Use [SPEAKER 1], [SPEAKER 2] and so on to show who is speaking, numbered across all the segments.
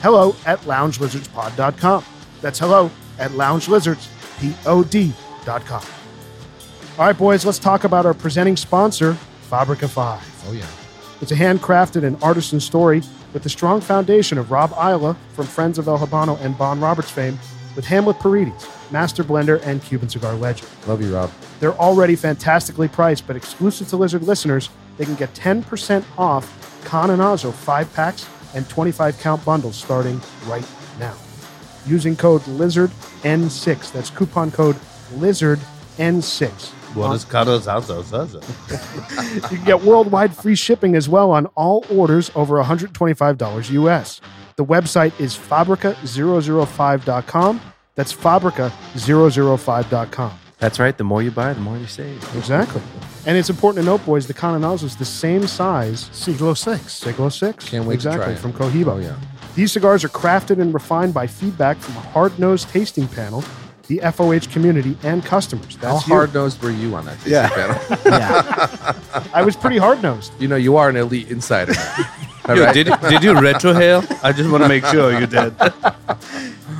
[SPEAKER 1] Hello at loungelizardspod.com. That's hello at loungelizardspod.com. All right, boys, let's talk about our presenting sponsor, Fabrica 5.
[SPEAKER 2] Oh yeah.
[SPEAKER 1] It's a handcrafted and artisan story with the strong foundation of Rob Isla from Friends of El Habano and Bon Roberts fame with Hamlet Paredes, master blender and Cuban cigar legend.
[SPEAKER 2] Love you, Rob.
[SPEAKER 1] They're already fantastically priced, but exclusive to Lizard listeners, they can get 10% off Cananazo 5 packs and 25 count bundles starting right now. Using code LIZARDN6. That's coupon code LIZARDN6.
[SPEAKER 3] What is Carlos Alzo Zaza?
[SPEAKER 1] You can get worldwide free shipping as well on all orders over $125 US. The website is fabrica005.com. That's fabrica005.com.
[SPEAKER 4] That's right. The more you buy, the more you save.
[SPEAKER 1] Exactly. And it's important to note, boys, the Cananazo is the same size,
[SPEAKER 5] Siglo 6.
[SPEAKER 1] Siglo 6.
[SPEAKER 2] Can't wait to
[SPEAKER 1] exactly,
[SPEAKER 2] try it.
[SPEAKER 1] from Cohiba.
[SPEAKER 2] Oh yeah.
[SPEAKER 1] These cigars are crafted and refined by feedback from a hard-nosed tasting panel, the FOH community, and customers.
[SPEAKER 2] How
[SPEAKER 1] That's you.
[SPEAKER 2] hard nosed were you on that tasting
[SPEAKER 3] Yeah.
[SPEAKER 2] panel?
[SPEAKER 5] Yeah.
[SPEAKER 1] I was pretty hard-nosed.
[SPEAKER 2] You know, you are an elite insider. All
[SPEAKER 3] Yo,
[SPEAKER 2] right.
[SPEAKER 3] did, did you retrohale? I just want to make sure you did.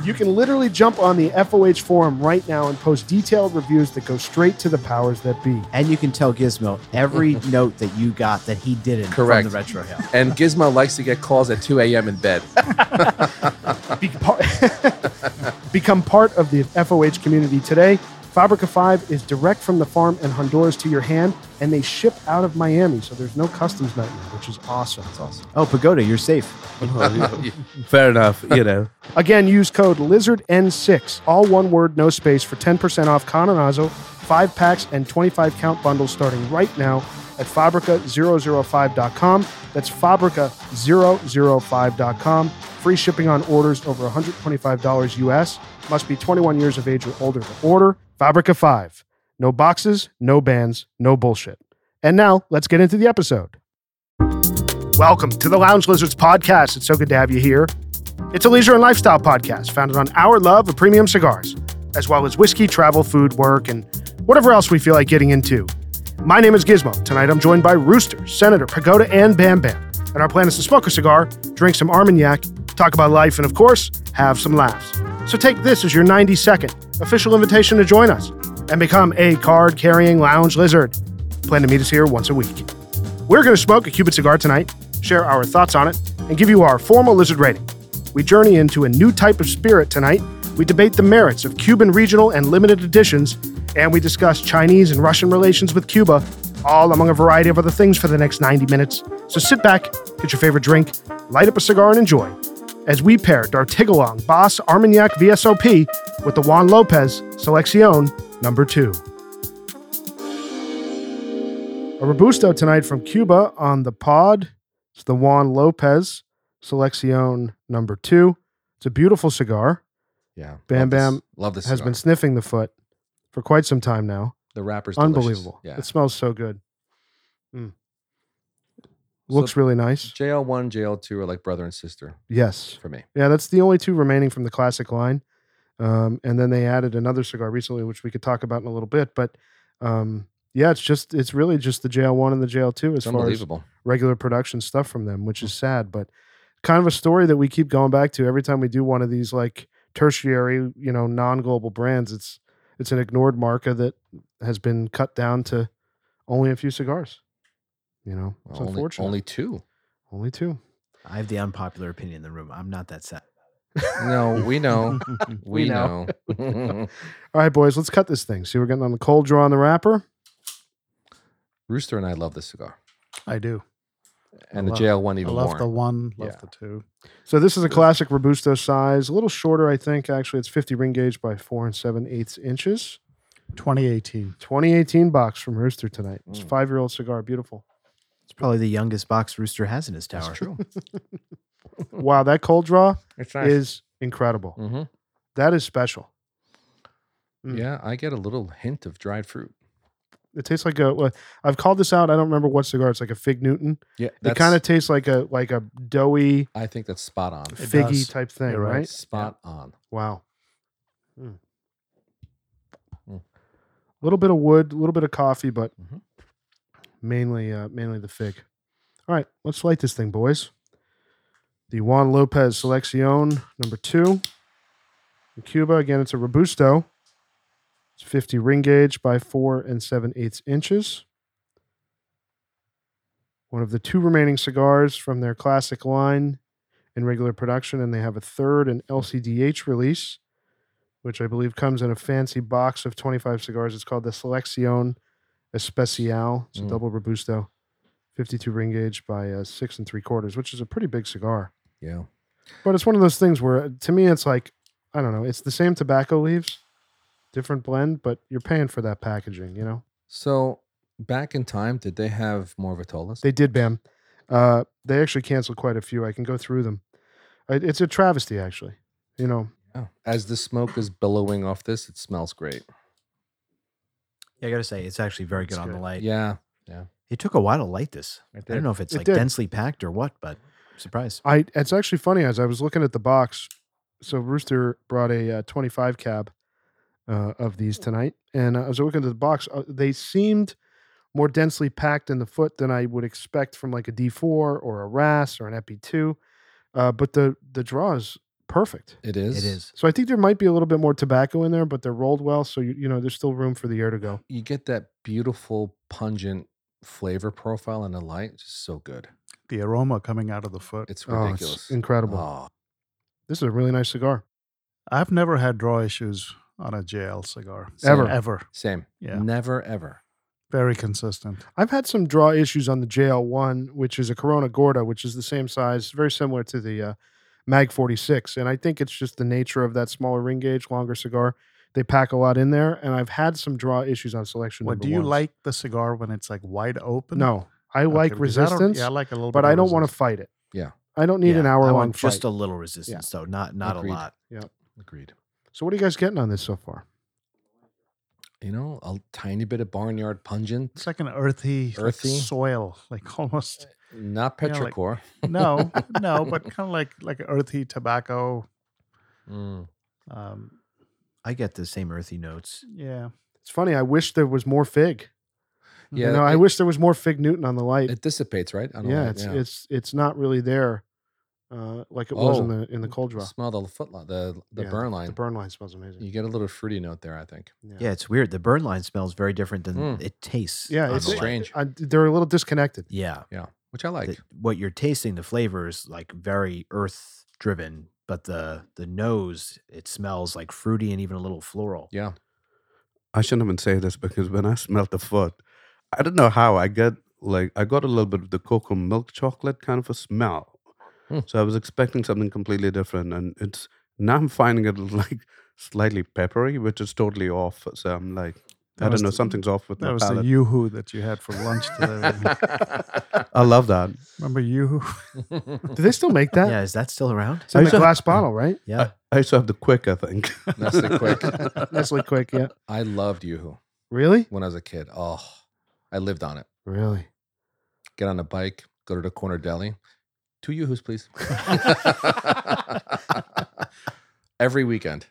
[SPEAKER 1] You can literally jump on the FOH forum right now and post detailed reviews that go straight to the powers that be.
[SPEAKER 5] and you can tell Gizmo every note that you got that he didn't
[SPEAKER 2] Correct.
[SPEAKER 5] from the retro hill.
[SPEAKER 2] and Gizmo likes to get calls at 2 a.m. in bed.
[SPEAKER 1] Be par- Become part of the FOH community today. Fabrica 5 is direct from the farm in Honduras to your hand, and they ship out of Miami, so there's no customs nightmare, which is awesome. That's awesome.
[SPEAKER 5] Oh, Pagoda, you're safe.
[SPEAKER 3] Fair enough, you know.
[SPEAKER 1] Again, use code LIZARDN6, all one word, no space, for 10% off Cananazo, 5 packs, and 25 count bundles starting right now at Fabrica005.com. That's Fabrica005.com. Free shipping on orders over $125 US. Must be 21 years of age or older to order. Fabrica 5. No boxes, no bands, no bullshit. And now, let's get into the episode. Welcome to the Lounge Lizards podcast. It's so good to have you here. It's a leisure and lifestyle podcast founded on our love of premium cigars, as well as whiskey, travel, food, work, and whatever else we feel like getting into. My name is Gizmo. Tonight I'm joined by Rooster, Senator, Pagoda, and Bam Bam. And our plan is to smoke a cigar, drink some Armagnac, talk about life, and of course, have some laughs. So take this as your 90 second official invitation to join us and become a card carrying lounge lizard. Plan to meet us here once a week. We're going to smoke a Cuban cigar tonight, share our thoughts on it, and give you our formal lizard rating. We journey into a new type of spirit tonight. We debate the merits of Cuban regional and limited editions, and we discuss Chinese and Russian relations with Cuba, all among a variety of other things for the next 90 minutes. So sit back, get your favorite drink, light up a cigar, and enjoy as we pair Dartigalong Boss Armagnac VSOP with the Juan Lopez Seleccion number two. A Robusto tonight from Cuba on the pod. It's the Juan Lopez Seleccion number two. It's a beautiful cigar.
[SPEAKER 2] Yeah.
[SPEAKER 1] Bam
[SPEAKER 2] Love this-
[SPEAKER 1] Bam
[SPEAKER 2] Love this.
[SPEAKER 1] Has
[SPEAKER 2] cigar.
[SPEAKER 1] been sniffing the foot for quite some time now.
[SPEAKER 2] the wrapper's
[SPEAKER 1] Unbelievable.
[SPEAKER 2] delicious.
[SPEAKER 1] It smells so good. Mm.
[SPEAKER 2] So-
[SPEAKER 1] Looks really nice.
[SPEAKER 2] Yeah. JL one, JL two are like brother and sister
[SPEAKER 1] Yes.
[SPEAKER 2] for me.
[SPEAKER 1] Yeah, that's the only two remaining from the classic line. Um, and then they added another cigar recently, which we could talk about in a little bit. But um, yeah, it's just it's really just the JL one and the JL two as
[SPEAKER 2] It's
[SPEAKER 1] far as
[SPEAKER 2] unbelievable.
[SPEAKER 1] regular production stuff from them, which
[SPEAKER 2] Mm.
[SPEAKER 1] is sad, but kind of a story that we keep going back to every time we do one of these like tertiary, you know, non-global brands. It's it's an ignored marca that has been cut down to only a few cigars. You know, it's
[SPEAKER 2] Well, only,
[SPEAKER 1] unfortunate.
[SPEAKER 2] only two.
[SPEAKER 1] only two.
[SPEAKER 5] I have the unpopular opinion in the room. I'm not that sad.
[SPEAKER 2] No, we know. we,
[SPEAKER 1] We know.
[SPEAKER 2] know.
[SPEAKER 1] All right, boys, let's cut this thing. See, we're getting on the cold draw on the wrapper.
[SPEAKER 2] Rooster and I love this cigar,
[SPEAKER 5] I do.
[SPEAKER 2] and the
[SPEAKER 5] love-
[SPEAKER 2] JL one
[SPEAKER 5] I
[SPEAKER 2] even
[SPEAKER 5] love
[SPEAKER 2] more.
[SPEAKER 5] the one,
[SPEAKER 2] love
[SPEAKER 5] love
[SPEAKER 2] Yeah.
[SPEAKER 5] the two.
[SPEAKER 1] So this is a classic Robusto size, a little shorter, I think. Actually, it's 50 ring gauge by four and seven eighths inches.
[SPEAKER 5] 2018.
[SPEAKER 1] 2018 box from Rooster tonight. It's a
[SPEAKER 2] Mm.
[SPEAKER 1] five year old cigar, beautiful.
[SPEAKER 5] It's probably the youngest box Rooster has in his tower.
[SPEAKER 2] That's true.
[SPEAKER 1] Wow, that cold draw
[SPEAKER 2] It's
[SPEAKER 1] is Incredible.
[SPEAKER 3] Mm.
[SPEAKER 2] hmm
[SPEAKER 1] That is special. Mm.
[SPEAKER 2] Yeah, I get a little hint of dried fruit.
[SPEAKER 1] It tastes like a. well, I've called this out. I don't remember what cigar. It's like a fig Newton.
[SPEAKER 2] Yeah,
[SPEAKER 1] it kind of tastes like a like a doughy
[SPEAKER 2] I think that's spot on.
[SPEAKER 5] It
[SPEAKER 1] figgy
[SPEAKER 5] does.
[SPEAKER 1] type thing,
[SPEAKER 3] You're
[SPEAKER 1] right.
[SPEAKER 3] right.
[SPEAKER 2] Spot on.
[SPEAKER 1] Wow. A
[SPEAKER 2] Mm.
[SPEAKER 1] little bit of wood, a little bit of coffee, but
[SPEAKER 2] Mhm.
[SPEAKER 1] mainly uh, mainly the fig. All right, let's light this thing, boys. The Juan Lopez Seleccion number two. In Cuba, again, it's a Robusto. It's 50 ring gauge by four and seven eighths inches. One of the two remaining cigars from their classic line in regular production, and they have a third an LCDH release, which I believe comes in a fancy box of 25 cigars. It's called the Selección Especial. It's a
[SPEAKER 2] Mm.
[SPEAKER 1] double robusto, 52 ring gauge by uh, six and three quarters, which is a pretty big cigar.
[SPEAKER 2] Yeah.
[SPEAKER 1] But it's one of those things where, uh, to me, it's like I don't know, it's the same tobacco leaves, different blend, but you're paying for that packaging. You know,
[SPEAKER 2] So back in time, did they have more vitolas?
[SPEAKER 1] they did Bam. Uh, they actually canceled quite a few. I can go through them. I- It's a travesty, actually. You know,
[SPEAKER 2] Oh. As the smoke is billowing off this, it smells great.
[SPEAKER 5] Yeah, I gotta say, it's actually very good
[SPEAKER 1] It's
[SPEAKER 5] on the
[SPEAKER 1] good.
[SPEAKER 5] light.
[SPEAKER 2] Yeah.
[SPEAKER 5] It took a while to light this.
[SPEAKER 2] Right
[SPEAKER 5] I don't know if it's
[SPEAKER 1] It
[SPEAKER 5] like
[SPEAKER 1] did.
[SPEAKER 5] densely packed or what, but surprise.
[SPEAKER 1] I it's actually funny as I was looking at the box. So Rooster brought a uh, 25 cab uh, of these
[SPEAKER 2] Hmm.
[SPEAKER 1] tonight, and I was looking at the box. Uh, they seemed more densely packed in the foot than I would expect from like a D4 or a RAS or an Epi 2, uh, but the the draw is perfect.
[SPEAKER 2] It is.
[SPEAKER 5] It is.
[SPEAKER 1] So I think there might be a little bit more tobacco in there, but they're rolled well, so you, you know there's still room for the air to go.
[SPEAKER 2] You get that beautiful, pungent flavor profile in the light. It's just so good.
[SPEAKER 6] The aroma coming out of the foot.
[SPEAKER 2] It's
[SPEAKER 1] Oh, it's
[SPEAKER 2] ridiculous.
[SPEAKER 1] incredible.
[SPEAKER 2] Oh,
[SPEAKER 1] This is a really nice cigar.
[SPEAKER 6] I've never had draw issues on a JL cigar.
[SPEAKER 2] Same.
[SPEAKER 1] Ever.
[SPEAKER 6] Ever.
[SPEAKER 2] Same.
[SPEAKER 6] Yeah.
[SPEAKER 2] Never ever.
[SPEAKER 6] Very consistent.
[SPEAKER 1] I've had some draw issues on the JL1, which is a Corona Gorda, which is the same size, very similar to the uh, Mag 46. And I think it's just the nature of that smaller ring gauge, longer cigar. They pack a lot in there. And I've had some draw issues on selection.
[SPEAKER 6] What
[SPEAKER 1] number
[SPEAKER 6] do you
[SPEAKER 1] ones.
[SPEAKER 6] like the cigar when it's like wide open?
[SPEAKER 1] No, I
[SPEAKER 6] Okay,
[SPEAKER 1] like
[SPEAKER 6] because I don't-
[SPEAKER 1] resistance,
[SPEAKER 6] yeah, I like a little
[SPEAKER 1] but
[SPEAKER 6] bit.
[SPEAKER 1] I don't want to fight it.
[SPEAKER 2] Yeah.
[SPEAKER 1] I don't need an
[SPEAKER 5] Yeah,
[SPEAKER 1] hour
[SPEAKER 5] I
[SPEAKER 1] long
[SPEAKER 5] want
[SPEAKER 1] fight.
[SPEAKER 5] just a little resistance, though. Not not
[SPEAKER 2] Agreed.
[SPEAKER 5] a lot.
[SPEAKER 2] Agreed.
[SPEAKER 1] so, what are you guys getting on this so far?
[SPEAKER 2] You know, a tiny bit of barnyard pungent.
[SPEAKER 6] It's like an earthy, earthy
[SPEAKER 2] Earthy?
[SPEAKER 6] soil, like almost.
[SPEAKER 2] Not
[SPEAKER 6] Yeah, like-
[SPEAKER 2] petrichor.
[SPEAKER 6] No, no, but kind of like like earthy tobacco.
[SPEAKER 2] Mm.
[SPEAKER 6] Um,
[SPEAKER 5] I get the same earthy notes.
[SPEAKER 6] yeah,
[SPEAKER 1] It's funny. I wish there was more fig.
[SPEAKER 2] Yeah.
[SPEAKER 1] you know, Mm-hmm. I
[SPEAKER 2] it-
[SPEAKER 1] wish there was more fig Newton on the light.
[SPEAKER 2] it dissipates, right? I don't
[SPEAKER 1] yeah,
[SPEAKER 2] know.
[SPEAKER 1] it's it's it's not really there, uh, like it was in the in the cold draw.
[SPEAKER 2] Smell the foot line, the the
[SPEAKER 1] Yeah,
[SPEAKER 2] burn line.
[SPEAKER 1] The burn line smells amazing.
[SPEAKER 2] you get a little fruity note there, I think.
[SPEAKER 1] Yeah, Hmm.
[SPEAKER 5] Yeah, it's weird. The burn line smells very different than
[SPEAKER 2] Mm.
[SPEAKER 5] it tastes.
[SPEAKER 1] Yeah,
[SPEAKER 5] on
[SPEAKER 1] it's
[SPEAKER 5] the light.
[SPEAKER 2] strange.
[SPEAKER 1] I, they're a little disconnected.
[SPEAKER 5] Yeah,
[SPEAKER 2] Yeah, which I like.
[SPEAKER 5] the- what you're tasting, the flavor is like very earth driven, but the the nose, it smells like fruity and even a little floral.
[SPEAKER 2] yeah,
[SPEAKER 3] I shouldn't even say this because when I smelled the foot, I don't know how I got like I got a little bit of the cocoa milk chocolate kind of a smell.
[SPEAKER 2] Hmm.
[SPEAKER 3] So I was expecting something completely different, and it's now I'm finding it like slightly peppery, which is totally off. So I'm like,
[SPEAKER 6] That
[SPEAKER 3] I
[SPEAKER 6] was
[SPEAKER 3] don't know,
[SPEAKER 6] the-
[SPEAKER 3] something's off with
[SPEAKER 6] that
[SPEAKER 3] my
[SPEAKER 6] was the
[SPEAKER 3] palate.
[SPEAKER 6] yoo-hoo that you had for lunch today.
[SPEAKER 3] I love that.
[SPEAKER 6] Remember yoo-hoo?
[SPEAKER 1] Do they still make that?
[SPEAKER 5] Yeah, is that still
[SPEAKER 2] Uh,
[SPEAKER 5] around?
[SPEAKER 1] It's in
[SPEAKER 3] I
[SPEAKER 1] the
[SPEAKER 3] saw-
[SPEAKER 1] glass bottle, right?
[SPEAKER 5] Yeah.
[SPEAKER 3] I used to have the quick, I think.
[SPEAKER 2] that's the quick.
[SPEAKER 1] Nestle Quick. Yeah.
[SPEAKER 2] I loved YooHoo
[SPEAKER 1] Really?
[SPEAKER 2] when I was a kid. Oh, I lived on it.
[SPEAKER 1] Really?
[SPEAKER 2] Get on a bike, go to the corner deli. Two YooHoos, please. Every weekend.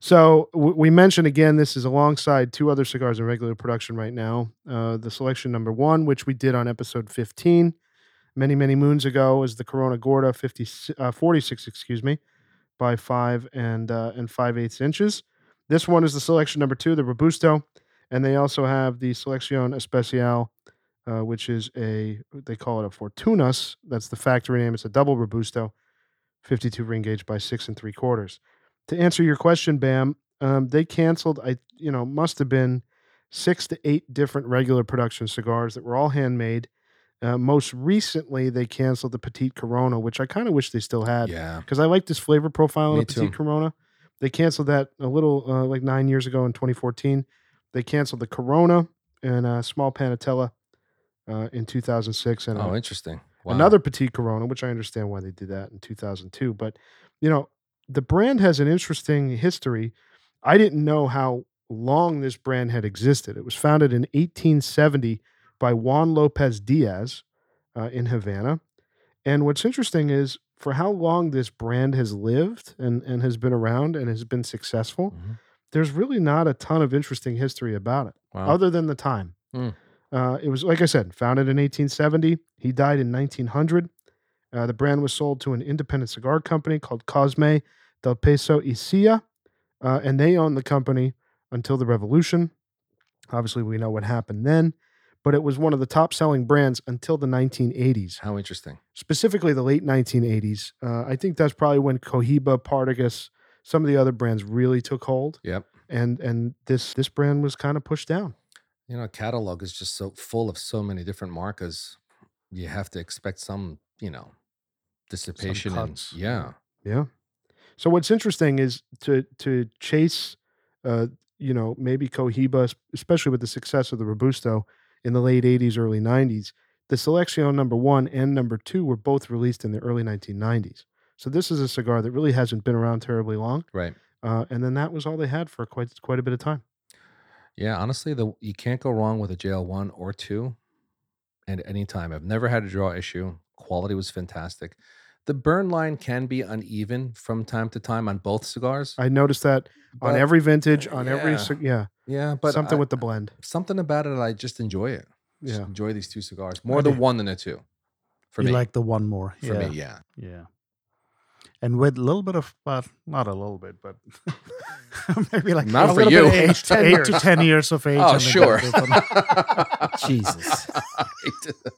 [SPEAKER 1] So w- we mentioned again, this is alongside two other cigars in regular production right now. Uh, the selection number one, which we did on episode 15 many, many moons ago, is the Corona Gorda 50, uh, 46, excuse me, by five and, uh, and five eighths inches. This one is the selection number two, the Robusto. And they also have the Selección Especial, uh, which is a, they call it a Fortunas. That's the factory name. It's a double Robusto, 52 ring gauge by six and three quarters to answer your question, Bam, um, they canceled. I you know must have been six to eight different regular production cigars that were all handmade. Uh, most recently, they canceled the Petite Corona, which I kind of wish they still had
[SPEAKER 2] Yeah,
[SPEAKER 1] because I like this flavor profile in
[SPEAKER 2] Me
[SPEAKER 1] a Petite
[SPEAKER 2] too.
[SPEAKER 1] Corona. They canceled that a little uh, like nine years ago in 2014. They canceled the Corona and uh, small Panatella uh, in 2006 and a
[SPEAKER 2] Oh, interesting. Wow.
[SPEAKER 1] another petite corona which i understand why they did that in 2002 but you know the brand has an interesting history i didn't know how long this brand had existed it was founded in 1870 by juan lopez diaz uh, in havana and what's interesting is for how long this brand has lived and, and has been around and has been successful
[SPEAKER 2] Mhm.
[SPEAKER 1] there's really not a ton of interesting history about it
[SPEAKER 2] Wow.
[SPEAKER 1] other than the time.
[SPEAKER 2] Hmm.
[SPEAKER 1] Uh, it was, like I said, founded in 1870. He died in 1900. Uh, the brand was sold to an independent cigar company called Cosme del Peso y Silla, uh, and they owned the company until the revolution. Obviously, we know what happened then, but it was one of the top selling brands until the 1980s
[SPEAKER 2] How interesting.
[SPEAKER 1] specifically the late 1980s. Uh, I think that's probably when Cohiba, Partagas, some of the other brands really took hold.
[SPEAKER 2] Yep.
[SPEAKER 1] And and this this brand was kind of pushed down.
[SPEAKER 2] You know, catalog is just so full of so many different markers. You have to expect some, you know, dissipation. and,
[SPEAKER 6] cuts.
[SPEAKER 2] yeah.
[SPEAKER 1] Yeah. So what's interesting is to to chase, uh, you know, maybe Cohiba, es- especially with the success of the Robusto in the late 80s, early 90s. The Selección number one and number two were both released in the early 1990s. So this is a cigar that really hasn't been around terribly long.
[SPEAKER 2] Right.
[SPEAKER 1] Uh, and then that was all they had for quite quite a bit of time.
[SPEAKER 2] Yeah. Honestly, the you can't go wrong with a JL one or two at any time. I've never had a draw issue. Quality was fantastic. The burn line can be uneven from time to time on both cigars.
[SPEAKER 1] I noticed that on
[SPEAKER 2] but- uh,
[SPEAKER 1] every vintage, on every
[SPEAKER 2] yeah.
[SPEAKER 1] sig- yeah,
[SPEAKER 2] yeah, but
[SPEAKER 1] something
[SPEAKER 2] I-
[SPEAKER 1] with the blend.
[SPEAKER 2] something about it. I just enjoy it. Just
[SPEAKER 1] Yeah,
[SPEAKER 2] enjoy these two cigars more the
[SPEAKER 6] do.
[SPEAKER 2] one than the two. For
[SPEAKER 6] you
[SPEAKER 2] me,
[SPEAKER 6] like the one more.
[SPEAKER 2] for
[SPEAKER 6] yeah.
[SPEAKER 2] me, yeah.
[SPEAKER 6] Yeah. And with a little bit of, well, not a little bit, but maybe like
[SPEAKER 2] Not
[SPEAKER 6] a
[SPEAKER 2] for
[SPEAKER 6] little
[SPEAKER 2] you.
[SPEAKER 6] bit aged,
[SPEAKER 2] Ten
[SPEAKER 6] eight to
[SPEAKER 2] years.
[SPEAKER 6] 10 years of age.
[SPEAKER 2] Oh,
[SPEAKER 6] and then
[SPEAKER 2] sure.
[SPEAKER 6] they'll go from-
[SPEAKER 5] Jesus.
[SPEAKER 6] Just-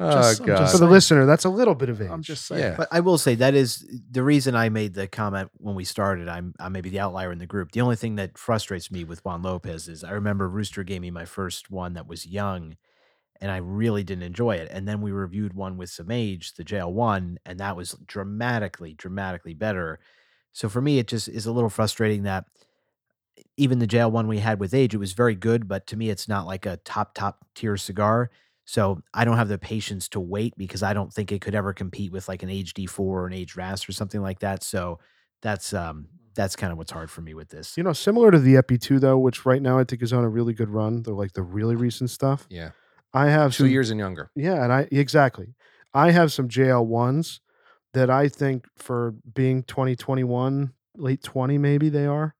[SPEAKER 3] oh,
[SPEAKER 6] I'm
[SPEAKER 3] God.
[SPEAKER 6] just-
[SPEAKER 1] for the listener, that's a little bit of age.
[SPEAKER 6] I'm just saying.
[SPEAKER 2] yeah.
[SPEAKER 5] But I will say that is the reason I made the comment when we started. I'm I may be the outlier in the group. The only thing that frustrates me with Juan Lopez is I remember Rooster gave me my first one that was young, and I really didn't enjoy it. And then we reviewed one with some age, the JL one, and that was dramatically, dramatically better. So for me, it just is a little frustrating that even the JL one we had with age, it was very good, but to me, it's not like a top top tier cigar. So I don't have the patience to wait because I don't think it could ever compete with like an HD4 or an aged RAS or something like that. So that's um that's kind of what's hard for me with this.
[SPEAKER 1] you know, similar to the Epi Two though, which right now I think is on a really good run. They're like the really recent stuff.
[SPEAKER 2] yeah.
[SPEAKER 1] I have
[SPEAKER 2] Two
[SPEAKER 1] some-
[SPEAKER 2] years and younger.
[SPEAKER 1] Yeah, and I exactly. I have some JL ones that I think for being 2021, late 20 maybe they are.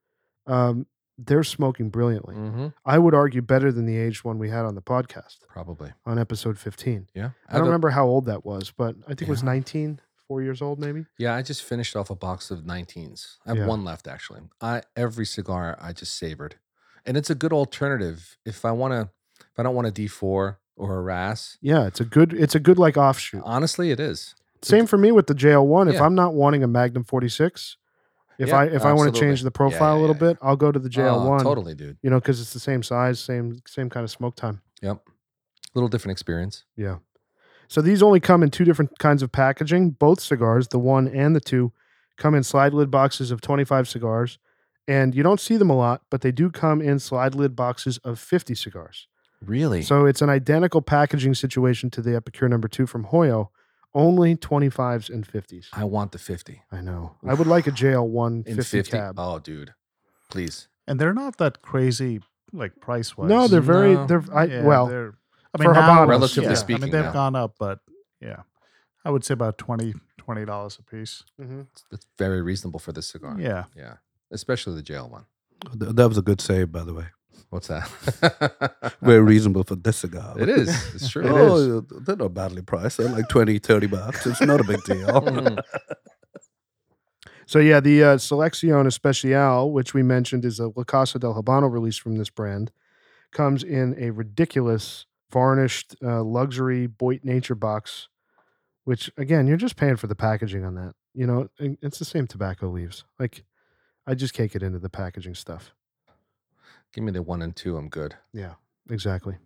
[SPEAKER 1] Um, they're smoking brilliantly.
[SPEAKER 2] hmm
[SPEAKER 1] I would argue better than the aged one we had on the podcast
[SPEAKER 2] Probably.
[SPEAKER 1] on episode 15.
[SPEAKER 2] Yeah.
[SPEAKER 1] I don't
[SPEAKER 2] Other-
[SPEAKER 1] remember how old that was, but I think it was
[SPEAKER 2] Yeah.
[SPEAKER 1] 19, four years old maybe.
[SPEAKER 2] Yeah, I just finished off a box of 19s. I have
[SPEAKER 1] Yeah.
[SPEAKER 2] one left actually. I every cigar I just savored. And it's a good alternative if I want to if I don't want a D4 or a RAS.
[SPEAKER 1] Yeah, it's a good it's a good like offshoot.
[SPEAKER 2] Honestly, it is.
[SPEAKER 1] Same for me with the JL1. If
[SPEAKER 2] Ah, Yeah.
[SPEAKER 1] I'm not wanting a Magnum 46, if
[SPEAKER 2] Yeah,
[SPEAKER 1] I if I want to change
[SPEAKER 2] absolutely.
[SPEAKER 1] the
[SPEAKER 2] Yeah, yeah,
[SPEAKER 1] profile a little
[SPEAKER 2] yeah,
[SPEAKER 1] bit, I'll go to the JL1.
[SPEAKER 2] Oh, totally, dude.
[SPEAKER 1] You know, cuz it's the same size, same same kind of smoke time.
[SPEAKER 2] Yep. little different experience.
[SPEAKER 1] Yeah. So these only come in two different kinds of packaging. Both cigars, the one and the two, come in slide lid boxes of 25 cigars. And you don't see them a lot, but they do come in slide lid boxes of 50 cigars.
[SPEAKER 4] Really?
[SPEAKER 1] So it's an identical packaging situation to the Epicure number two from Hoyo, only 25s and 50s.
[SPEAKER 2] I want the 50.
[SPEAKER 1] I know. I would like a JL1
[SPEAKER 2] In
[SPEAKER 1] 50,
[SPEAKER 2] 50.
[SPEAKER 1] cab.
[SPEAKER 2] Oh, dude. Please.
[SPEAKER 6] And they're not that crazy, like price wise.
[SPEAKER 1] no, they're very,
[SPEAKER 2] No.
[SPEAKER 1] they're, I,
[SPEAKER 6] Yeah,
[SPEAKER 1] well,
[SPEAKER 6] they're, I
[SPEAKER 1] for
[SPEAKER 6] mean, now,
[SPEAKER 1] Habanos,
[SPEAKER 2] Relatively
[SPEAKER 6] yeah, I
[SPEAKER 2] speaking,
[SPEAKER 6] mean, they've
[SPEAKER 2] yeah.
[SPEAKER 6] gone up, but yeah, I would say about 20 dollars a piece.
[SPEAKER 1] mhm.
[SPEAKER 2] It's- That's very reasonable for this cigar.
[SPEAKER 6] Yeah,
[SPEAKER 2] Yeah. Especially the jail one.
[SPEAKER 3] Th- that was a good save, by the way.
[SPEAKER 2] What's that?
[SPEAKER 3] Very reasonable for this cigar.
[SPEAKER 2] it is. It's true.
[SPEAKER 3] oh, they're not badly priced. They're like 20, 30 bucks. It's not a big deal.
[SPEAKER 2] Mm.
[SPEAKER 1] So yeah, the uh, Selección Especial, which we mentioned is a La Casa del Habano release from this brand, comes in a ridiculous varnished uh, luxury Boit Nature box, which again you're just paying for the packaging on that. You know, and it's the same tobacco leaves. Like, I just can't get into the packaging stuff.
[SPEAKER 2] Give me the one and two. I'm good.
[SPEAKER 1] Yeah, exactly.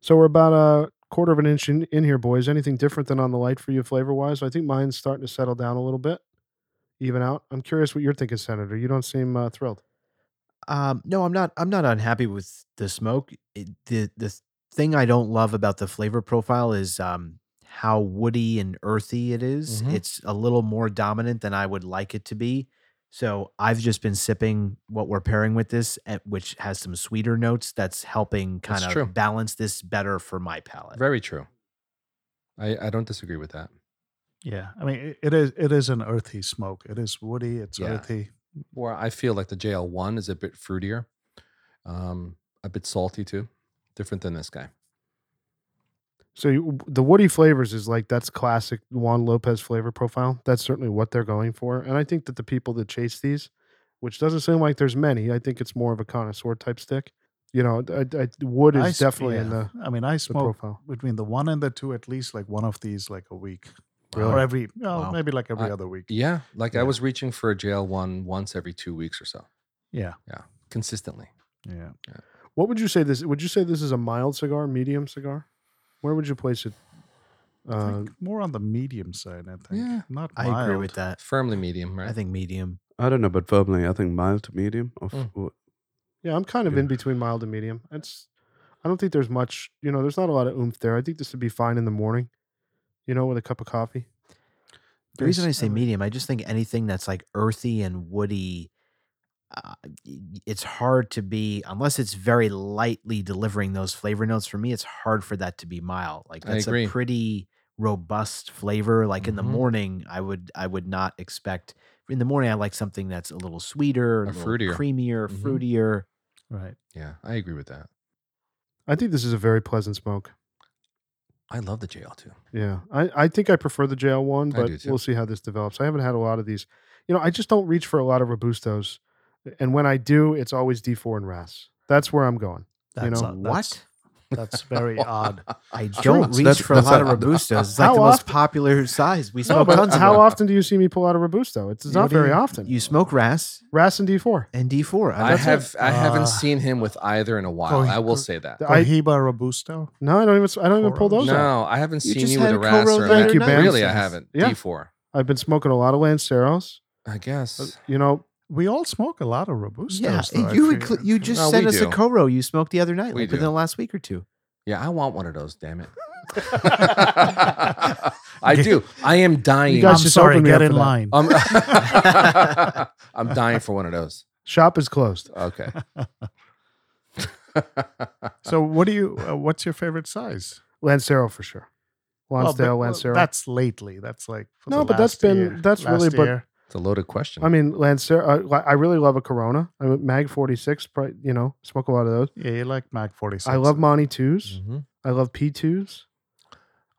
[SPEAKER 1] So we're about a quarter of an inch in, in here, boys. Anything different than on the light for you flavor wise? I think mine's starting to settle down a little bit, even out. I'm curious what you're thinking, Senator. You don't seem uh, thrilled.
[SPEAKER 5] Um, no, I'm not. I'm not unhappy with the smoke. It, the the thing I don't love about the flavor profile is um, how woody and earthy it is.
[SPEAKER 2] Mhm.
[SPEAKER 5] It's a little more dominant than I would like it to be. So I've just been sipping what we're pairing with this, eh, which has some sweeter notes. That's helping
[SPEAKER 2] That's
[SPEAKER 5] kind of
[SPEAKER 2] true.
[SPEAKER 5] balance this better for my palate.
[SPEAKER 2] Very true. I, I don't disagree with that.
[SPEAKER 6] Yeah, I mean it, it is it is an earthy smoke. It is woody. It's
[SPEAKER 2] Yeah.
[SPEAKER 6] earthy.
[SPEAKER 2] Where I feel like the JL one is a bit fruitier, um, a bit salty too, different than this guy.
[SPEAKER 1] So you, the woody flavors is like that's classic Juan Lopez flavor profile. That's certainly what they're going for, and I think that the people that chase these, which doesn't seem like there's many, I think it's more of a connoisseur type stick. You know, I, I, wood is
[SPEAKER 6] I s-
[SPEAKER 1] definitely in
[SPEAKER 6] yeah.
[SPEAKER 1] the,
[SPEAKER 6] I mean, I
[SPEAKER 1] the
[SPEAKER 6] smoke
[SPEAKER 1] profile.
[SPEAKER 6] between the one and the two at least like one of these like a week or
[SPEAKER 2] Really?
[SPEAKER 6] every oh,
[SPEAKER 5] Wow.
[SPEAKER 6] maybe like every
[SPEAKER 2] I-
[SPEAKER 6] other week.
[SPEAKER 2] Yeah. Like I
[SPEAKER 6] Yeah.
[SPEAKER 2] was reaching for a JL one once every two weeks or so,
[SPEAKER 6] Yeah,
[SPEAKER 2] consistently.
[SPEAKER 6] yeah.
[SPEAKER 1] What would you say this? Would you say this is a mild cigar, medium cigar? Where would you place it?
[SPEAKER 6] I
[SPEAKER 1] Uh,
[SPEAKER 6] think more on the medium side. I think.
[SPEAKER 2] yeah,
[SPEAKER 6] not.
[SPEAKER 5] I agree with
[SPEAKER 6] mild.
[SPEAKER 5] that.
[SPEAKER 2] Firmly medium, right?
[SPEAKER 5] I think medium.
[SPEAKER 3] I don't know, but firmly, I think mild to medium. Of
[SPEAKER 2] Mm.
[SPEAKER 3] w-
[SPEAKER 1] yeah, I'm kind of
[SPEAKER 3] Yeah.
[SPEAKER 1] in between mild and medium. It's, I don't think there's much. You know, there's not a lot of oomph there. I think this would be fine in the morning. You know, with a cup of coffee.
[SPEAKER 5] The reason I
[SPEAKER 1] There's-
[SPEAKER 5] say
[SPEAKER 1] I would-
[SPEAKER 5] medium, I just think anything that's like earthy and woody, uh, y- it's hard to be unless it's very lightly delivering those flavor notes. For me, it's hard for that to be mild. Like
[SPEAKER 2] I
[SPEAKER 5] that's
[SPEAKER 2] agree.
[SPEAKER 5] a pretty robust flavor. Like in the
[SPEAKER 2] Mhm.
[SPEAKER 5] morning, I would I would not expect. In the morning, I like something that's a little sweeter,
[SPEAKER 2] Or
[SPEAKER 5] a little
[SPEAKER 2] fruitier.
[SPEAKER 5] creamier,
[SPEAKER 2] Mhm.
[SPEAKER 5] fruitier.
[SPEAKER 6] uh, Right.
[SPEAKER 2] yeah, I agree with that.
[SPEAKER 1] I think this is a very pleasant smoke.
[SPEAKER 2] I love the JL too.
[SPEAKER 1] Yeah, I, I think I prefer the JL one,
[SPEAKER 2] I
[SPEAKER 1] but
[SPEAKER 2] do too.
[SPEAKER 1] we'll see how this develops. I haven't had a lot of these. You know, I just don't reach for a lot of robustos, and when I do, it's always D4 and RAS. That's where I'm going. You know,
[SPEAKER 6] uh,
[SPEAKER 5] What?
[SPEAKER 6] That's very odd.
[SPEAKER 5] I
[SPEAKER 3] True.
[SPEAKER 5] don't reach
[SPEAKER 3] That's-
[SPEAKER 5] for
[SPEAKER 3] that's
[SPEAKER 5] a lot of
[SPEAKER 3] a-
[SPEAKER 5] Robusta. It's like
[SPEAKER 1] How
[SPEAKER 5] the most
[SPEAKER 1] often-
[SPEAKER 5] popular size.
[SPEAKER 1] No,
[SPEAKER 5] We smoke
[SPEAKER 1] but
[SPEAKER 5] tons of
[SPEAKER 1] how
[SPEAKER 5] them.
[SPEAKER 1] often do you see me pull out a robusto? It's, it's
[SPEAKER 5] What
[SPEAKER 1] not
[SPEAKER 5] do you-
[SPEAKER 1] very often.
[SPEAKER 5] You smoke Ras
[SPEAKER 1] RAS and D4.
[SPEAKER 5] and D4.
[SPEAKER 2] I
[SPEAKER 5] that's it.
[SPEAKER 2] have I haven't
[SPEAKER 6] Uh,
[SPEAKER 2] seen him with either in a while.
[SPEAKER 6] he-
[SPEAKER 2] I will
[SPEAKER 6] Cor-
[SPEAKER 2] say that.
[SPEAKER 1] I-
[SPEAKER 6] Cohiba Robusto.
[SPEAKER 1] No, I don't even. I don't even pull those out.
[SPEAKER 2] No, I haven't
[SPEAKER 5] You
[SPEAKER 2] seen
[SPEAKER 5] just
[SPEAKER 2] you with
[SPEAKER 5] had
[SPEAKER 2] a
[SPEAKER 5] a
[SPEAKER 2] ras
[SPEAKER 5] Coro
[SPEAKER 2] or a
[SPEAKER 5] the
[SPEAKER 2] Mac-
[SPEAKER 1] other night.
[SPEAKER 2] Really, I
[SPEAKER 5] Nonsense.
[SPEAKER 2] haven't.
[SPEAKER 1] Yeah.
[SPEAKER 2] D4.
[SPEAKER 1] I've been smoking a lot of Lanceros. Uh,
[SPEAKER 2] I guess.
[SPEAKER 1] You know,
[SPEAKER 6] We all smoke a lot of Robustos.
[SPEAKER 5] Yeah,
[SPEAKER 6] though, I
[SPEAKER 5] you
[SPEAKER 6] feel.
[SPEAKER 5] inclu- you just
[SPEAKER 2] No,
[SPEAKER 5] sent
[SPEAKER 2] we
[SPEAKER 5] us
[SPEAKER 2] do.
[SPEAKER 5] a Koro you smoked the other night,
[SPEAKER 2] We
[SPEAKER 5] like within
[SPEAKER 2] do.
[SPEAKER 5] the last week or two.
[SPEAKER 2] Yeah, I want one of those, damn it. I do. I am dying.
[SPEAKER 1] You guys
[SPEAKER 6] I'm
[SPEAKER 1] just
[SPEAKER 6] sorry.
[SPEAKER 1] opened me up
[SPEAKER 6] Get in
[SPEAKER 1] for that.
[SPEAKER 6] line.
[SPEAKER 2] I'm,
[SPEAKER 5] Um,
[SPEAKER 2] I'm dying for one of those.
[SPEAKER 1] shop is closed.
[SPEAKER 2] Okay.
[SPEAKER 6] So, what do you? Uh, what's your favorite size?
[SPEAKER 1] Lancero for sure.
[SPEAKER 6] Well,
[SPEAKER 1] Lonsdale,
[SPEAKER 6] but- well,
[SPEAKER 1] Lancero.
[SPEAKER 6] that's lately. That's like for
[SPEAKER 1] No,
[SPEAKER 6] the
[SPEAKER 1] but that's
[SPEAKER 6] last
[SPEAKER 1] been-
[SPEAKER 6] year-
[SPEAKER 1] that's really-
[SPEAKER 6] last
[SPEAKER 1] but-
[SPEAKER 6] year.
[SPEAKER 2] It's a loaded question.
[SPEAKER 1] I mean, Lancero. Uh, li- I really love a Corona. I mean, Mag 46. pri- You know, smoke a lot of those.
[SPEAKER 6] yeah, you like Mac forty six.
[SPEAKER 1] I love Monty 2s
[SPEAKER 2] Mhm.
[SPEAKER 1] I love P twos.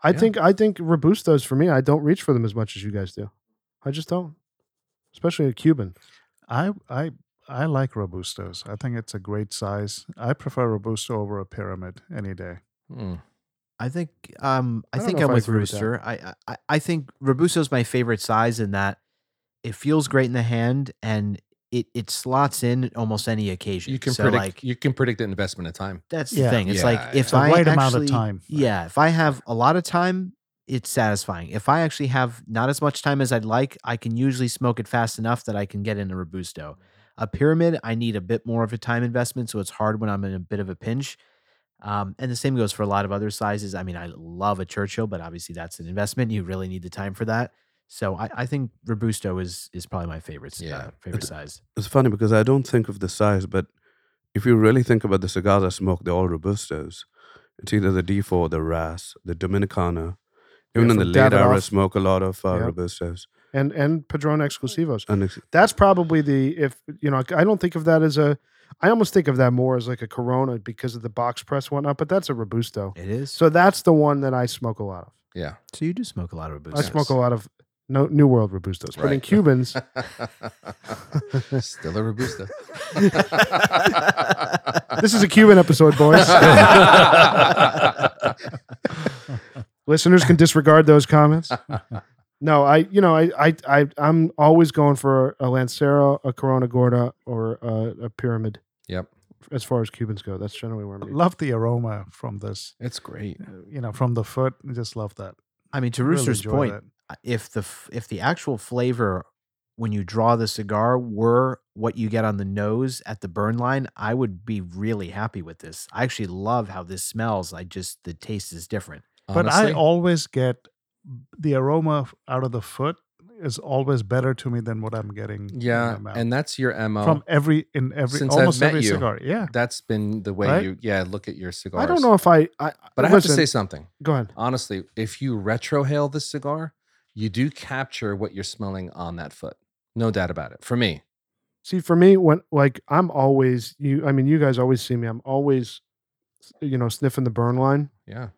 [SPEAKER 1] I
[SPEAKER 2] Yeah.
[SPEAKER 1] think I think robustos for me. I don't reach for them as much as you guys do. I just don't, especially a Cuban.
[SPEAKER 6] I I I like robustos. I think it's a great size. I prefer robusto over a pyramid any day.
[SPEAKER 2] Hmm.
[SPEAKER 5] I think um
[SPEAKER 1] I
[SPEAKER 5] I,
[SPEAKER 1] don't
[SPEAKER 5] think
[SPEAKER 1] know if
[SPEAKER 5] I'm
[SPEAKER 1] I
[SPEAKER 5] with
[SPEAKER 1] agree with that.
[SPEAKER 5] Rooster. I I, I I think Robusto's my favorite size in that it feels great in the hand and it it slots in at almost any occasion.
[SPEAKER 2] You can
[SPEAKER 5] so
[SPEAKER 2] predict.
[SPEAKER 5] like
[SPEAKER 2] you can predict the investment of time.
[SPEAKER 5] that's
[SPEAKER 6] Yeah.
[SPEAKER 5] the thing. It's
[SPEAKER 2] Yeah,
[SPEAKER 5] like if
[SPEAKER 6] It's the
[SPEAKER 5] I
[SPEAKER 6] right
[SPEAKER 5] actually,
[SPEAKER 6] amount of time.
[SPEAKER 5] Yeah, if I have a lot of time, it's satisfying. If I actually have not as much time as I'd like, I can usually smoke it fast enough that I can get into Robusto. A pyramid, I need a bit more of a time investment, so it's hard when I'm in a bit of a pinch. Um, and the same goes for a lot of other sizes. I mean, I love a Churchill, but obviously that's an investment. You really need the time for that. So I, I think Robusto is is probably my favorite. s-
[SPEAKER 2] Yeah.
[SPEAKER 5] uh, favorite
[SPEAKER 3] It's-
[SPEAKER 5] size.
[SPEAKER 3] It's funny because I don't think of the size, but if you really think about the cigars I smoke, they're all Robustos. It's either the D4, the RAS, the Dominicana. Even
[SPEAKER 1] Yeah,
[SPEAKER 3] in the
[SPEAKER 1] from
[SPEAKER 3] late hour, I
[SPEAKER 1] Davidoff.
[SPEAKER 3] smoke a lot of uh,
[SPEAKER 1] Yeah.
[SPEAKER 3] Robustos.
[SPEAKER 1] and and Padron exclusivos.
[SPEAKER 3] And it's,
[SPEAKER 1] That's probably the if you know. I don't think of that as a. I almost think of that more as like a Corona because of the box press and whatnot. But that's a robusto.
[SPEAKER 5] It is. So,
[SPEAKER 1] So that's the one that I smoke a lot of.
[SPEAKER 2] Yeah.
[SPEAKER 5] so you do smoke a lot of Robusto.
[SPEAKER 1] I smoke a lot of no, New World robustos, but in
[SPEAKER 2] Right.
[SPEAKER 1] Cubans,
[SPEAKER 2] Still a robusta.
[SPEAKER 1] this is a Cuban episode, boys. Listeners can disregard those comments. No, I you know I I I I'm always going for a Lancero, a Corona Gorda, or a, a Pyramid.
[SPEAKER 2] yep.
[SPEAKER 1] As far as Cubans go, that's generally where I'm. at.
[SPEAKER 6] Love the aroma from this.
[SPEAKER 2] It's great.
[SPEAKER 6] uh, You know, from the foot. I just love that.
[SPEAKER 5] I mean, to
[SPEAKER 6] Really
[SPEAKER 5] Rooster's
[SPEAKER 6] enjoy
[SPEAKER 5] point,
[SPEAKER 6] that.
[SPEAKER 5] uh, if the f- if the actual flavor when you draw the cigar were what you get on the nose at the burn line, I would be really happy with this. I actually love how this smells. I just the taste is different.
[SPEAKER 6] But I
[SPEAKER 2] Honestly,
[SPEAKER 6] always get the aroma f- out of the foot is always better to me than what I'm getting. in
[SPEAKER 2] yeah,
[SPEAKER 6] my mouth.
[SPEAKER 2] and that's your mo.
[SPEAKER 6] from every in every
[SPEAKER 2] Since I've
[SPEAKER 6] almost
[SPEAKER 2] met
[SPEAKER 6] every
[SPEAKER 2] you.
[SPEAKER 6] cigar. Yeah,
[SPEAKER 2] that's been the way
[SPEAKER 6] Right?
[SPEAKER 2] you yeah look at your cigars.
[SPEAKER 1] I don't know if I. I
[SPEAKER 2] but I have to
[SPEAKER 1] listen,
[SPEAKER 2] say something.
[SPEAKER 1] Go ahead.
[SPEAKER 2] honestly, if you retrohale this cigar, you do capture what you're smelling on that foot. No doubt about it. For me,
[SPEAKER 1] See, for me, when like I'm always you. I mean, you guys always see me. I'm always, you know, sniffing the burn line.
[SPEAKER 2] yeah.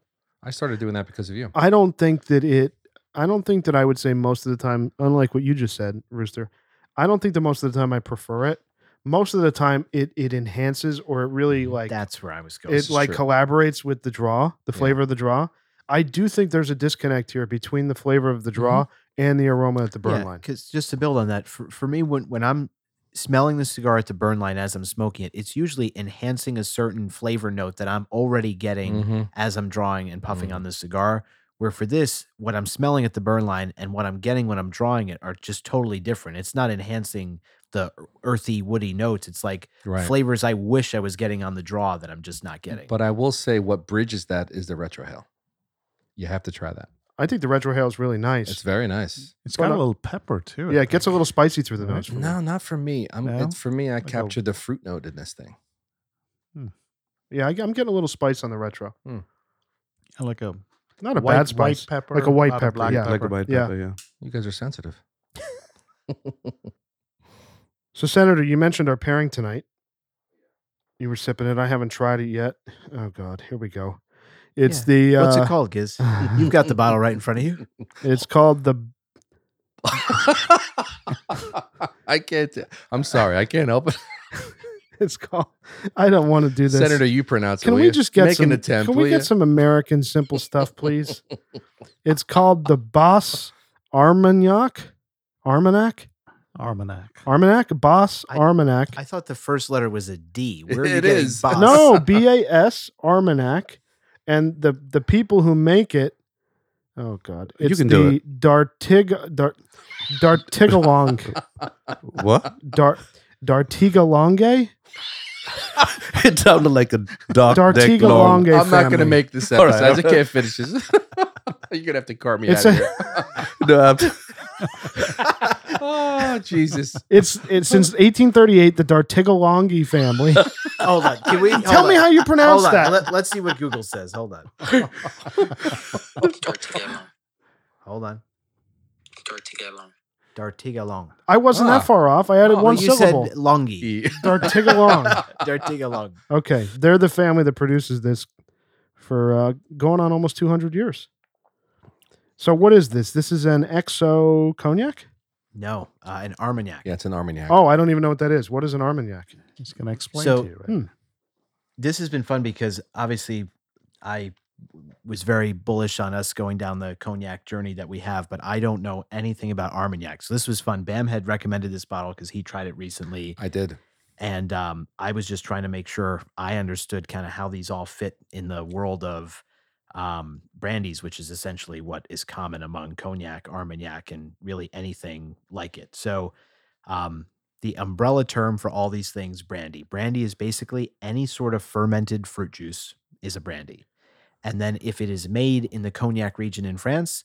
[SPEAKER 2] I started doing that because of you.
[SPEAKER 1] I don't think that it. I don't think that I would say most of the time. Unlike what you just said, Rooster, I don't think that most of the time I prefer it. Most of the time, it it enhances or it really like
[SPEAKER 5] That's where I was going.
[SPEAKER 1] it
[SPEAKER 2] is
[SPEAKER 1] like
[SPEAKER 2] Mm, true.
[SPEAKER 1] collaborates with the draw, the
[SPEAKER 2] Yeah.
[SPEAKER 1] flavor of the draw. I do think there's a disconnect here between the flavor of the
[SPEAKER 2] Mm-hmm.
[SPEAKER 1] draw and the aroma at the burn line.
[SPEAKER 5] Because just to build on that, for, for me, when, when I'm smelling the cigar at the burn line as I'm smoking it, it's usually enhancing a certain flavor note that I'm already getting
[SPEAKER 2] Mhm.
[SPEAKER 5] as I'm drawing and puffing
[SPEAKER 2] Mm.
[SPEAKER 5] on the cigar. Where for this, what I'm smelling at the burn line and what I'm getting when I'm drawing it are just totally different. It's not enhancing the e, earthy, woody notes. It's like
[SPEAKER 2] Right.
[SPEAKER 5] flavors I wish I was getting on the draw that I'm just not getting.
[SPEAKER 2] But I will say what bridges that is the retrohale. You have to try that.
[SPEAKER 1] I think the retrohale is really nice.
[SPEAKER 2] It's very nice.
[SPEAKER 6] it's
[SPEAKER 1] But
[SPEAKER 6] got
[SPEAKER 1] I-
[SPEAKER 6] a little pepper too. I
[SPEAKER 1] yeah, it gets a
[SPEAKER 6] think.
[SPEAKER 1] little spicy through the
[SPEAKER 6] Right.
[SPEAKER 1] nose. for me.
[SPEAKER 2] No, not for me. I'm
[SPEAKER 6] No?
[SPEAKER 2] it's for me I
[SPEAKER 6] Like a-
[SPEAKER 2] captured the fruit note in this thing.
[SPEAKER 1] Yeah, I, am getting a little spice on the retro.
[SPEAKER 6] And like a
[SPEAKER 1] Not a
[SPEAKER 6] white,
[SPEAKER 1] bad spice.
[SPEAKER 6] white pepper,
[SPEAKER 1] Like a white
[SPEAKER 6] not
[SPEAKER 1] pepper,
[SPEAKER 6] black
[SPEAKER 1] yeah.
[SPEAKER 3] like a white
[SPEAKER 1] Yeah.
[SPEAKER 3] pepper. Yeah.
[SPEAKER 2] You guys are sensitive.
[SPEAKER 1] so, Senator, you mentioned our pairing tonight. You were sipping it. I haven't tried it yet. Oh God, here we go. It's
[SPEAKER 5] Yeah.
[SPEAKER 1] the uh,
[SPEAKER 5] What's it called, Giz? You've got the bottle right in front of you.
[SPEAKER 1] It's called the
[SPEAKER 2] I can't I'm sorry, I can't help it.
[SPEAKER 1] it's called. I don't want to do this,
[SPEAKER 2] Senator, you pronounce it.
[SPEAKER 1] Can
[SPEAKER 2] will
[SPEAKER 1] we
[SPEAKER 2] you?
[SPEAKER 1] just get
[SPEAKER 2] Make
[SPEAKER 1] some?
[SPEAKER 2] an attempt?
[SPEAKER 1] can we
[SPEAKER 2] will
[SPEAKER 1] get
[SPEAKER 2] you?
[SPEAKER 1] some American simple stuff, please? it's called the Boss Armagnac. Armagnac.
[SPEAKER 6] Armanac.
[SPEAKER 1] Armagnac. Boss
[SPEAKER 5] I-
[SPEAKER 1] Armagnac.
[SPEAKER 5] I thought the first letter was a D. Where are you
[SPEAKER 2] It
[SPEAKER 5] getting
[SPEAKER 2] is.
[SPEAKER 5] Boss?
[SPEAKER 1] No, B A S Armanac, and the the people who make it. Oh God,
[SPEAKER 3] You
[SPEAKER 1] it's
[SPEAKER 3] can
[SPEAKER 1] the
[SPEAKER 3] do
[SPEAKER 1] Dartig Dar, Dartigalong
[SPEAKER 3] What?
[SPEAKER 1] Dar Dartigalonge
[SPEAKER 3] it sounded like a dark deck long.
[SPEAKER 1] Dartigalonge.
[SPEAKER 2] I'm not going to
[SPEAKER 1] family.
[SPEAKER 2] make this
[SPEAKER 3] All right.
[SPEAKER 2] episode. I just can't finish this. You're going to have to cart me
[SPEAKER 1] It's
[SPEAKER 2] out
[SPEAKER 1] a-
[SPEAKER 2] of here.
[SPEAKER 3] No, I'm-
[SPEAKER 2] oh, Jesus.
[SPEAKER 1] It's it's since 1838 the Dartigalonge family.
[SPEAKER 5] Hold on. Can we
[SPEAKER 1] Tell me how you pronounce
[SPEAKER 5] Hold on.
[SPEAKER 1] that.
[SPEAKER 5] Let, us see what Google says. Hold on.
[SPEAKER 7] Tortigalon.
[SPEAKER 5] Hold on.
[SPEAKER 7] Tortigalon.
[SPEAKER 5] Dartigalong.
[SPEAKER 1] I wasn't
[SPEAKER 2] Ah.
[SPEAKER 1] that far off. I added
[SPEAKER 5] Oh,
[SPEAKER 1] one
[SPEAKER 5] you
[SPEAKER 1] syllable.
[SPEAKER 5] said longi.
[SPEAKER 2] E.
[SPEAKER 1] Dartigalong.
[SPEAKER 5] Dartigalong.
[SPEAKER 1] Okay, they're the family that produces this for uh, going on almost 200 years. So what is this? This is an XO cognac.
[SPEAKER 5] No, uh, an Armagnac.
[SPEAKER 2] Yeah, it's an Armagnac.
[SPEAKER 1] Oh, I don't even know what that is. What is an Armagnac?
[SPEAKER 6] It's gonna explain
[SPEAKER 5] So-
[SPEAKER 6] to you. Right?
[SPEAKER 1] Hmm.
[SPEAKER 5] This has been fun because obviously I was very bullish on us going down the cognac journey that we have, but I don't know anything about Armagnac. So this was fun. Bam had recommended this bottle because he tried it recently.
[SPEAKER 2] I did.
[SPEAKER 5] and um, I was just trying to make sure I understood kind of how these all fit in the world of um, brandies, which is essentially what is common among cognac, armagnac, and really anything like it. So, um, the umbrella term for all these things, brandy. Brandy is basically any sort of fermented fruit juice is a brandy, and then if it is made in the cognac region in France,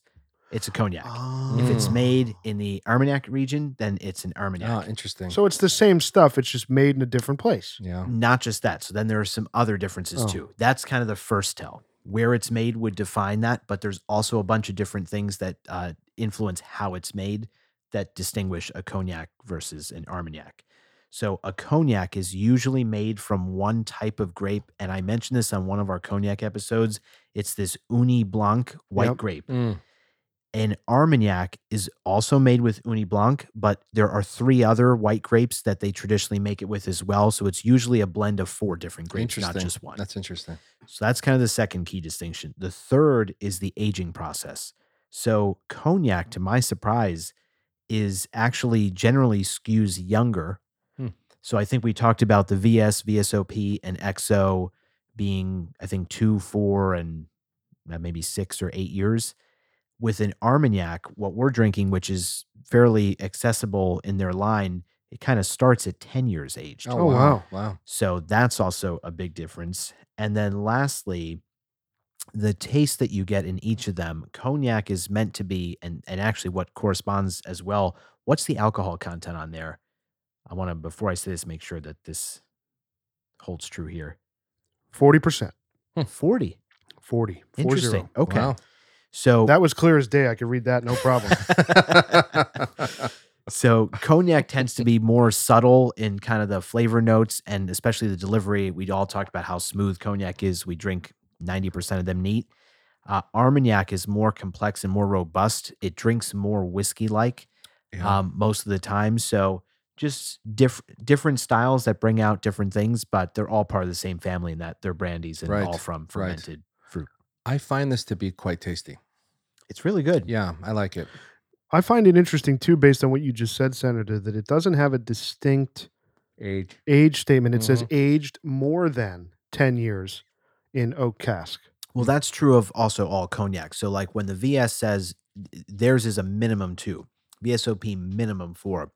[SPEAKER 5] it's a cognac.
[SPEAKER 1] Oh.
[SPEAKER 5] If it's
[SPEAKER 2] Mm.
[SPEAKER 5] made in the Armagnac region, then it's an Armagnac.
[SPEAKER 2] Oh, interesting.
[SPEAKER 1] So it's the same stuff. It's just made in a different place.
[SPEAKER 2] yeah.
[SPEAKER 5] Not just that. So then there are some other differences
[SPEAKER 1] Oh.
[SPEAKER 5] too. That's kind of the first tell. Where it's made would define that, but there's also a bunch of different things that uh, influence how it's made that distinguish a cognac versus an Armagnac. So a cognac is usually made from one type of grape, and I mentioned this on one of our cognac episodes. It's this Uni Blanc white
[SPEAKER 1] Yep.
[SPEAKER 5] grape.
[SPEAKER 2] Mm.
[SPEAKER 5] An Armagnac is also made with Uni Blanc, but there are three other white grapes that they traditionally make it with as well. So it's usually a blend of four different grapes, not
[SPEAKER 2] Interesting.
[SPEAKER 5] just one.
[SPEAKER 2] That's interesting.
[SPEAKER 5] so that's kind of the second key distinction. The third is the aging process. So cognac, to my surprise, is actually generally skews younger.
[SPEAKER 2] Hmm.
[SPEAKER 5] So I think we talked about the VS, VSOP, and XO being, I think, two, four, and uh, maybe six or eight years. with an Armagnac, what we're drinking, which is fairly accessible in their line, it kind of starts at 10 years aged.
[SPEAKER 1] Oh, wow.
[SPEAKER 2] Wow.
[SPEAKER 5] So that's also a big difference. And then lastly, the taste that you get in each of them, cognac is meant to be, and, and actually what corresponds as well. What's the alcohol content on there? I want to, before I say this, make sure that this holds true here.
[SPEAKER 1] 40%.
[SPEAKER 5] 40.
[SPEAKER 1] 40. Four
[SPEAKER 5] Interesting.
[SPEAKER 1] zero.
[SPEAKER 5] Okay.
[SPEAKER 2] Wow.
[SPEAKER 5] So
[SPEAKER 1] That was clear as day. I could read that, no problem.
[SPEAKER 5] So cognac tends to be more subtle in kind of the flavor notes and especially the delivery. We all talked about how smooth cognac is. We drink 90% of them neat. Uh, Armagnac is more complex and more robust. It drinks more whiskey like
[SPEAKER 2] Yeah.
[SPEAKER 5] um, most of the time. So just diff- different styles that bring out different things, but they're all part of the same family in that they're brandies and
[SPEAKER 2] Right,
[SPEAKER 5] all from fermented fruit.
[SPEAKER 2] I find this to be quite tasty.
[SPEAKER 5] It's really good.
[SPEAKER 2] Yeah, I like it.
[SPEAKER 1] I find it interesting, too, based on what you just said, Senator, that it doesn't have a distinct
[SPEAKER 2] Age.
[SPEAKER 1] age statement. It says aged more than 10 years in oak cask.
[SPEAKER 5] Well, that's true of also all cognac. So, like when the VS says theirs is a minimum two, VSOP minimum four,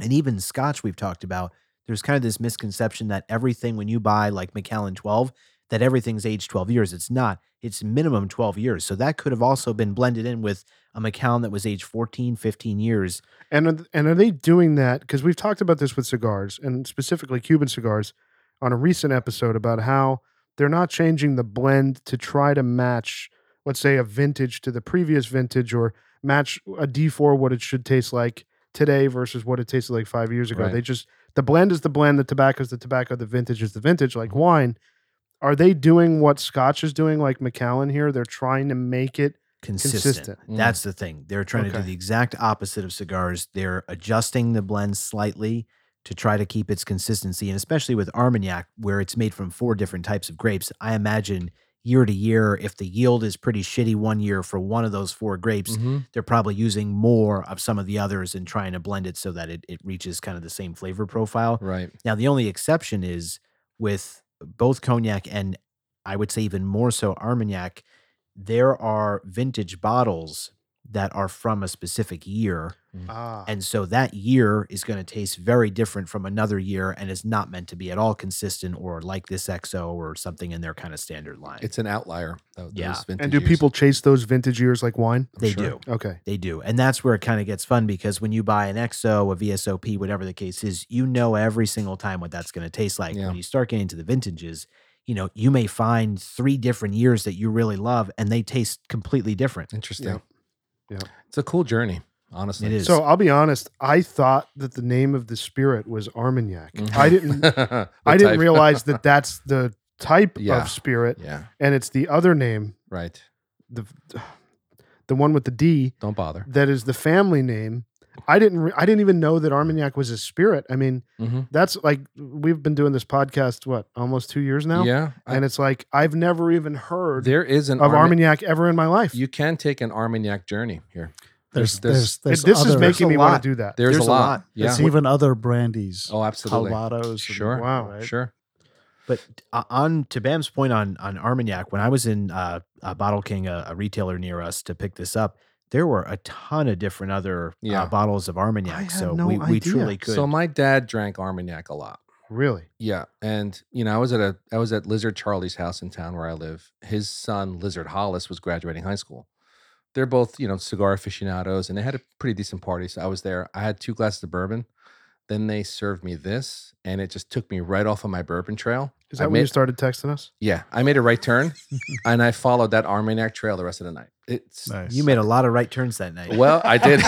[SPEAKER 5] and even Scotch we've talked about. There's kind of this misconception that everything when you buy like Macallan 12, that everything's aged 12 years. It's not. It's minimum 12 years. So that could have also been blended in with a Macallan that was aged 14, 15 years.
[SPEAKER 1] And are, th- and are they doing that? Because we've talked about this with cigars and specifically Cuban cigars on a recent episode about how they're not changing the blend to try to match, let's say, a vintage to the previous vintage or match a D4 what it should taste like today versus what it tasted like five years ago.
[SPEAKER 2] Right.
[SPEAKER 1] They just, the blend is the blend, the tobacco is the tobacco, the vintage is the vintage, like wine. Are they doing what Scotch is doing, like Macallan here? They're trying to make it
[SPEAKER 5] Consistent.
[SPEAKER 1] consistent.
[SPEAKER 2] Mm.
[SPEAKER 5] That's the thing. They're trying to do
[SPEAKER 1] Okay.
[SPEAKER 5] the exact opposite of cigars. They're adjusting the blend slightly to try to keep its consistency. And especially with Armagnac, where it's made from four different types of grapes, I imagine year to year, if the yield is pretty shitty one year for one of those four grapes,
[SPEAKER 1] Mm-hmm.
[SPEAKER 2] Mhm.
[SPEAKER 5] they're probably using more of some of the others and trying to blend it so that it, it reaches kind of the same flavor profile.
[SPEAKER 2] Right.
[SPEAKER 5] Now, the only exception is with both cognac and I would say even more so Armagnac, there are vintage bottles that are from a specific year.
[SPEAKER 2] Uh-huh.
[SPEAKER 1] Ah,
[SPEAKER 5] And so that year is going to taste very different from another year and is not meant to be at all consistent or like this XO or something in their kind of standard line.
[SPEAKER 2] It's an outlier. tho- Those
[SPEAKER 5] Yeah.
[SPEAKER 2] vintage
[SPEAKER 1] and do
[SPEAKER 2] years.
[SPEAKER 1] people chase those vintage years like wine?
[SPEAKER 2] I'm
[SPEAKER 5] they
[SPEAKER 2] sure.
[SPEAKER 5] do.
[SPEAKER 1] Okay.
[SPEAKER 5] They do. And that's where it kind of gets fun because when you buy an XO, a VSOP, whatever the case is, you know every single time what that's going to taste like.
[SPEAKER 2] Yeah.
[SPEAKER 5] When you start getting into the vintages, you know, you may find three different years that you really love and they taste completely different.
[SPEAKER 2] Interesting.
[SPEAKER 1] Yeah.
[SPEAKER 2] It's a cool journey, honestly.
[SPEAKER 5] It is.
[SPEAKER 1] So I'll be honest. I thought that the name of the spirit was Armagnac.
[SPEAKER 2] Mhm.
[SPEAKER 1] I didn't.
[SPEAKER 2] The
[SPEAKER 1] I didn't
[SPEAKER 2] type.
[SPEAKER 1] realize that that's the type
[SPEAKER 2] Yeah.
[SPEAKER 1] of spirit,
[SPEAKER 2] Yeah.
[SPEAKER 1] and it's the other name,
[SPEAKER 2] Right.
[SPEAKER 1] the the one with the D,
[SPEAKER 2] Don't bother.
[SPEAKER 1] that is the family name. I didn't. Re- I didn't even know that Armagnac was a spirit. I mean,
[SPEAKER 2] Mhm.
[SPEAKER 1] that's like we've been doing this podcast what almost two years now,
[SPEAKER 2] Yeah. I-
[SPEAKER 1] and it's like I've never even heard
[SPEAKER 2] there is an
[SPEAKER 1] of
[SPEAKER 2] Arma-
[SPEAKER 1] Armagnac ever in my life.
[SPEAKER 2] You can take an Armagnac journey here.
[SPEAKER 6] There's,
[SPEAKER 2] There's-
[SPEAKER 6] there's,
[SPEAKER 1] It-
[SPEAKER 6] there's
[SPEAKER 1] this is
[SPEAKER 6] other-
[SPEAKER 1] making
[SPEAKER 5] a
[SPEAKER 1] me want
[SPEAKER 5] lot.
[SPEAKER 1] to do that.
[SPEAKER 2] There's,
[SPEAKER 5] There's
[SPEAKER 2] a
[SPEAKER 5] a
[SPEAKER 2] lot.
[SPEAKER 5] lot.
[SPEAKER 2] Yeah.
[SPEAKER 6] There's even other brandies,
[SPEAKER 2] oh, absolutely.
[SPEAKER 6] Calvados. and-
[SPEAKER 2] Sure.
[SPEAKER 1] Wow.
[SPEAKER 6] right?
[SPEAKER 2] Sure.
[SPEAKER 5] But uh, on to Bam's point on on Armagnac, when I was in uh, uh, Bottle King, a, a retailer near us, to pick this up, there were a ton of different other
[SPEAKER 2] Yeah.
[SPEAKER 5] uh, bottles of Armagnac.
[SPEAKER 1] had
[SPEAKER 5] so
[SPEAKER 1] no
[SPEAKER 5] we, we
[SPEAKER 1] idea.
[SPEAKER 5] truly could.
[SPEAKER 2] So my dad drank Armagnac a lot.
[SPEAKER 1] Really?
[SPEAKER 2] Yeah, and you know, I was at a I was at Lizard Charlie's house in town where I live. His son Lizard Hollis was graduating high school. They're both you know cigar aficionados, and they had a pretty decent party. So I was there. I had two glasses of bourbon. Then they served me this, and it just took me right off of my bourbon trail.
[SPEAKER 1] Is
[SPEAKER 2] I
[SPEAKER 1] that when you
[SPEAKER 2] made-
[SPEAKER 1] started texting us?
[SPEAKER 2] Yeah, I made a right turn, and I followed that Armagnac trail the rest of the night. It's
[SPEAKER 6] Nice.
[SPEAKER 5] you made a lot of right turns that night.
[SPEAKER 2] well, I did.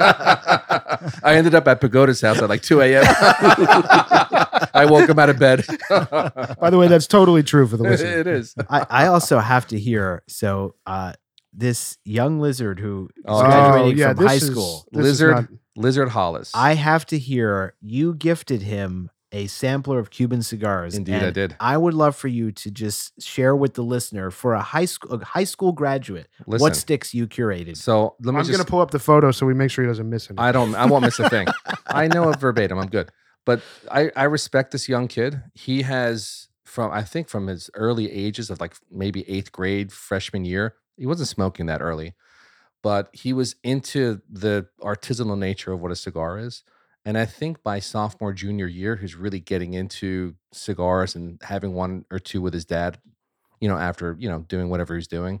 [SPEAKER 2] I ended up at Pagoda's house at like 2 a.m. I woke him out of bed.
[SPEAKER 1] By the way, that's totally true for the listener.
[SPEAKER 2] it is.
[SPEAKER 5] I, I also have to hear so uh this young lizard who is
[SPEAKER 2] Oh,
[SPEAKER 5] graduating from
[SPEAKER 1] this
[SPEAKER 5] high
[SPEAKER 1] is-
[SPEAKER 5] school
[SPEAKER 1] this is
[SPEAKER 2] Lizard.
[SPEAKER 1] not-
[SPEAKER 2] Lizard Hollis.
[SPEAKER 5] i have to hear you gifted him a sampler of cuban cigars
[SPEAKER 2] Indeed, I
[SPEAKER 5] and
[SPEAKER 2] did.
[SPEAKER 5] i would love for you to just share with the listener for a high school a high school graduate
[SPEAKER 2] Listen,
[SPEAKER 5] what sticks you curated
[SPEAKER 2] so let me
[SPEAKER 1] I'm
[SPEAKER 2] just.
[SPEAKER 1] gonna pull up the photo so we make sure he doesn't miss anything.
[SPEAKER 2] I don't. I won't miss a thing. I know it verbatim. I'm good. But I, I respect this young kid. He has from I think from his early ages of like maybe eighth grade freshman year. He wasn't smoking that early, but he was into the artisanal nature of what a cigar is. And I think by sophomore, junior year, he's really getting into cigars and having one or two with his dad, you know, after, you know, doing whatever he's doing.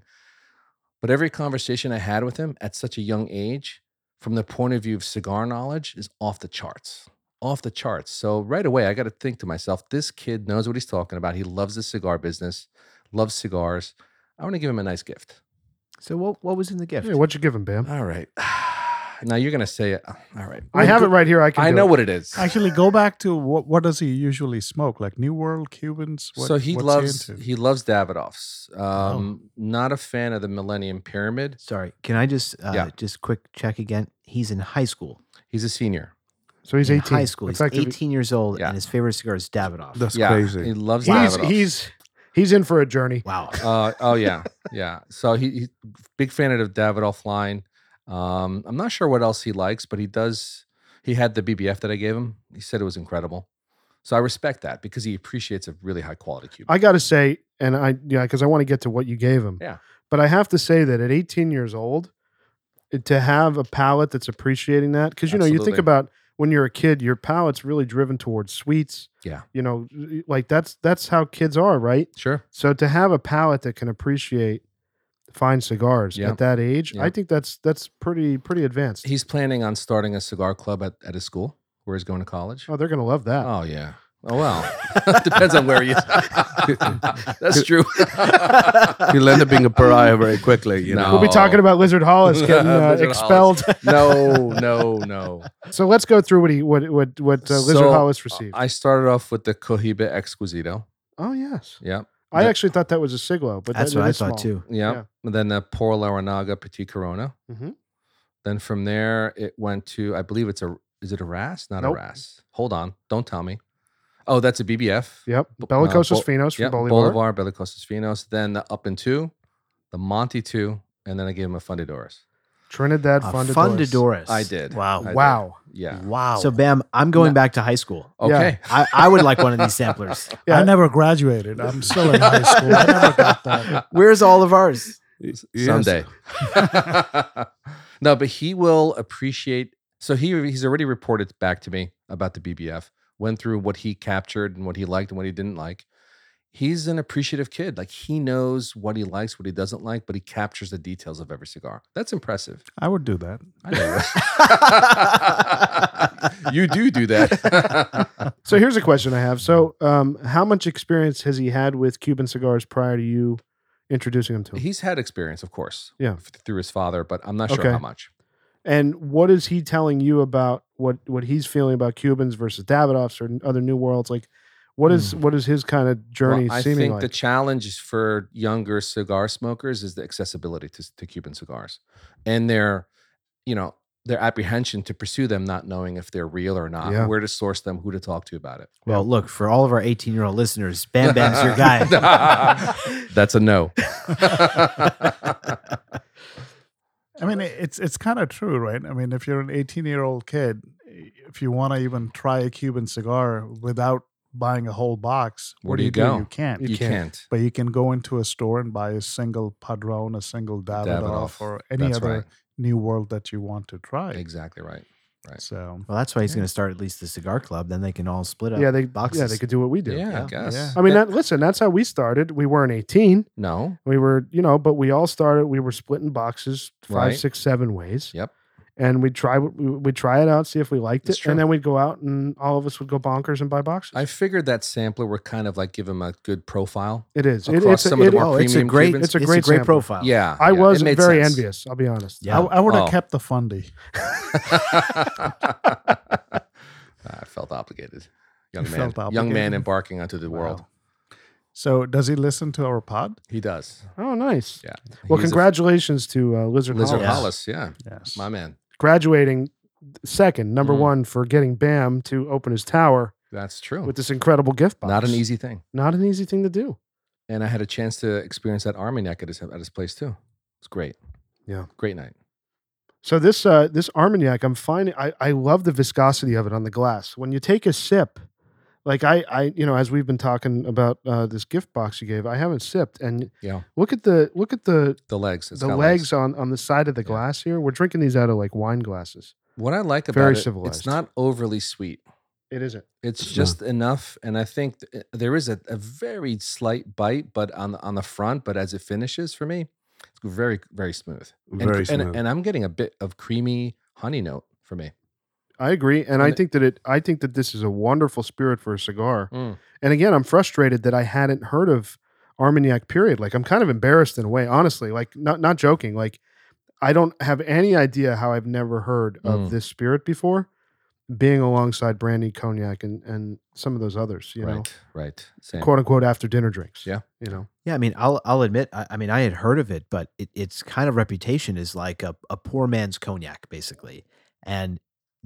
[SPEAKER 2] But every conversation I had with him at such a young age, from the point of view of cigar knowledge, is off the charts. Off the charts. So right away, I got to think to myself, this kid knows what he's talking about. He loves the cigar business, loves cigars. I want to give him a nice gift.
[SPEAKER 5] So what what was in the gift?
[SPEAKER 1] Hey, what'd you give him, Bam?
[SPEAKER 2] All right. Now you're gonna say it. All right.
[SPEAKER 1] I have it right here. I can.
[SPEAKER 2] I
[SPEAKER 1] do
[SPEAKER 2] know
[SPEAKER 1] it.
[SPEAKER 2] what it is.
[SPEAKER 6] Actually, go back to what, what does he usually smoke? Like New World Cubans? What,
[SPEAKER 2] so he
[SPEAKER 6] what's
[SPEAKER 2] loves
[SPEAKER 6] into?
[SPEAKER 2] he loves Davidoff's. Um, Not a fan of the Millennium Pyramid.
[SPEAKER 5] Sorry, can I just uh,
[SPEAKER 2] Yeah.
[SPEAKER 5] just quick check again? He's in high school.
[SPEAKER 2] He's a senior.
[SPEAKER 1] So he's
[SPEAKER 5] in
[SPEAKER 1] 18.
[SPEAKER 5] High school. He's
[SPEAKER 1] Effectively-
[SPEAKER 5] 18 years old,
[SPEAKER 2] Yeah.
[SPEAKER 5] and his favorite cigar is Davidoff.
[SPEAKER 3] That's
[SPEAKER 2] yeah, he
[SPEAKER 3] crazy.
[SPEAKER 2] loves
[SPEAKER 1] He's
[SPEAKER 2] Davidoff's.
[SPEAKER 1] he's he's in for a journey.
[SPEAKER 5] wow.
[SPEAKER 2] uh, oh yeah, yeah. So he, he big fan of the Davidoff line. Um, I'm not sure what else he likes, but he does. He had the BBF that I gave him. He said it was incredible. So I respect that because he appreciates a really high quality Cuban.
[SPEAKER 1] I got to say, and I yeah, because I want to get to what you gave him.
[SPEAKER 2] Yeah.
[SPEAKER 1] But I have to say that at 18 years old, it- to have a palate that's appreciating that, because you know, you think
[SPEAKER 2] Absolutely.
[SPEAKER 1] about when you're a kid, your palate's really driven towards sweets.
[SPEAKER 2] Yeah.
[SPEAKER 1] You know, like that's that's how kids are, right?
[SPEAKER 2] sure.
[SPEAKER 1] So to have a palate that can appreciate fine cigars
[SPEAKER 2] Yeah.
[SPEAKER 1] at that age,
[SPEAKER 2] Yeah.
[SPEAKER 1] I think that's that's pretty pretty advanced.
[SPEAKER 2] He's planning on starting a cigar club at, at his school where he's going to college.
[SPEAKER 1] Oh, they're gonna love that.
[SPEAKER 2] Oh yeah. Oh well. Depends on where he is. That's true.
[SPEAKER 3] He'll end up being a pariah very quickly, you know.
[SPEAKER 1] We'll be talking
[SPEAKER 2] Oh.
[SPEAKER 1] about Lizard Hollis getting uh,
[SPEAKER 2] Lizard
[SPEAKER 1] expelled.
[SPEAKER 2] no, no, no.
[SPEAKER 1] so let's go through what he what what what uh, Lizard
[SPEAKER 2] So,
[SPEAKER 1] Hollis received.
[SPEAKER 2] I started off with the Cohiba Exquisito.
[SPEAKER 1] oh yes,
[SPEAKER 2] Yeah.
[SPEAKER 1] I
[SPEAKER 2] The-
[SPEAKER 1] actually thought that was a siglo, but
[SPEAKER 5] That's
[SPEAKER 1] that,
[SPEAKER 5] what
[SPEAKER 1] it
[SPEAKER 5] I
[SPEAKER 1] is
[SPEAKER 5] thought
[SPEAKER 1] small.
[SPEAKER 5] too.
[SPEAKER 2] Yeah.
[SPEAKER 1] Yeah.
[SPEAKER 2] And then the Poor Laranaga Petit Corona.
[SPEAKER 6] Mm-hmm.
[SPEAKER 1] Mhm.
[SPEAKER 2] Then from there, it went to, I believe it's a, is it a RAS? Not
[SPEAKER 1] Nope.
[SPEAKER 2] a RAS. Hold on. Don't tell me. Oh, that's a BBF.
[SPEAKER 1] Yep,
[SPEAKER 2] B- uh,
[SPEAKER 1] Bellicosos
[SPEAKER 2] Bol-
[SPEAKER 1] Finos from
[SPEAKER 2] Yeah,
[SPEAKER 1] Bolivar.
[SPEAKER 2] Bolivar, Bellicosos Finos. Then the Up and Two, the Monty Two, and then I gave him a Fundadores.
[SPEAKER 1] Trinidad
[SPEAKER 5] A
[SPEAKER 1] Fundadores.
[SPEAKER 5] Fundadores.
[SPEAKER 2] I did.
[SPEAKER 5] Wow.
[SPEAKER 2] I did.
[SPEAKER 1] Wow.
[SPEAKER 2] Yeah.
[SPEAKER 5] Wow. So Bam, I'm going back to high school.
[SPEAKER 2] Okay.
[SPEAKER 5] I, I would like one of these samplers.
[SPEAKER 1] Yeah.
[SPEAKER 6] I never graduated. I'm still in high school. I never got that.
[SPEAKER 5] Where's all of ours?
[SPEAKER 3] Yes.
[SPEAKER 2] Someday. no, but he will appreciate. So he he's already reported back to me about the BBF. Went through what he captured and what he liked and what he didn't like. He's an appreciative kid. Like he knows what he likes, what he doesn't like, but he captures the details of every cigar. That's impressive.
[SPEAKER 6] I would do that.
[SPEAKER 2] I know. you do do that.
[SPEAKER 1] So here's a question I have. So, um, how much experience has he had with Cuban cigars prior to you introducing him to him?
[SPEAKER 2] he's had experience, of course,
[SPEAKER 1] Yeah.
[SPEAKER 2] f- through his father, but I'm not sure
[SPEAKER 1] Okay.
[SPEAKER 2] how much.
[SPEAKER 1] and what is he telling you about what what he's feeling about Cubans versus Davidoffs or other New Worlds? Like, what is what is his kind of
[SPEAKER 2] Well,
[SPEAKER 1] journey
[SPEAKER 2] I
[SPEAKER 1] seeming
[SPEAKER 2] think
[SPEAKER 1] like?
[SPEAKER 2] the challenge is for younger cigar smokers is the accessibility to, to Cuban cigars and their, you know, their apprehension to pursue them, not knowing if they're real or not,
[SPEAKER 1] Yeah.
[SPEAKER 2] where to source them, who to talk to about it.
[SPEAKER 5] Well, look, for all of our 18 year old listeners, Bam Bam's your guy.
[SPEAKER 2] That's a no.
[SPEAKER 6] I mean, it's it's kind of true, right? I mean, if you're an 18 year old kid, if you want to even try a Cuban cigar without buying a whole box,
[SPEAKER 2] Where
[SPEAKER 6] what
[SPEAKER 2] do you
[SPEAKER 6] do?
[SPEAKER 2] go?
[SPEAKER 6] You can't.
[SPEAKER 2] you can't.
[SPEAKER 6] But you can go into a store and buy a single Padron, a single Davidoff,
[SPEAKER 2] Davidoff.
[SPEAKER 6] or any
[SPEAKER 2] That's
[SPEAKER 6] other
[SPEAKER 2] right.
[SPEAKER 6] new world that you want to try.
[SPEAKER 2] Exactly right. right.
[SPEAKER 6] So
[SPEAKER 5] well, that's why he's going to start at least the cigar club. Then they can all split up.
[SPEAKER 1] yeah, they
[SPEAKER 5] boxes.
[SPEAKER 1] yeah they could do what we
[SPEAKER 2] Yeah,
[SPEAKER 1] do.
[SPEAKER 2] I
[SPEAKER 6] Yeah,
[SPEAKER 2] guess.
[SPEAKER 6] yeah.
[SPEAKER 1] I mean, that, listen, that's how we started. We weren't 18.
[SPEAKER 2] no.
[SPEAKER 1] We were, you know, but we all started. We were splitting boxes five,
[SPEAKER 2] Right.
[SPEAKER 1] six, seven ways.
[SPEAKER 2] Yep.
[SPEAKER 1] And we'd try, we'd try it out, see if we liked
[SPEAKER 2] It's
[SPEAKER 1] it,
[SPEAKER 2] true.
[SPEAKER 1] and then we'd go out and all of us would go bonkers and buy boxes.
[SPEAKER 2] I figured that sampler would kind of like give him a good profile.
[SPEAKER 1] it is. It,
[SPEAKER 2] Across
[SPEAKER 1] it's,
[SPEAKER 2] some of
[SPEAKER 1] it-
[SPEAKER 2] the more
[SPEAKER 5] Oh, it's a
[SPEAKER 2] Premium
[SPEAKER 5] great,
[SPEAKER 2] Cubans.
[SPEAKER 5] it's a great,
[SPEAKER 1] sample.
[SPEAKER 5] profile.
[SPEAKER 2] Yeah.
[SPEAKER 1] I
[SPEAKER 2] yeah, it
[SPEAKER 1] was
[SPEAKER 2] made
[SPEAKER 1] very
[SPEAKER 2] sense.
[SPEAKER 1] envious. I'll be honest.
[SPEAKER 5] Yeah.
[SPEAKER 6] I, I would have
[SPEAKER 2] Oh.
[SPEAKER 6] kept the fundy.
[SPEAKER 2] I felt obligated. Young
[SPEAKER 6] You
[SPEAKER 2] man,
[SPEAKER 6] felt
[SPEAKER 2] young man
[SPEAKER 6] obligated?
[SPEAKER 2] embarking onto the world.
[SPEAKER 6] Wow. So does he listen to our pod?
[SPEAKER 2] He does.
[SPEAKER 1] Oh, nice.
[SPEAKER 2] Yeah.
[SPEAKER 1] Well,
[SPEAKER 2] He is a
[SPEAKER 1] congratulations to uh, Lizard,
[SPEAKER 2] Lizard
[SPEAKER 1] Hollis.
[SPEAKER 2] Hollis. Yeah,
[SPEAKER 6] Yes.
[SPEAKER 2] my man.
[SPEAKER 1] graduating second, number
[SPEAKER 2] Mhm.
[SPEAKER 1] one for getting Bam to open his tower
[SPEAKER 2] That's true.
[SPEAKER 1] with this incredible gift box.
[SPEAKER 2] Oh. Not an easy thing.
[SPEAKER 1] not an easy thing to do.
[SPEAKER 2] And I had a chance to experience that army neck at his at his place too. It's great.
[SPEAKER 1] Yeah.
[SPEAKER 2] great night.
[SPEAKER 1] So this uh, this Armagnac, I'm finding I, I love the viscosity of it on the glass. When you take a sip, Like I, I, you know, as we've been talking about uh, this gift box you gave, I haven't sipped, and
[SPEAKER 2] Yeah.
[SPEAKER 1] look at the look at the
[SPEAKER 2] The legs. It's
[SPEAKER 1] the
[SPEAKER 2] got
[SPEAKER 1] legs on on the side of the
[SPEAKER 2] Yeah.
[SPEAKER 1] glass here. We're drinking these out of like wine glasses.
[SPEAKER 2] What I like about
[SPEAKER 1] Very
[SPEAKER 2] it,
[SPEAKER 1] civilized.
[SPEAKER 2] it's not overly sweet.
[SPEAKER 1] It isn't.
[SPEAKER 2] It's
[SPEAKER 3] No.
[SPEAKER 2] just enough, and I think th- eh, there is a, a very slight bite, but on the, on the front. But as it finishes for me, it's very very smooth. And-
[SPEAKER 3] Very
[SPEAKER 2] and,
[SPEAKER 3] smooth.
[SPEAKER 2] And, I'm getting a bit of creamy honey note for me.
[SPEAKER 1] I agree, and, I
[SPEAKER 2] And it-
[SPEAKER 1] think that it. I think that this is a wonderful spirit for a cigar.
[SPEAKER 2] Mm.
[SPEAKER 1] And again, I'm frustrated that I hadn't heard of Armagnac. Period. Like I'm kind of embarrassed in a way, honestly. Like not not joking. Like I don't have any idea how I've never heard of
[SPEAKER 2] Mm.
[SPEAKER 1] this spirit before, being alongside brandy, cognac, and and some of those others. You
[SPEAKER 2] right,
[SPEAKER 1] know,
[SPEAKER 2] right. Same.
[SPEAKER 1] quote unquote after dinner drinks.
[SPEAKER 2] Yeah.
[SPEAKER 1] You know.
[SPEAKER 5] Yeah, I mean, I'll I'll admit, I, I mean, I had heard of it, but it, its kind of reputation is like a, a poor man's cognac, basically. And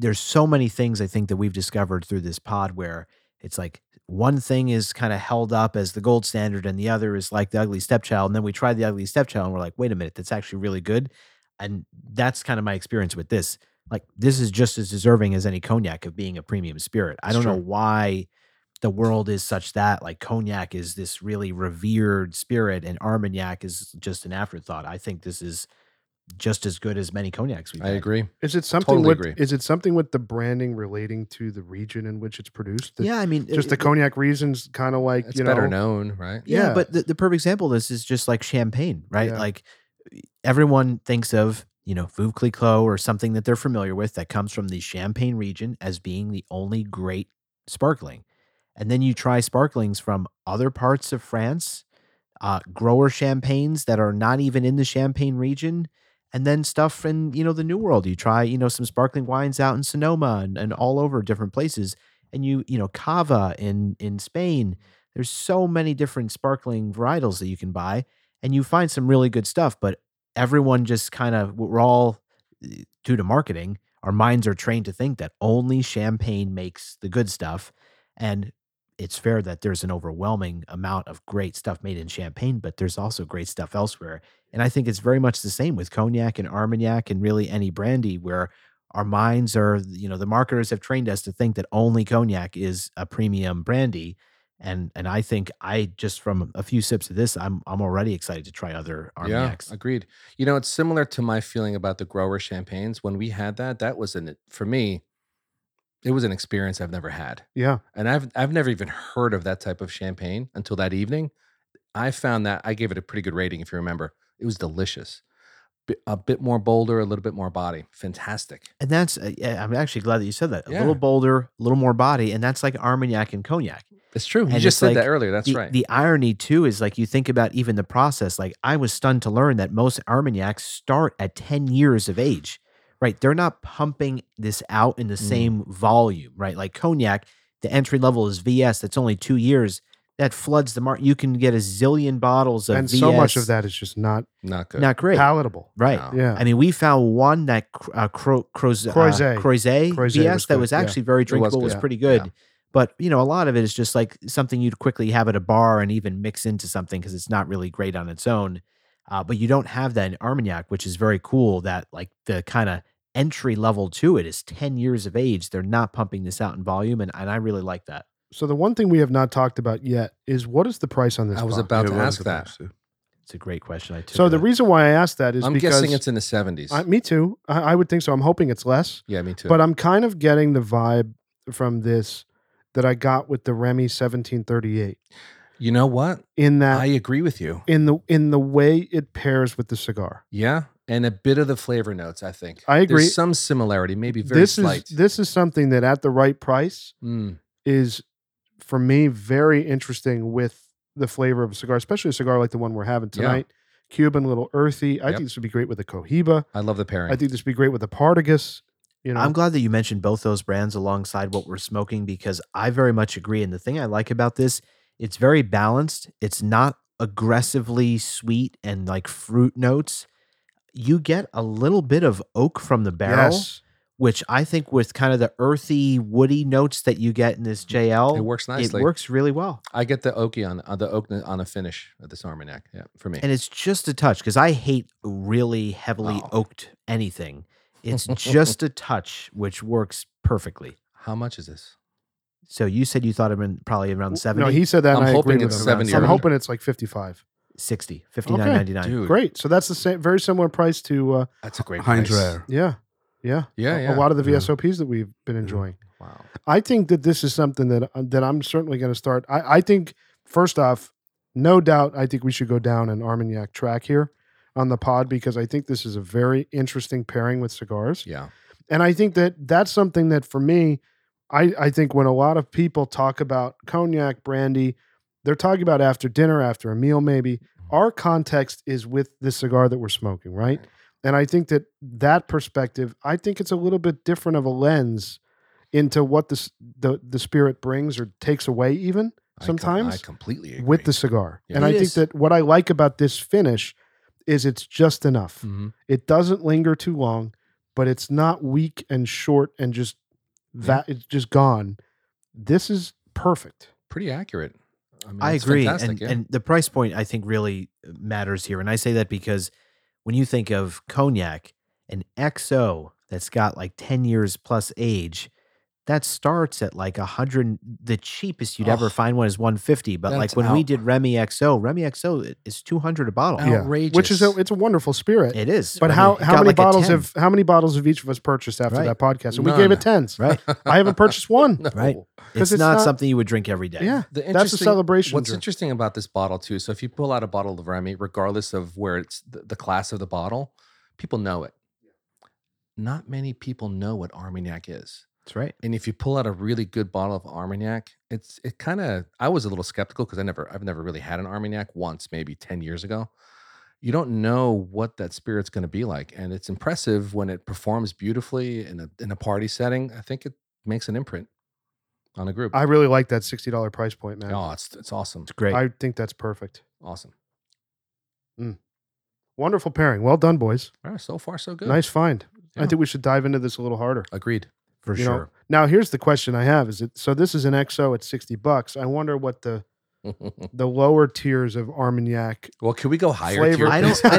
[SPEAKER 5] there's so many things I think that we've discovered through this pod where it's like one thing is kind of held up as the gold standard, and the other is like the ugly stepchild. And then we try the ugly stepchild, and we're like, wait a minute, that's actually really good. And that's kind of my experience with this. Like, this is just as deserving as any cognac of being a premium spirit. I
[SPEAKER 2] It's
[SPEAKER 5] don't know
[SPEAKER 2] true.
[SPEAKER 5] why the world is such that like cognac is this really revered spirit and armagnac is just an afterthought i think this is just as good as many cognacs we've
[SPEAKER 2] I
[SPEAKER 5] had.
[SPEAKER 2] agree.
[SPEAKER 1] Is it something
[SPEAKER 2] Totally
[SPEAKER 1] with
[SPEAKER 2] agree.
[SPEAKER 1] is it something with the branding relating to the region in which it's produced? The-
[SPEAKER 5] yeah i mean
[SPEAKER 1] Just the
[SPEAKER 5] cognac.
[SPEAKER 1] cognac reasons, kind of like
[SPEAKER 2] It's
[SPEAKER 1] you know.
[SPEAKER 2] better known, right?
[SPEAKER 5] yeah,
[SPEAKER 1] Yeah.
[SPEAKER 5] but the, the perfect example of this is just like champagne right
[SPEAKER 1] Yeah.
[SPEAKER 5] like e, everyone thinks of you know Veuve Clicquot or something that they're familiar with that comes from the champagne region as being the only great sparkling and then you try sparklings from other parts of France uh, grower champagnes that are not even in the champagne region and then stuff in you know the new world you try you know some sparkling wines out in Sonoma and, and all over different places and you you know cava in in Spain there's so many different sparkling varietals that you can buy, and you find some really good stuff. But everyone just kind of we're all eh, due to marketing. Our minds are trained to think that only champagne makes the good stuff, and it's fair that there's an overwhelming amount of great stuff made in champagne, but there's also great stuff elsewhere. And I think it's very much the same with cognac and armagnac and really any brandy where our minds are, you know, the marketers have trained us to think that only cognac is a premium brandy and and I think I just from a few sips of this, I'm I'm already excited to try other Armagnacs.
[SPEAKER 2] Yeah, agreed. You know, it's similar to my feeling about the grower champagnes. When we had that, that was an for me, it was an experience I've never had.
[SPEAKER 1] Yeah.
[SPEAKER 2] And I've I've never even heard of that type of champagne until that evening. I found that I gave it a pretty good rating, if you remember. It was delicious. Bi- A bit more bolder, a little bit more body. Fantastic.
[SPEAKER 5] And that's uh, yeah, I'm actually glad that you said that. A
[SPEAKER 2] Yeah.
[SPEAKER 5] little bolder, a little more body, and that's like Armagnac and cognac.
[SPEAKER 2] It's true. You
[SPEAKER 5] And
[SPEAKER 2] just
[SPEAKER 5] it's
[SPEAKER 2] said
[SPEAKER 5] like
[SPEAKER 2] that earlier. That's
[SPEAKER 5] the,
[SPEAKER 2] right.
[SPEAKER 5] The irony too is like you think about even the process. Like I was stunned to learn that most Armagnacs start at 10 years of age, right? They're not pumping this out in the
[SPEAKER 2] Mm.
[SPEAKER 5] same volume, right? Like cognac, the entry level is VS. That's only two years. That floods the market. You can get a zillion bottles of
[SPEAKER 1] and so much
[SPEAKER 5] VS.
[SPEAKER 1] of that is just not
[SPEAKER 2] Not good.
[SPEAKER 5] Not great.
[SPEAKER 1] palatable.
[SPEAKER 5] Right.
[SPEAKER 2] No.
[SPEAKER 1] Yeah.
[SPEAKER 5] I mean, we found one that cr- uh, cro- croz- uh,
[SPEAKER 1] Croizet.
[SPEAKER 5] Croizet
[SPEAKER 1] Croizet
[SPEAKER 5] BS
[SPEAKER 1] was
[SPEAKER 5] that
[SPEAKER 1] good,
[SPEAKER 5] was
[SPEAKER 1] yeah.
[SPEAKER 5] actually
[SPEAKER 2] It
[SPEAKER 5] very
[SPEAKER 2] was
[SPEAKER 5] drinkable, was,
[SPEAKER 2] good.
[SPEAKER 5] pretty
[SPEAKER 2] Yeah.
[SPEAKER 5] good. But you know, a lot of it is just like something you'd quickly have at a bar and even mix into something because it's not really great on its own. Uh, but you don't have that in Armagnac, which is very cool. That like the kind of entry level to it is ten years of age. They're not pumping this out in volume, and, and I really like that.
[SPEAKER 1] so the one thing we have not talked about yet is what is the price on this?
[SPEAKER 2] I was
[SPEAKER 1] bottle?
[SPEAKER 2] about
[SPEAKER 3] Yeah,
[SPEAKER 2] to
[SPEAKER 3] well,
[SPEAKER 2] ask
[SPEAKER 3] it's
[SPEAKER 2] that.
[SPEAKER 3] supposed to.
[SPEAKER 5] It's a great question. I took
[SPEAKER 1] So the
[SPEAKER 5] that.
[SPEAKER 1] reason why I asked that is
[SPEAKER 2] I'm
[SPEAKER 1] because
[SPEAKER 2] guessing it's in the 70s.
[SPEAKER 1] I, me too. I, I would think so. I'm hoping it's less,
[SPEAKER 2] yeah, me too.
[SPEAKER 1] but I'm kind of getting the vibe from this that I got with the Remy 1738
[SPEAKER 2] you know what?
[SPEAKER 1] in that
[SPEAKER 2] I agree with you.
[SPEAKER 1] in the in the way it pairs with the cigar.
[SPEAKER 2] Yeah, and a bit of the flavor notes. I think
[SPEAKER 1] I agree.
[SPEAKER 2] There's some similarity, maybe very
[SPEAKER 1] this
[SPEAKER 2] slight.
[SPEAKER 1] is this is something that at the right price
[SPEAKER 2] Mm,
[SPEAKER 1] is for me very interesting with the flavor of a cigar, especially a cigar like the one we're having
[SPEAKER 2] Yeah.
[SPEAKER 1] tonight. Cuban, little earthy. I
[SPEAKER 2] Yep.
[SPEAKER 1] think this would be great with a Cohiba.
[SPEAKER 2] I love the pairing.
[SPEAKER 1] I think this would be great with a Partagas. You know,
[SPEAKER 5] I'm glad that you mentioned both those brands alongside what we're smoking because I very much agree. And the thing I like about this, it's very balanced. It's not aggressively sweet and like fruit notes. You get a little bit of oak from the barrel,
[SPEAKER 1] yes,
[SPEAKER 5] which I think with kind of the earthy, woody notes that you get in this JL,
[SPEAKER 2] Mm, it works
[SPEAKER 5] it
[SPEAKER 2] nicely.
[SPEAKER 5] works really well.
[SPEAKER 2] I get the oaky on, on the oak on the finish of this Armagnac. Yeah, for me.
[SPEAKER 5] And it's just a touch because I hate really heavily
[SPEAKER 2] Oh.
[SPEAKER 5] oaked anything. It's just a touch, which works perfectly.
[SPEAKER 2] How much is this?
[SPEAKER 5] So you said you thought around probably around 70,
[SPEAKER 1] No, he said that.
[SPEAKER 2] I'm
[SPEAKER 1] and I
[SPEAKER 2] hoping
[SPEAKER 1] agreed
[SPEAKER 2] it's
[SPEAKER 1] with him.
[SPEAKER 2] 70
[SPEAKER 1] I'm
[SPEAKER 2] or-
[SPEAKER 1] hoping it's like 55.
[SPEAKER 5] 60,
[SPEAKER 1] Okay.
[SPEAKER 5] 59.99.
[SPEAKER 2] Dude,
[SPEAKER 1] Great. So that's the same, very similar price to uh,
[SPEAKER 2] That's a great
[SPEAKER 3] Heinz
[SPEAKER 2] price.
[SPEAKER 3] Rare.
[SPEAKER 1] yeah, yeah,
[SPEAKER 2] Yeah,
[SPEAKER 1] a- A
[SPEAKER 2] yeah.
[SPEAKER 1] lot of the
[SPEAKER 3] Yeah.
[SPEAKER 1] VSOPs that we've been enjoying.
[SPEAKER 2] Wow.
[SPEAKER 1] I think that this is something that uh, that I'm certainly going to start. I, I think first off, no doubt, I think we should go down an Armagnac track here on the pod because I think this is a very interesting pairing with cigars.
[SPEAKER 2] Yeah.
[SPEAKER 1] And I think that that's something that for me, I, I think when a lot of people talk about cognac, brandy, they're talking about after dinner, after a meal, maybe.
[SPEAKER 2] Mm-hmm.
[SPEAKER 1] Our context is with the cigar that we're smoking, right? And I think that that perspective, I think it's a little bit different of a lens into what this, the the spirit brings or takes away, even
[SPEAKER 2] I com- I,
[SPEAKER 1] Sometimes
[SPEAKER 2] completely agree.
[SPEAKER 1] with the cigar.
[SPEAKER 2] Yeah.
[SPEAKER 1] And
[SPEAKER 5] It
[SPEAKER 1] I
[SPEAKER 5] is.
[SPEAKER 1] think that what I like about this finish is it's just enough.
[SPEAKER 2] Mhm.
[SPEAKER 1] It doesn't linger too long, but it's not weak and short and just that it's just gone. This is perfect.
[SPEAKER 2] pretty accurate. I, mean,
[SPEAKER 5] I
[SPEAKER 2] it's
[SPEAKER 5] agree.
[SPEAKER 2] fantastic,
[SPEAKER 5] And,
[SPEAKER 2] yeah.
[SPEAKER 5] and the price point, I think, really uh, matters here. And I say that because when you think of cognac, an XO that's got like 10 years plus age, that starts at like 100. The cheapest you'd ever
[SPEAKER 2] Ugh.
[SPEAKER 5] find one is 150. But
[SPEAKER 2] That's
[SPEAKER 5] like when we
[SPEAKER 2] out-
[SPEAKER 5] did Remy XO, Remy XO is 200 a bottle.
[SPEAKER 1] Yeah.
[SPEAKER 2] outrageous.
[SPEAKER 1] Which is a, it's a wonderful spirit.
[SPEAKER 5] It is.
[SPEAKER 1] but
[SPEAKER 5] I mean,
[SPEAKER 1] how,
[SPEAKER 5] it
[SPEAKER 1] how
[SPEAKER 5] got
[SPEAKER 1] many
[SPEAKER 5] like a
[SPEAKER 1] bottles
[SPEAKER 5] 10,
[SPEAKER 1] have how many bottles have each of us purchased after
[SPEAKER 5] Right.
[SPEAKER 1] that podcast? And we gave it tens.
[SPEAKER 5] Right.
[SPEAKER 1] I haven't purchased one.
[SPEAKER 2] No.
[SPEAKER 5] Right.
[SPEAKER 1] Oh, 'Cause
[SPEAKER 5] It's,
[SPEAKER 1] it's
[SPEAKER 5] not,
[SPEAKER 1] not-
[SPEAKER 5] something you would drink every day.
[SPEAKER 1] Yeah.
[SPEAKER 2] The
[SPEAKER 1] That's a
[SPEAKER 2] interesting-
[SPEAKER 1] celebration.
[SPEAKER 2] What's
[SPEAKER 1] drink.
[SPEAKER 2] interesting about this bottle too? So if you pull out a bottle of Remy, regardless of where it's the, the class of the bottle, people know it. Not many people know what Armagnac is,
[SPEAKER 5] That's right.
[SPEAKER 2] and if you pull out a really good bottle of Armagnac, it's it kind of. I was a little skeptical because I never, I've never really had an Armagnac once, maybe ten years ago. You don't know what that spirit's going to be like, and it's impressive when it performs beautifully in a in a party setting. I think it makes an imprint on a group.
[SPEAKER 1] I really like that sixty dollar price point, man.
[SPEAKER 2] oh, it's it's awesome,
[SPEAKER 5] It's great.
[SPEAKER 1] I think that's perfect.
[SPEAKER 2] awesome.
[SPEAKER 1] Wonderful pairing. Well done, boys.
[SPEAKER 2] All right, so far so good.
[SPEAKER 1] Nice find. I
[SPEAKER 2] Yeah.
[SPEAKER 1] think we should dive into this a little harder.
[SPEAKER 2] Agreed.
[SPEAKER 5] for
[SPEAKER 1] you know,
[SPEAKER 5] sure.
[SPEAKER 1] Now here's the question I have: Is it so? This is an XO at sixty bucks. I wonder what the the lower tiers of Armagnac.
[SPEAKER 2] well, can we go higher?
[SPEAKER 1] Flavor-
[SPEAKER 2] tier,
[SPEAKER 5] I don't.
[SPEAKER 2] please?
[SPEAKER 5] I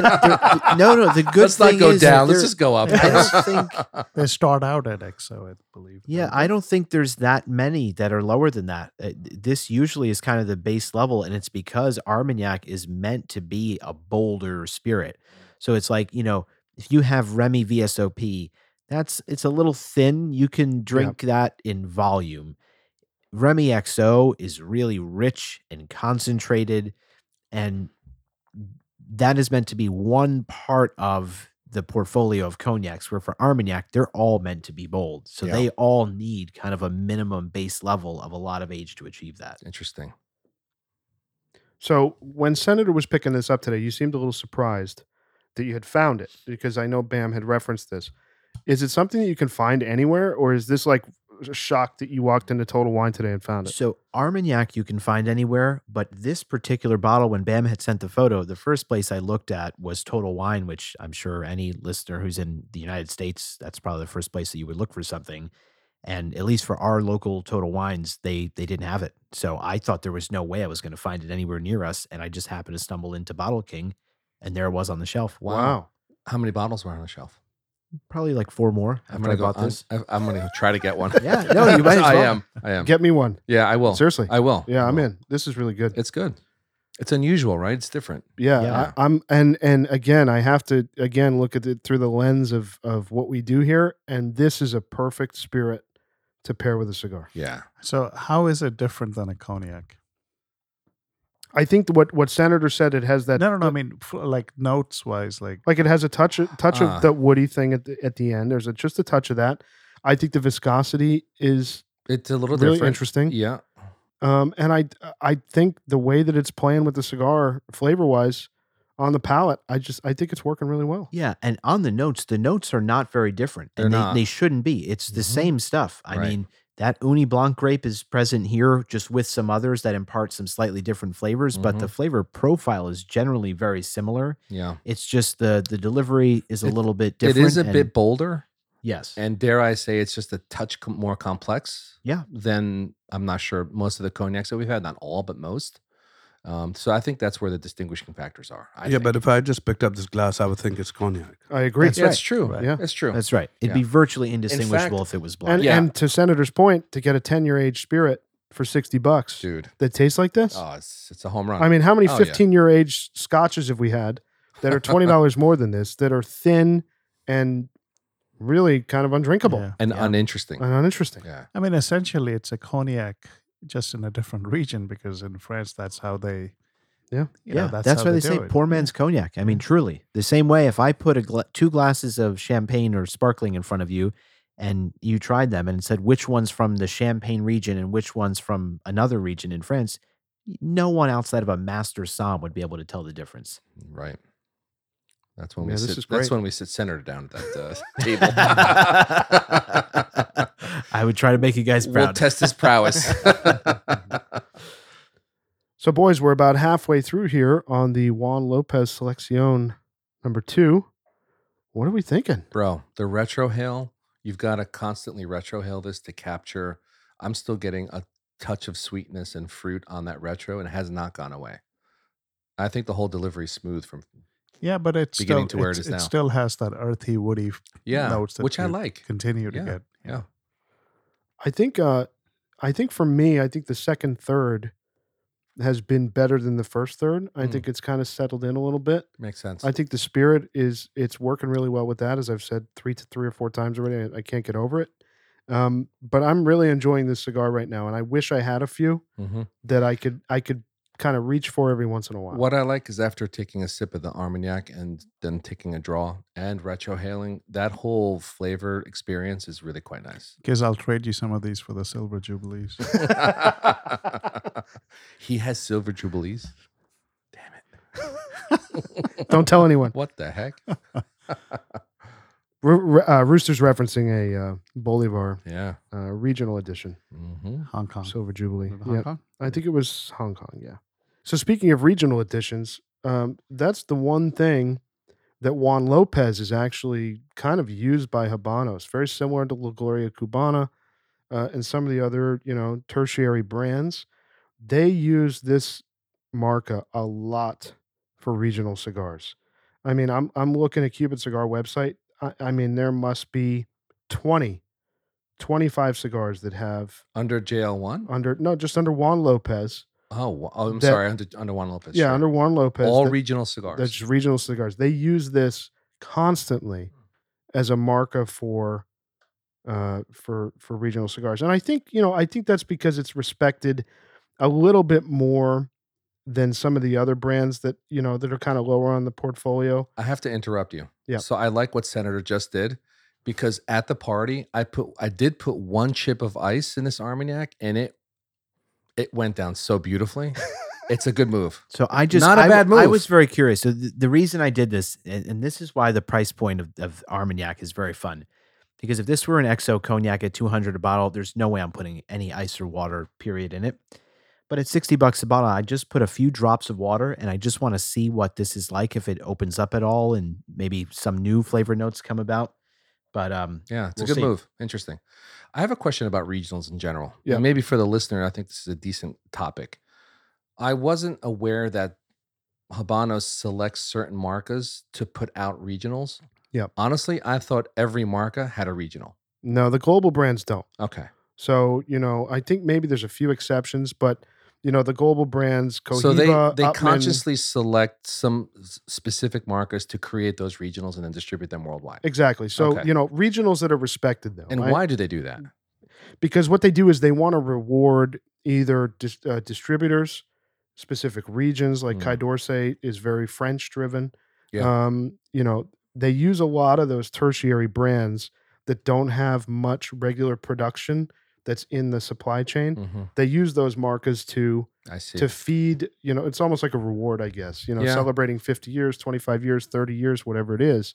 [SPEAKER 5] don't there- no, no. The good
[SPEAKER 2] Let's
[SPEAKER 5] thing
[SPEAKER 2] not go
[SPEAKER 5] is that
[SPEAKER 2] down. Let's
[SPEAKER 5] there-
[SPEAKER 2] just go up.
[SPEAKER 5] I don't think-
[SPEAKER 6] They start out at XO, I believe.
[SPEAKER 5] Yeah,
[SPEAKER 6] right?
[SPEAKER 5] I don't think there's that many that are lower than that. Uh, th- This usually is kind of the base level, and it's because Armagnac is meant to be a bolder spirit. So it's like you know, if you have Remy VSOP, that's it's a little thin. You can drink that in volume. Remy XO is really rich and concentrated, and that is meant to be one part of the portfolio of cognacs where for armagnac they're all meant to be bold so
[SPEAKER 2] Yeah.
[SPEAKER 5] they all need kind of a minimum base level of a lot of age to achieve that
[SPEAKER 2] Interesting.
[SPEAKER 1] So when Senator was picking this up today, you seemed a little surprised that you had found it because I know Bam had referenced this. Is it something that you can find anywhere, or is this like a shock that you walked into Total Wine today and found it?
[SPEAKER 5] So Armagnac you can find anywhere, but this particular bottle, when Bam had sent the photo, the first place I looked at was Total Wine, which I'm sure any listener who's in the United States, that's probably the first place that you would look for something. And at least for our local Total Wines, they they didn't have it. So I thought there was no way I was going to find it anywhere near us, and I just happened to stumble into Bottle King, and there it was on the shelf.
[SPEAKER 2] Wow. How many bottles were on the shelf?
[SPEAKER 5] Probably like four more
[SPEAKER 2] I'm
[SPEAKER 5] after
[SPEAKER 2] gonna
[SPEAKER 5] I
[SPEAKER 2] go.
[SPEAKER 5] bought
[SPEAKER 2] I'm,
[SPEAKER 5] this.
[SPEAKER 2] I'm gonna try to get one.
[SPEAKER 5] Yeah, no, you might as
[SPEAKER 2] I
[SPEAKER 5] well.
[SPEAKER 2] am. I am.
[SPEAKER 1] Get me one.
[SPEAKER 2] yeah, I will.
[SPEAKER 1] Seriously.
[SPEAKER 2] I will.
[SPEAKER 1] yeah,
[SPEAKER 2] I
[SPEAKER 1] I'm
[SPEAKER 2] will.
[SPEAKER 1] in. This is really good.
[SPEAKER 2] It's good. It's unusual, right? It's different.
[SPEAKER 1] yeah,
[SPEAKER 5] Yeah.
[SPEAKER 1] I, i'm and and again i have to again look at it through the lens of of what we do here and this is a perfect spirit to pair with a cigar
[SPEAKER 2] Yeah.
[SPEAKER 6] So how is it different than a cognac?
[SPEAKER 1] i think what what senator said it has that
[SPEAKER 6] no, no, no. I mean, f- like notes wise, like
[SPEAKER 1] like it has a touch touch
[SPEAKER 2] Ah.
[SPEAKER 1] of that woody thing at the, at the end there's a, just a touch of that i think the viscosity is
[SPEAKER 2] It's a little
[SPEAKER 1] really
[SPEAKER 2] different.
[SPEAKER 1] interesting
[SPEAKER 2] Yeah.
[SPEAKER 1] um and i i think the way that it's playing with the cigar flavor wise on the palate i just i think it's working really well
[SPEAKER 5] Yeah, and on the notes, the notes are not very different.
[SPEAKER 2] They're
[SPEAKER 5] and they,
[SPEAKER 2] not.
[SPEAKER 5] they shouldn't be. It's the
[SPEAKER 2] Mhm.
[SPEAKER 5] same stuff. I
[SPEAKER 2] Right.
[SPEAKER 5] mean, that Uni Blanc grape is present here just with some others that impart some slightly different flavors, but
[SPEAKER 2] Mm-hmm.
[SPEAKER 5] the flavor profile is generally very similar.
[SPEAKER 2] Yeah.
[SPEAKER 5] It's just the the delivery is a
[SPEAKER 2] It-
[SPEAKER 5] little bit different.
[SPEAKER 2] it is a
[SPEAKER 5] and-
[SPEAKER 2] bit bolder,
[SPEAKER 5] yes.
[SPEAKER 2] and dare I say, it's just a touch com- more complex.
[SPEAKER 5] Yeah.
[SPEAKER 2] Than I'm not sure most of the cognacs that we've had, not all, but most. Um, so I think that's where the distinguishing factors are. I
[SPEAKER 3] yeah,
[SPEAKER 2] think.
[SPEAKER 3] but if I just picked up this glass, I would think it's cognac.
[SPEAKER 1] I agree.
[SPEAKER 5] That's
[SPEAKER 2] Yeah, it's
[SPEAKER 5] right.
[SPEAKER 2] true.
[SPEAKER 5] Right.
[SPEAKER 1] Yeah.
[SPEAKER 2] It's true.
[SPEAKER 5] That's right. It'd
[SPEAKER 2] Yeah.
[SPEAKER 5] be virtually indistinguishable if it was black.
[SPEAKER 1] And,
[SPEAKER 2] Yeah.
[SPEAKER 1] and to Senator's point, to get a 10 year age spirit for 60 bucks
[SPEAKER 2] Dude.
[SPEAKER 1] that tastes like this.
[SPEAKER 2] Oh, it's, it's a home run.
[SPEAKER 1] I mean, how many
[SPEAKER 2] Oh, yeah.
[SPEAKER 1] 15 year age scotches have we had that are $20 more than this, that are thin and really kind of undrinkable
[SPEAKER 6] Yeah.
[SPEAKER 2] and
[SPEAKER 5] Yeah.
[SPEAKER 2] uninteresting.
[SPEAKER 1] and uninteresting?
[SPEAKER 2] Yeah.
[SPEAKER 6] I mean, essentially, it's a cognac just in a different region because in France, that's how they.
[SPEAKER 1] Yeah.
[SPEAKER 6] you
[SPEAKER 5] yeah,
[SPEAKER 6] know,
[SPEAKER 5] that's,
[SPEAKER 6] how
[SPEAKER 5] why they,
[SPEAKER 6] do
[SPEAKER 5] say
[SPEAKER 6] it. Mm.
[SPEAKER 5] poor man's cognac. I mean, truly, the same way. If I put a gla- two glasses of champagne or sparkling in front of you, and you tried them and said which one's from the Champagne region and which one's from another region in France, no one outside of a master som would be able to tell the difference.
[SPEAKER 2] Right. That's when
[SPEAKER 1] Yeah,
[SPEAKER 2] we
[SPEAKER 1] this
[SPEAKER 2] sit.
[SPEAKER 1] is
[SPEAKER 2] That's
[SPEAKER 1] great.
[SPEAKER 2] when we sit senator down at that uh, table.
[SPEAKER 5] I would try to make you guys proud.
[SPEAKER 2] we'll test his prowess.
[SPEAKER 1] So, boys, we're about halfway through here on the Juan Lopez Selección number two. What are we thinking?
[SPEAKER 2] Bro, the retro hail, you've got to constantly retro hail this to capture. I'm still getting a touch of sweetness and fruit on that retro, and it has not gone away. I think the whole delivery is smooth from
[SPEAKER 6] Yeah, but it's
[SPEAKER 2] Beginning
[SPEAKER 6] still,
[SPEAKER 2] to where it
[SPEAKER 6] it's-
[SPEAKER 2] is now.
[SPEAKER 6] it still has that earthy, woody f-
[SPEAKER 2] yeah,
[SPEAKER 6] notes that
[SPEAKER 2] which I
[SPEAKER 6] you
[SPEAKER 2] like.
[SPEAKER 6] continue to
[SPEAKER 2] Yeah.
[SPEAKER 6] get.
[SPEAKER 2] Yeah.
[SPEAKER 1] I think uh I think for me, I think the second third has been better than the first third. I
[SPEAKER 2] Hmm.
[SPEAKER 1] think it's kind of settled in a little bit.
[SPEAKER 2] Makes sense.
[SPEAKER 1] I think the spirit is it's working really well with that, as I've said three to three or four times already. I, I can't get over it. Um, but I'm really enjoying this cigar right now, and I wish I had a few
[SPEAKER 2] Mhm.
[SPEAKER 1] that I could I could kind of reach for every once in a while.
[SPEAKER 2] What I like is after taking a sip of the Armagnac and then taking a draw and retrohaling, that whole flavor experience is really quite nice.
[SPEAKER 6] Because I'll trade you some of these for the silver jubilees.
[SPEAKER 2] he has silver jubilees.
[SPEAKER 1] Don't tell anyone.
[SPEAKER 2] What the heck?
[SPEAKER 1] Ro- ro- uh, Rooster's referencing a uh, Bolivar
[SPEAKER 2] Yeah.
[SPEAKER 1] uh, regional edition,
[SPEAKER 2] hmm
[SPEAKER 6] Hong Kong.
[SPEAKER 1] Silver Jubilee.
[SPEAKER 6] Remember Hong
[SPEAKER 1] Yeah,
[SPEAKER 6] Kong?
[SPEAKER 1] I think it was Hong Kong. Yeah. So speaking of regional editions, um, that's the one thing that Juan Lopez is actually kind of used by Habanos, very similar to La Gloria Cubana uh, and some of the other, you know, tertiary brands. They use this marca a lot for regional cigars. I mean, I'm I'm looking at Cuban Cigar website. I, I mean, there must be 20, 25 cigars that have
[SPEAKER 2] Under JL1?
[SPEAKER 1] under no, just under Juan Lopez.
[SPEAKER 2] Oh, wa- oh I'm
[SPEAKER 1] that-
[SPEAKER 2] sorry. Under, under Juan Lopez.
[SPEAKER 1] Yeah,
[SPEAKER 2] sure.
[SPEAKER 1] under Juan Lopez.
[SPEAKER 2] all
[SPEAKER 1] that-
[SPEAKER 2] regional cigars.
[SPEAKER 1] That's just regional cigars. They use this constantly
[SPEAKER 2] Hmm.
[SPEAKER 1] as a marker for uh for for regional cigars. And I think, you know, I think that's because it's respected a little bit more than some of the other brands that, you know, that are kind of lower on the portfolio.
[SPEAKER 2] I have to interrupt you.
[SPEAKER 1] Yeah.
[SPEAKER 2] So I like what Senator just did because at the party I put I did put one chip of ice in this Armagnac and it it went down so beautifully. it's a good move.
[SPEAKER 5] So I just
[SPEAKER 2] Not a
[SPEAKER 5] I-
[SPEAKER 2] bad
[SPEAKER 5] I
[SPEAKER 2] move.
[SPEAKER 5] was very curious. So the, the reason I did this, and, and this is why the price point of, of Armagnac is very fun, because if this were an XO cognac at two hundred a bottle, there's no way I'm putting any ice or water period in it. But at sixty bucks a bottle, I just put a few drops of water, and I just want to see what this is like if it opens up at all, and maybe some new flavor notes come about. But um,
[SPEAKER 2] Yeah, it's
[SPEAKER 5] We'll
[SPEAKER 2] a good
[SPEAKER 5] see.
[SPEAKER 2] move. Interesting. I have a question about regionals in general.
[SPEAKER 1] Yeah.
[SPEAKER 2] And maybe for the listener, I think this is a decent topic. I wasn't aware that Habanos selects certain marcas to put out regionals.
[SPEAKER 1] Yep.
[SPEAKER 2] Honestly, I thought every marca had a regional.
[SPEAKER 1] No, the global brands don't.
[SPEAKER 2] Okay.
[SPEAKER 1] So, you know, I think maybe there's a few exceptions, but you know, the global brands, Cohiba,
[SPEAKER 2] so they they
[SPEAKER 1] Upmann-
[SPEAKER 2] consciously select some s- specific markers to create those regionals and then distribute them worldwide.
[SPEAKER 1] Exactly. So,
[SPEAKER 2] Okay.
[SPEAKER 1] you know, regionals that are respected though.
[SPEAKER 2] And
[SPEAKER 1] right?
[SPEAKER 2] why do they do that?
[SPEAKER 1] Mm-hmm. because what they do is they want to reward either dis- uh, distributors, specific regions, like
[SPEAKER 2] Mm.
[SPEAKER 1] Kai d'Orsay is very French driven.
[SPEAKER 2] Yeah.
[SPEAKER 1] Um, you know, they use a lot of those tertiary brands that don't have much regular production that's in the supply chain.
[SPEAKER 2] Mhm.
[SPEAKER 1] They use those markers to
[SPEAKER 2] I see.
[SPEAKER 1] to feed, you know, it's almost like a reward, I guess, you know,
[SPEAKER 2] Yeah.
[SPEAKER 1] celebrating 50 years, 25 years, 30 years, whatever it is.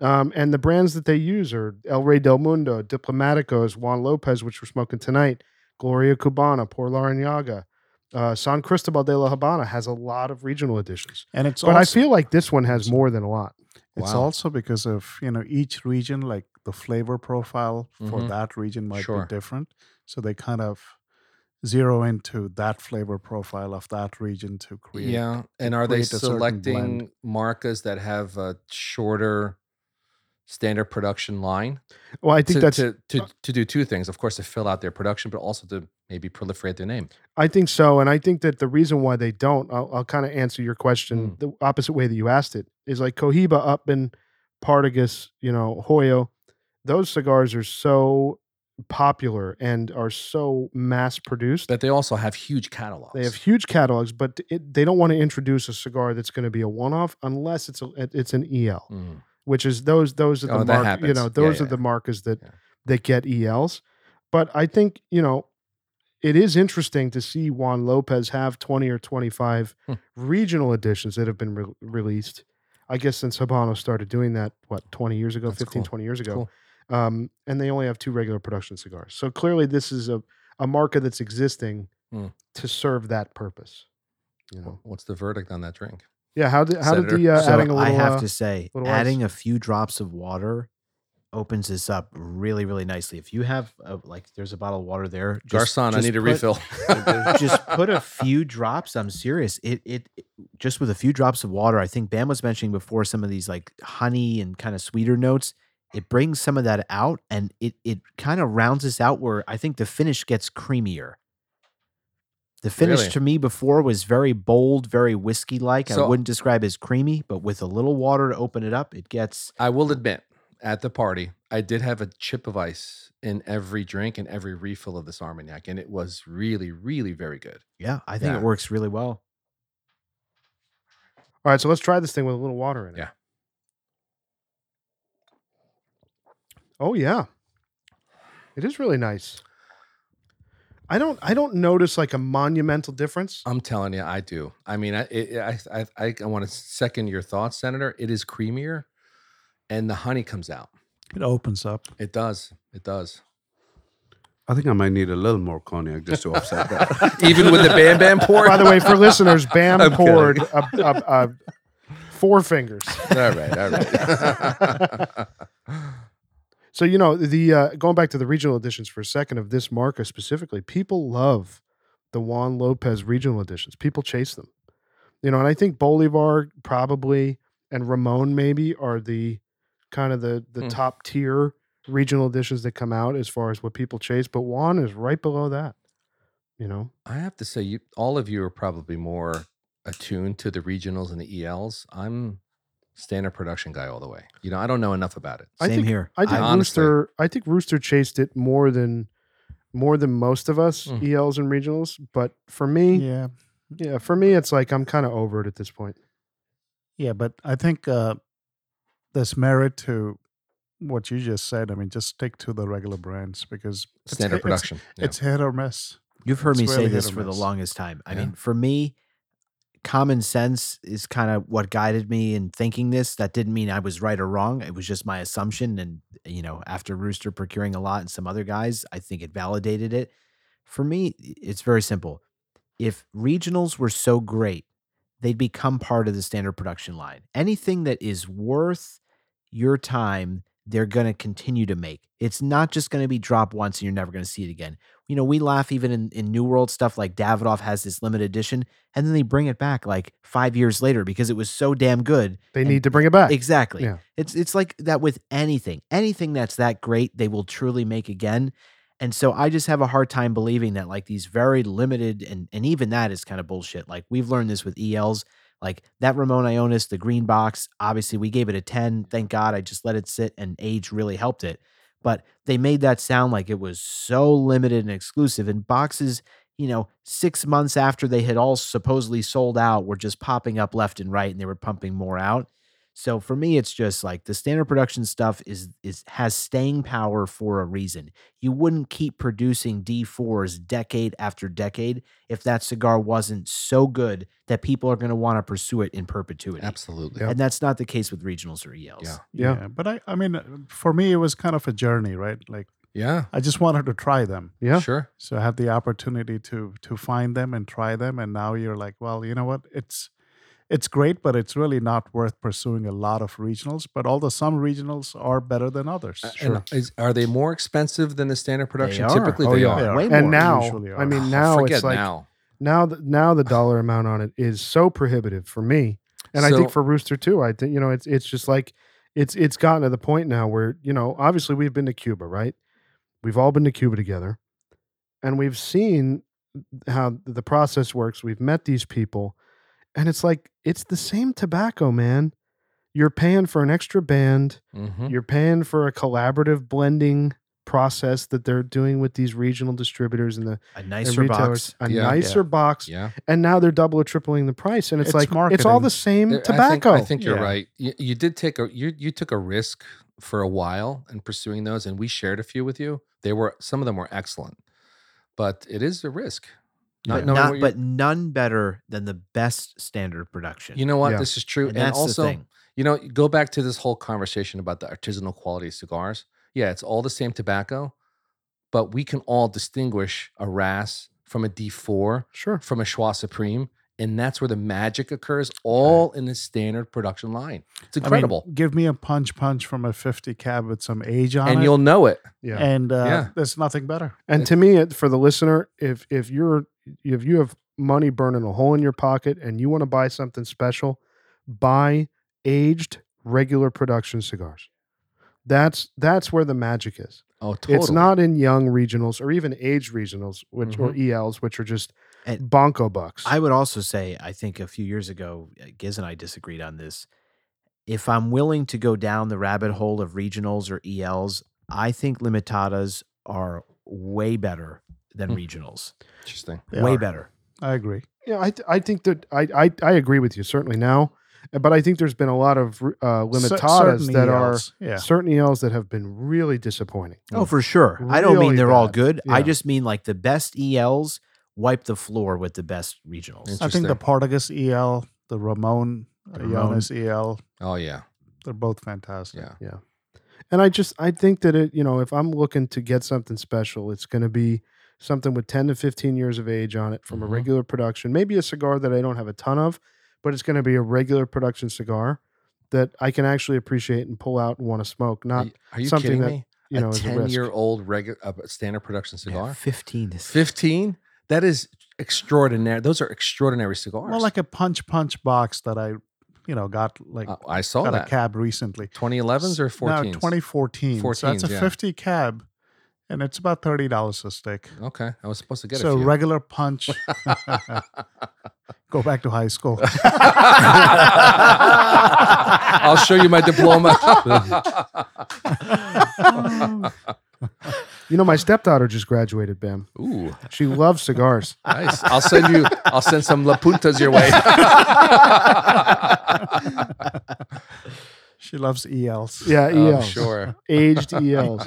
[SPEAKER 1] Um, and the brands that they use are El Rey del Mundo, Diplomáticos, Juan Lopez, which we're smoking tonight, Gloria Cubana, Por La Arañaga, uh, San Cristobal de la Habana has a lot of regional editions.
[SPEAKER 6] And it's
[SPEAKER 1] But I
[SPEAKER 6] also-
[SPEAKER 1] feel like this one has more than a lot.
[SPEAKER 6] It's
[SPEAKER 2] Wow.
[SPEAKER 6] also because of you know each region, like the flavor profile for
[SPEAKER 2] Mhm.
[SPEAKER 6] that region might
[SPEAKER 2] Sure.
[SPEAKER 6] be different. So they kind of zero into that flavor profile of that region to create.
[SPEAKER 2] yeah. And are they
[SPEAKER 6] create a certain blend.
[SPEAKER 2] selecting marcas that have a shorter standard production line?
[SPEAKER 1] Well, I think
[SPEAKER 2] to,
[SPEAKER 1] that's
[SPEAKER 2] to, to, to do two things. Of course, to fill out their production, but also to maybe proliferate their name.
[SPEAKER 1] I think so, and I think that the reason why they don't, I'll, I'll kind of answer your question
[SPEAKER 2] Mm.
[SPEAKER 1] the opposite way that you asked it is like Cohiba, Upman, Partagas, you know, Hoyo. Those cigars are so popular and are so mass produced.
[SPEAKER 2] But they also have huge catalogs.
[SPEAKER 1] They have huge catalogs, but it, they don't want to introduce a cigar that's going to be a one-off unless it's a, it's an E EL
[SPEAKER 2] Mm.
[SPEAKER 1] which is those those are the
[SPEAKER 2] Oh, that
[SPEAKER 1] mark, you
[SPEAKER 2] happens.
[SPEAKER 1] know
[SPEAKER 2] Yeah,
[SPEAKER 1] those
[SPEAKER 2] yeah,
[SPEAKER 1] are the
[SPEAKER 2] yeah.
[SPEAKER 1] markers that
[SPEAKER 2] Yeah.
[SPEAKER 1] that get ELs. But I think you know it is interesting to see Juan Lopez have twenty or twenty five
[SPEAKER 2] Hmm.
[SPEAKER 1] regional editions that have been re- released. I guess since Habano started doing that, what twenty years ago,
[SPEAKER 2] That's
[SPEAKER 1] 15,
[SPEAKER 2] cool.
[SPEAKER 1] 20 years ago,
[SPEAKER 2] Cool.
[SPEAKER 1] um, and they only have two regular production cigars. So clearly, this is a a marker that's existing
[SPEAKER 2] Hmm.
[SPEAKER 1] to serve that purpose. You know,
[SPEAKER 2] Wh- What's the verdict on that drink?
[SPEAKER 1] yeah. How did how did
[SPEAKER 2] Senator.
[SPEAKER 1] the uh,
[SPEAKER 2] So
[SPEAKER 1] adding a little?
[SPEAKER 5] I have
[SPEAKER 1] uh,
[SPEAKER 5] to say,
[SPEAKER 1] little
[SPEAKER 5] adding a few drops of water opens this up really, really nicely. If you have a, like, there's a bottle of water there. just-
[SPEAKER 2] Garcon, I
[SPEAKER 5] just
[SPEAKER 2] need a
[SPEAKER 5] put-
[SPEAKER 2] refill.
[SPEAKER 5] just put a few drops. I'm serious. It, it it- just with a few drops of water. I think Bam was mentioning before some of these like honey and kind of sweeter notes. It brings some of that out, and it it kind of rounds us out where I think the finish gets creamier. The finish
[SPEAKER 2] Really?
[SPEAKER 5] to me before was very bold, very whiskey like. I
[SPEAKER 2] So-
[SPEAKER 5] wouldn't describe as creamy, but with a little water to open it up, it gets
[SPEAKER 2] I will admit, at the party, I did have a chip of ice in every drink and every refill of this Armagnac, and it was really, really very good.
[SPEAKER 5] yeah. I think
[SPEAKER 2] Yeah.
[SPEAKER 5] it works really well.
[SPEAKER 1] all right, so let's try this thing with a little water in it.
[SPEAKER 2] Yeah.
[SPEAKER 1] Oh yeah. It is really nice. I don't I don't notice like a monumental difference.
[SPEAKER 2] I'm telling you, I do. I mean, I it, I I, I, I want to second your thoughts, Senator. It is creamier, and the honey comes out.
[SPEAKER 6] It opens up.
[SPEAKER 2] It does. It does.
[SPEAKER 3] I think I might need a little more cognac just to offset that.
[SPEAKER 2] Even with the Bam Bam pour.
[SPEAKER 1] By the way, for listeners, Bam
[SPEAKER 3] I'm kidding.
[SPEAKER 1] poured a, a, a four fingers.
[SPEAKER 2] all right, all right.
[SPEAKER 1] So you know the uh, going back to the regional editions for a second of this marca specifically, people love the Juan Lopez regional editions. People chase them, you know, and I think Bolivar probably and Ramon maybe are the kind of the the
[SPEAKER 2] Hmm.
[SPEAKER 1] top tier regional editions that come out as far as what people chase. But Juan is right below that, you know.
[SPEAKER 2] I have to say, you all of you are probably more attuned to the regionals and the ELs. I'm standard production guy all the way. You know, I don't know enough about it.
[SPEAKER 1] I
[SPEAKER 5] Same
[SPEAKER 1] think-
[SPEAKER 5] here.
[SPEAKER 1] I think
[SPEAKER 2] I- honestly-
[SPEAKER 1] Rooster. I think Rooster chased it more than more than most of us
[SPEAKER 2] Hmm.
[SPEAKER 1] ELs and regionals. But for
[SPEAKER 2] Mm.
[SPEAKER 1] me,
[SPEAKER 6] Yeah.
[SPEAKER 1] yeah, for me, it's like I'm kind of over it at this point.
[SPEAKER 6] Yeah, but I think uh, there's merit to what you just said. I mean, just stick to the regular brands because it's
[SPEAKER 2] Standard
[SPEAKER 6] hit- it's-
[SPEAKER 2] production.
[SPEAKER 6] It's, hit or miss.
[SPEAKER 5] You've heard
[SPEAKER 6] It's
[SPEAKER 5] me
[SPEAKER 6] really
[SPEAKER 5] say
[SPEAKER 6] hit
[SPEAKER 5] this
[SPEAKER 6] or
[SPEAKER 5] for the
[SPEAKER 6] miss.
[SPEAKER 5] longest time. I
[SPEAKER 2] Yeah.
[SPEAKER 5] mean, for me, common sense is kind of what guided me in thinking this. That didn't mean I was right or wrong. It was just my assumption. And, you know, after Rooster procuring a lot and some other guys, I think it validated it. For me, i- it's very simple. If regionals were so great, they'd become part of the standard production line. Anything that is worth your time, they're going to continue to make. It's not just going to be drop once and you're never going to see it again you know, we laugh even in, in New World stuff like Davidoff has this limited edition and then they bring it back like five years later because it was so damn good.
[SPEAKER 1] They
[SPEAKER 5] And-
[SPEAKER 1] need to bring it back.
[SPEAKER 5] Exactly.
[SPEAKER 1] Yeah.
[SPEAKER 5] It's it's like that with anything. Anything that's that great, they will truly make again. And so I just have a hard time believing that like these very limited and and even that is kind of bullshit. Like we've learned this with ELs. Like that Ramon Ionis, the green box, obviously we gave it a 10. Thank God I just let it sit and age really helped it. But they made that sound like it was so limited and exclusive. And boxes, you know, six months after they had all supposedly sold out were just popping up left and right and they were pumping more out. So for me, it's just like the standard production stuff is is has staying power for a reason. You wouldn't keep producing D4s decade after decade if that cigar wasn't so good that people are going to want to pursue it in perpetuity.
[SPEAKER 2] Absolutely.
[SPEAKER 1] Yeah.
[SPEAKER 5] And that's not the case with regionals or E ELs.
[SPEAKER 2] Yeah.
[SPEAKER 1] Yeah.
[SPEAKER 6] But I, I mean, uh, for me, it was kind of a journey, right? Like
[SPEAKER 2] Yeah.
[SPEAKER 6] I just wanted to try them.
[SPEAKER 1] Yeah.
[SPEAKER 2] Sure.
[SPEAKER 6] So I had the opportunity to to find them and try them, and now you're like, well, you know what? It's it's great, but it's really not worth pursuing a lot of regionals. But although some regionals are better than others,
[SPEAKER 2] Uh, and is, are they more expensive than the standard production?
[SPEAKER 5] are.
[SPEAKER 2] Typically,
[SPEAKER 1] Oh,
[SPEAKER 2] they
[SPEAKER 1] yeah.
[SPEAKER 2] are.
[SPEAKER 6] They are.
[SPEAKER 5] Way
[SPEAKER 6] They
[SPEAKER 5] more
[SPEAKER 1] and now,
[SPEAKER 6] usually are.
[SPEAKER 1] I mean,
[SPEAKER 2] Oh,
[SPEAKER 1] now
[SPEAKER 2] forget
[SPEAKER 1] it's like now.
[SPEAKER 2] now.
[SPEAKER 1] Now, the, now the dollar amount on it is so prohibitive for me, and I think
[SPEAKER 2] So-
[SPEAKER 1] for Rooster too. I think you know it's it's just like it's it's gotten to the point now where you know obviously we've been to Cuba, right? We've all been to Cuba together, and we've seen how the process works. We've met these people, and it's like it's the same tobacco, man. You're paying for an extra band.
[SPEAKER 2] Mhm.
[SPEAKER 1] You're paying for a collaborative blending process that they're doing with these regional distributors and the
[SPEAKER 5] A
[SPEAKER 1] and
[SPEAKER 5] nicer box.
[SPEAKER 1] A
[SPEAKER 2] Yeah.
[SPEAKER 1] nicer box.
[SPEAKER 2] Yeah,
[SPEAKER 1] And now they're double or tripling the price. And it's,
[SPEAKER 6] It's
[SPEAKER 1] like it's all
[SPEAKER 6] marketing.
[SPEAKER 1] the same
[SPEAKER 2] I think-
[SPEAKER 1] tobacco.
[SPEAKER 2] I think, you're
[SPEAKER 6] Yeah.
[SPEAKER 2] right. You, you did take a you you took a risk for a while in pursuing those, and we shared a few with you. They were some of them were excellent, but it is a risk. Not
[SPEAKER 5] but,
[SPEAKER 2] knowing
[SPEAKER 5] not-
[SPEAKER 2] what you're-
[SPEAKER 5] but none better than the best standard production.
[SPEAKER 2] You know what?
[SPEAKER 1] Yeah.
[SPEAKER 2] This is true.
[SPEAKER 5] and,
[SPEAKER 2] And,
[SPEAKER 5] that's
[SPEAKER 2] also,
[SPEAKER 5] the thing.
[SPEAKER 2] you know, go back to this whole conversation about the artisanal quality of cigars. Yeah, it's all the same tobacco, but we can all distinguish a RAS from a D4
[SPEAKER 1] sure.
[SPEAKER 2] from a Schwa Supreme. And that's where the magic occurs, all in the standard production line. It's
[SPEAKER 6] I mean,
[SPEAKER 2] incredible.
[SPEAKER 6] give me a punch punch from a 50 cab with some age on
[SPEAKER 2] and
[SPEAKER 6] it.
[SPEAKER 2] you'll know it.
[SPEAKER 1] Yeah.
[SPEAKER 6] and uh,
[SPEAKER 2] Yeah.
[SPEAKER 6] there's nothing better.
[SPEAKER 1] And to me, it- for the listener, if if you're if you have money burning a hole in your pocket and you want to buy something special, buy aged regular production cigars. That's that's where the magic is.
[SPEAKER 2] Oh, totally.
[SPEAKER 1] It's not in young regionals or even aged regionals, which or ELs, which are just
[SPEAKER 5] And-
[SPEAKER 1] bonko bucks.
[SPEAKER 5] I would also say, I think a few years ago, uh, Giz and I disagreed on this. If I'm willing to go down the rabbit hole of regionals or ELs, I think limitadas are way better than
[SPEAKER 2] Hmm.
[SPEAKER 5] regionals.
[SPEAKER 2] interesting.
[SPEAKER 6] They
[SPEAKER 5] way
[SPEAKER 6] are.
[SPEAKER 5] better.
[SPEAKER 6] I agree.
[SPEAKER 1] Yeah, I, I think that I, I I agree with you certainly now, uh, but I think there's been a lot of uh,
[SPEAKER 6] Cer-
[SPEAKER 1] limitadas
[SPEAKER 6] certain
[SPEAKER 1] that
[SPEAKER 6] ELs, yeah.
[SPEAKER 1] are certain ELs that have been really disappointing.
[SPEAKER 5] Oh, for sure. I don't mean
[SPEAKER 1] Hmm. Really
[SPEAKER 5] they're all
[SPEAKER 1] bad.
[SPEAKER 5] good. I
[SPEAKER 1] Yeah.
[SPEAKER 5] just mean like the best ELs wipe the floor with the best regionals.
[SPEAKER 2] It's-
[SPEAKER 6] I think the
[SPEAKER 2] Interesting.
[SPEAKER 6] Portuguese EL, the Ramon,
[SPEAKER 5] The
[SPEAKER 6] uh, Yanes EL,
[SPEAKER 2] Oh, yeah.
[SPEAKER 6] they're both fantastic.
[SPEAKER 2] Yeah.
[SPEAKER 1] And I just I think that it you know if I'm looking to get something special, it's going to be something with 10 to 15 years of age on it from a
[SPEAKER 2] Mhm.
[SPEAKER 1] regular production, maybe a cigar that I don't have a ton of, but it's going to be a regular production cigar that I can actually appreciate and pull out and want to smoke.
[SPEAKER 2] Are
[SPEAKER 1] Not
[SPEAKER 2] you, are you
[SPEAKER 1] something
[SPEAKER 2] kidding
[SPEAKER 1] that,
[SPEAKER 2] me?
[SPEAKER 1] you know
[SPEAKER 2] a
[SPEAKER 1] is a risk.
[SPEAKER 2] 10 year old regular uh, standard production
[SPEAKER 5] Yeah,
[SPEAKER 2] cigar?
[SPEAKER 5] 15 to
[SPEAKER 2] 15? That is extraordinary. Those are extraordinary cigars.
[SPEAKER 6] More like a punch punch box that I, you know, got like
[SPEAKER 2] Uh, I saw
[SPEAKER 6] got a
[SPEAKER 2] that.
[SPEAKER 6] cab recently.
[SPEAKER 2] 2011s or 14s?
[SPEAKER 6] No, 2014. so that's
[SPEAKER 2] 14s,
[SPEAKER 6] a
[SPEAKER 2] yeah.
[SPEAKER 6] 50 cab, and it's about $30 a stick.
[SPEAKER 2] Okay, I was supposed to get
[SPEAKER 6] so
[SPEAKER 2] a few.
[SPEAKER 6] regular punch. Go back to high school.
[SPEAKER 2] I'll show you my diploma.
[SPEAKER 1] you know, my stepdaughter just graduated, Bam.
[SPEAKER 2] Ooh,
[SPEAKER 1] She loves cigars.
[SPEAKER 2] nice. I'll send you. I'll send some lapuntas your way.
[SPEAKER 6] she loves E ELs.
[SPEAKER 1] Yeah,
[SPEAKER 2] I'm
[SPEAKER 1] ELs.
[SPEAKER 2] sure.
[SPEAKER 1] aged ELs.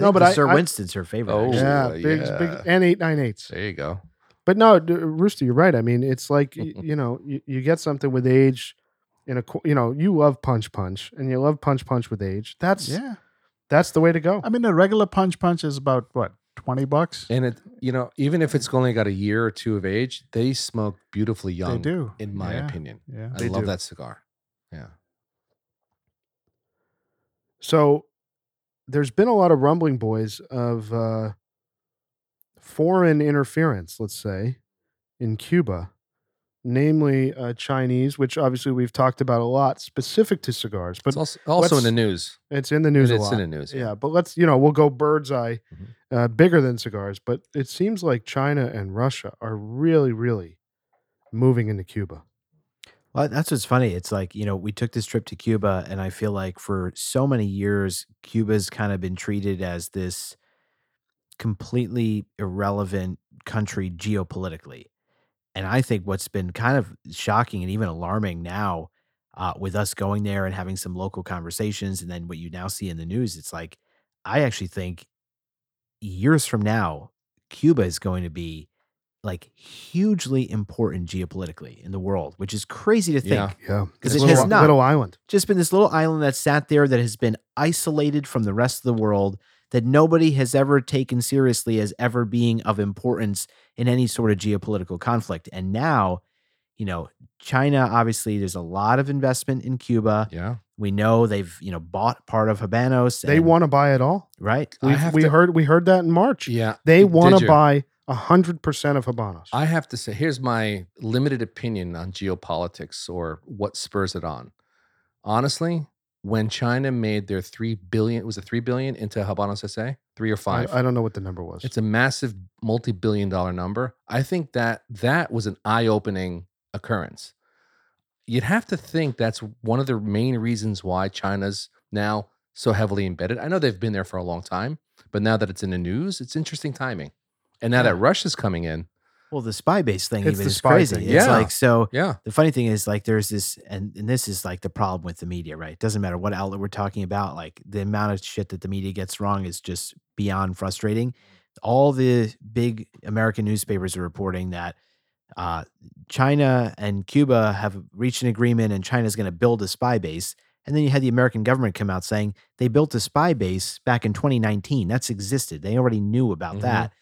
[SPEAKER 1] no, but
[SPEAKER 5] the
[SPEAKER 1] I,
[SPEAKER 5] Sir
[SPEAKER 1] I-
[SPEAKER 5] Winston's her favorite.
[SPEAKER 2] Oh,
[SPEAKER 5] actually.
[SPEAKER 1] yeah,
[SPEAKER 2] uh,
[SPEAKER 1] big, big,
[SPEAKER 2] yeah.
[SPEAKER 1] and eight nine eights.
[SPEAKER 2] There you go.
[SPEAKER 1] But no, d- Rooster, you're right. I mean, it's like y- you know, you, you get something with age. In a qu- you know, you love punch punch, and you love punch punch with age. That's
[SPEAKER 6] Yeah.
[SPEAKER 1] that's the way to go.
[SPEAKER 6] I mean, a regular punch punch is about what, 20 bucks?
[SPEAKER 2] And it, you know, even if it's only got a year or two of age, they smoke beautifully young.
[SPEAKER 6] They do.
[SPEAKER 2] um, in my
[SPEAKER 6] Yeah,
[SPEAKER 2] opinion.
[SPEAKER 6] Yeah.
[SPEAKER 2] I
[SPEAKER 1] They
[SPEAKER 2] love
[SPEAKER 1] do.
[SPEAKER 2] that cigar. Yeah.
[SPEAKER 1] So there's been a lot of rumbling, boys, of uh, foreign interference, let's say, in Cuba, namely uh, Chinese, which obviously we've talked about a lot, specific to cigars, but
[SPEAKER 2] It's also, also
[SPEAKER 1] let's-
[SPEAKER 2] in the news.
[SPEAKER 1] it's in the news a
[SPEAKER 2] it's
[SPEAKER 1] lot.
[SPEAKER 2] in the news.
[SPEAKER 1] Yeah, but let's you know we'll go bird's eye,
[SPEAKER 2] Mhm.
[SPEAKER 5] Mm-hmm.
[SPEAKER 1] uh, bigger than cigars. But it seems like China and Russia are really, really moving into Cuba.
[SPEAKER 5] Well, that's what's funny. It's like, you know, we took this trip to Cuba, and I feel like for so many years, Cuba's kind of been treated as this completely irrelevant country geopolitically. And I think what's been kind of shocking and even alarming now uh, with us going there and having some local conversations, and then what you now see in the news, it's like, I actually think years from now, Cuba is going to be like hugely important geopolitically in the world, which is crazy to think.
[SPEAKER 2] Yeah.
[SPEAKER 1] Yeah,
[SPEAKER 5] 'Cause
[SPEAKER 1] This
[SPEAKER 5] it has
[SPEAKER 1] little,
[SPEAKER 5] not-
[SPEAKER 1] little island.
[SPEAKER 5] Just been this little island that sat there that has been isolated from the rest of the world that nobody has ever taken seriously as ever being of importance in any sort of geopolitical conflict. And now you know, China obviously there's a lot of investment in Cuba.
[SPEAKER 2] Yeah.
[SPEAKER 5] We know they've, you know, bought part of Habanos.
[SPEAKER 1] They
[SPEAKER 5] and-
[SPEAKER 1] want to buy it all.
[SPEAKER 5] right?
[SPEAKER 2] I
[SPEAKER 1] We
[SPEAKER 2] have
[SPEAKER 1] we
[SPEAKER 2] to-
[SPEAKER 1] heard we heard that in March.
[SPEAKER 2] Yeah.
[SPEAKER 1] They
[SPEAKER 2] Did
[SPEAKER 1] want to
[SPEAKER 2] you?
[SPEAKER 1] buy hundred percent of Habanos.
[SPEAKER 2] I have to say, here's my limited opinion on geopolitics or what spurs it on. Honestly, when China made their three billion, was it three billion into Habanos SA? Three or
[SPEAKER 1] I-
[SPEAKER 2] five?
[SPEAKER 1] I, don't know what the number was.
[SPEAKER 2] It's a massive multi-billion dollar number. I think that that was an eye-opening occurrence. You'd have to think that's one of the main reasons why China's now so heavily embedded. I know they've been there for a long time, but now that it's in the news, it's interesting timing. And now that Russia's coming in,
[SPEAKER 5] Well, the spy base thing
[SPEAKER 1] It's
[SPEAKER 5] even
[SPEAKER 1] the
[SPEAKER 5] is
[SPEAKER 1] spy
[SPEAKER 5] crazy.
[SPEAKER 1] thing,
[SPEAKER 5] It's
[SPEAKER 2] yeah.
[SPEAKER 5] like so
[SPEAKER 2] yeah,
[SPEAKER 5] the funny thing is like there's this and, and this is like the problem with the media, right? It doesn't matter what outlet we're talking about, like the amount of shit that the media gets wrong is just beyond frustrating. All the big American newspapers are reporting that uh, China and Cuba have reached an agreement and China's going to build a spy base. And then you had the American government come out saying they built a spy base back in 2019. That's existed. They already knew about
[SPEAKER 2] Mhm.
[SPEAKER 5] that.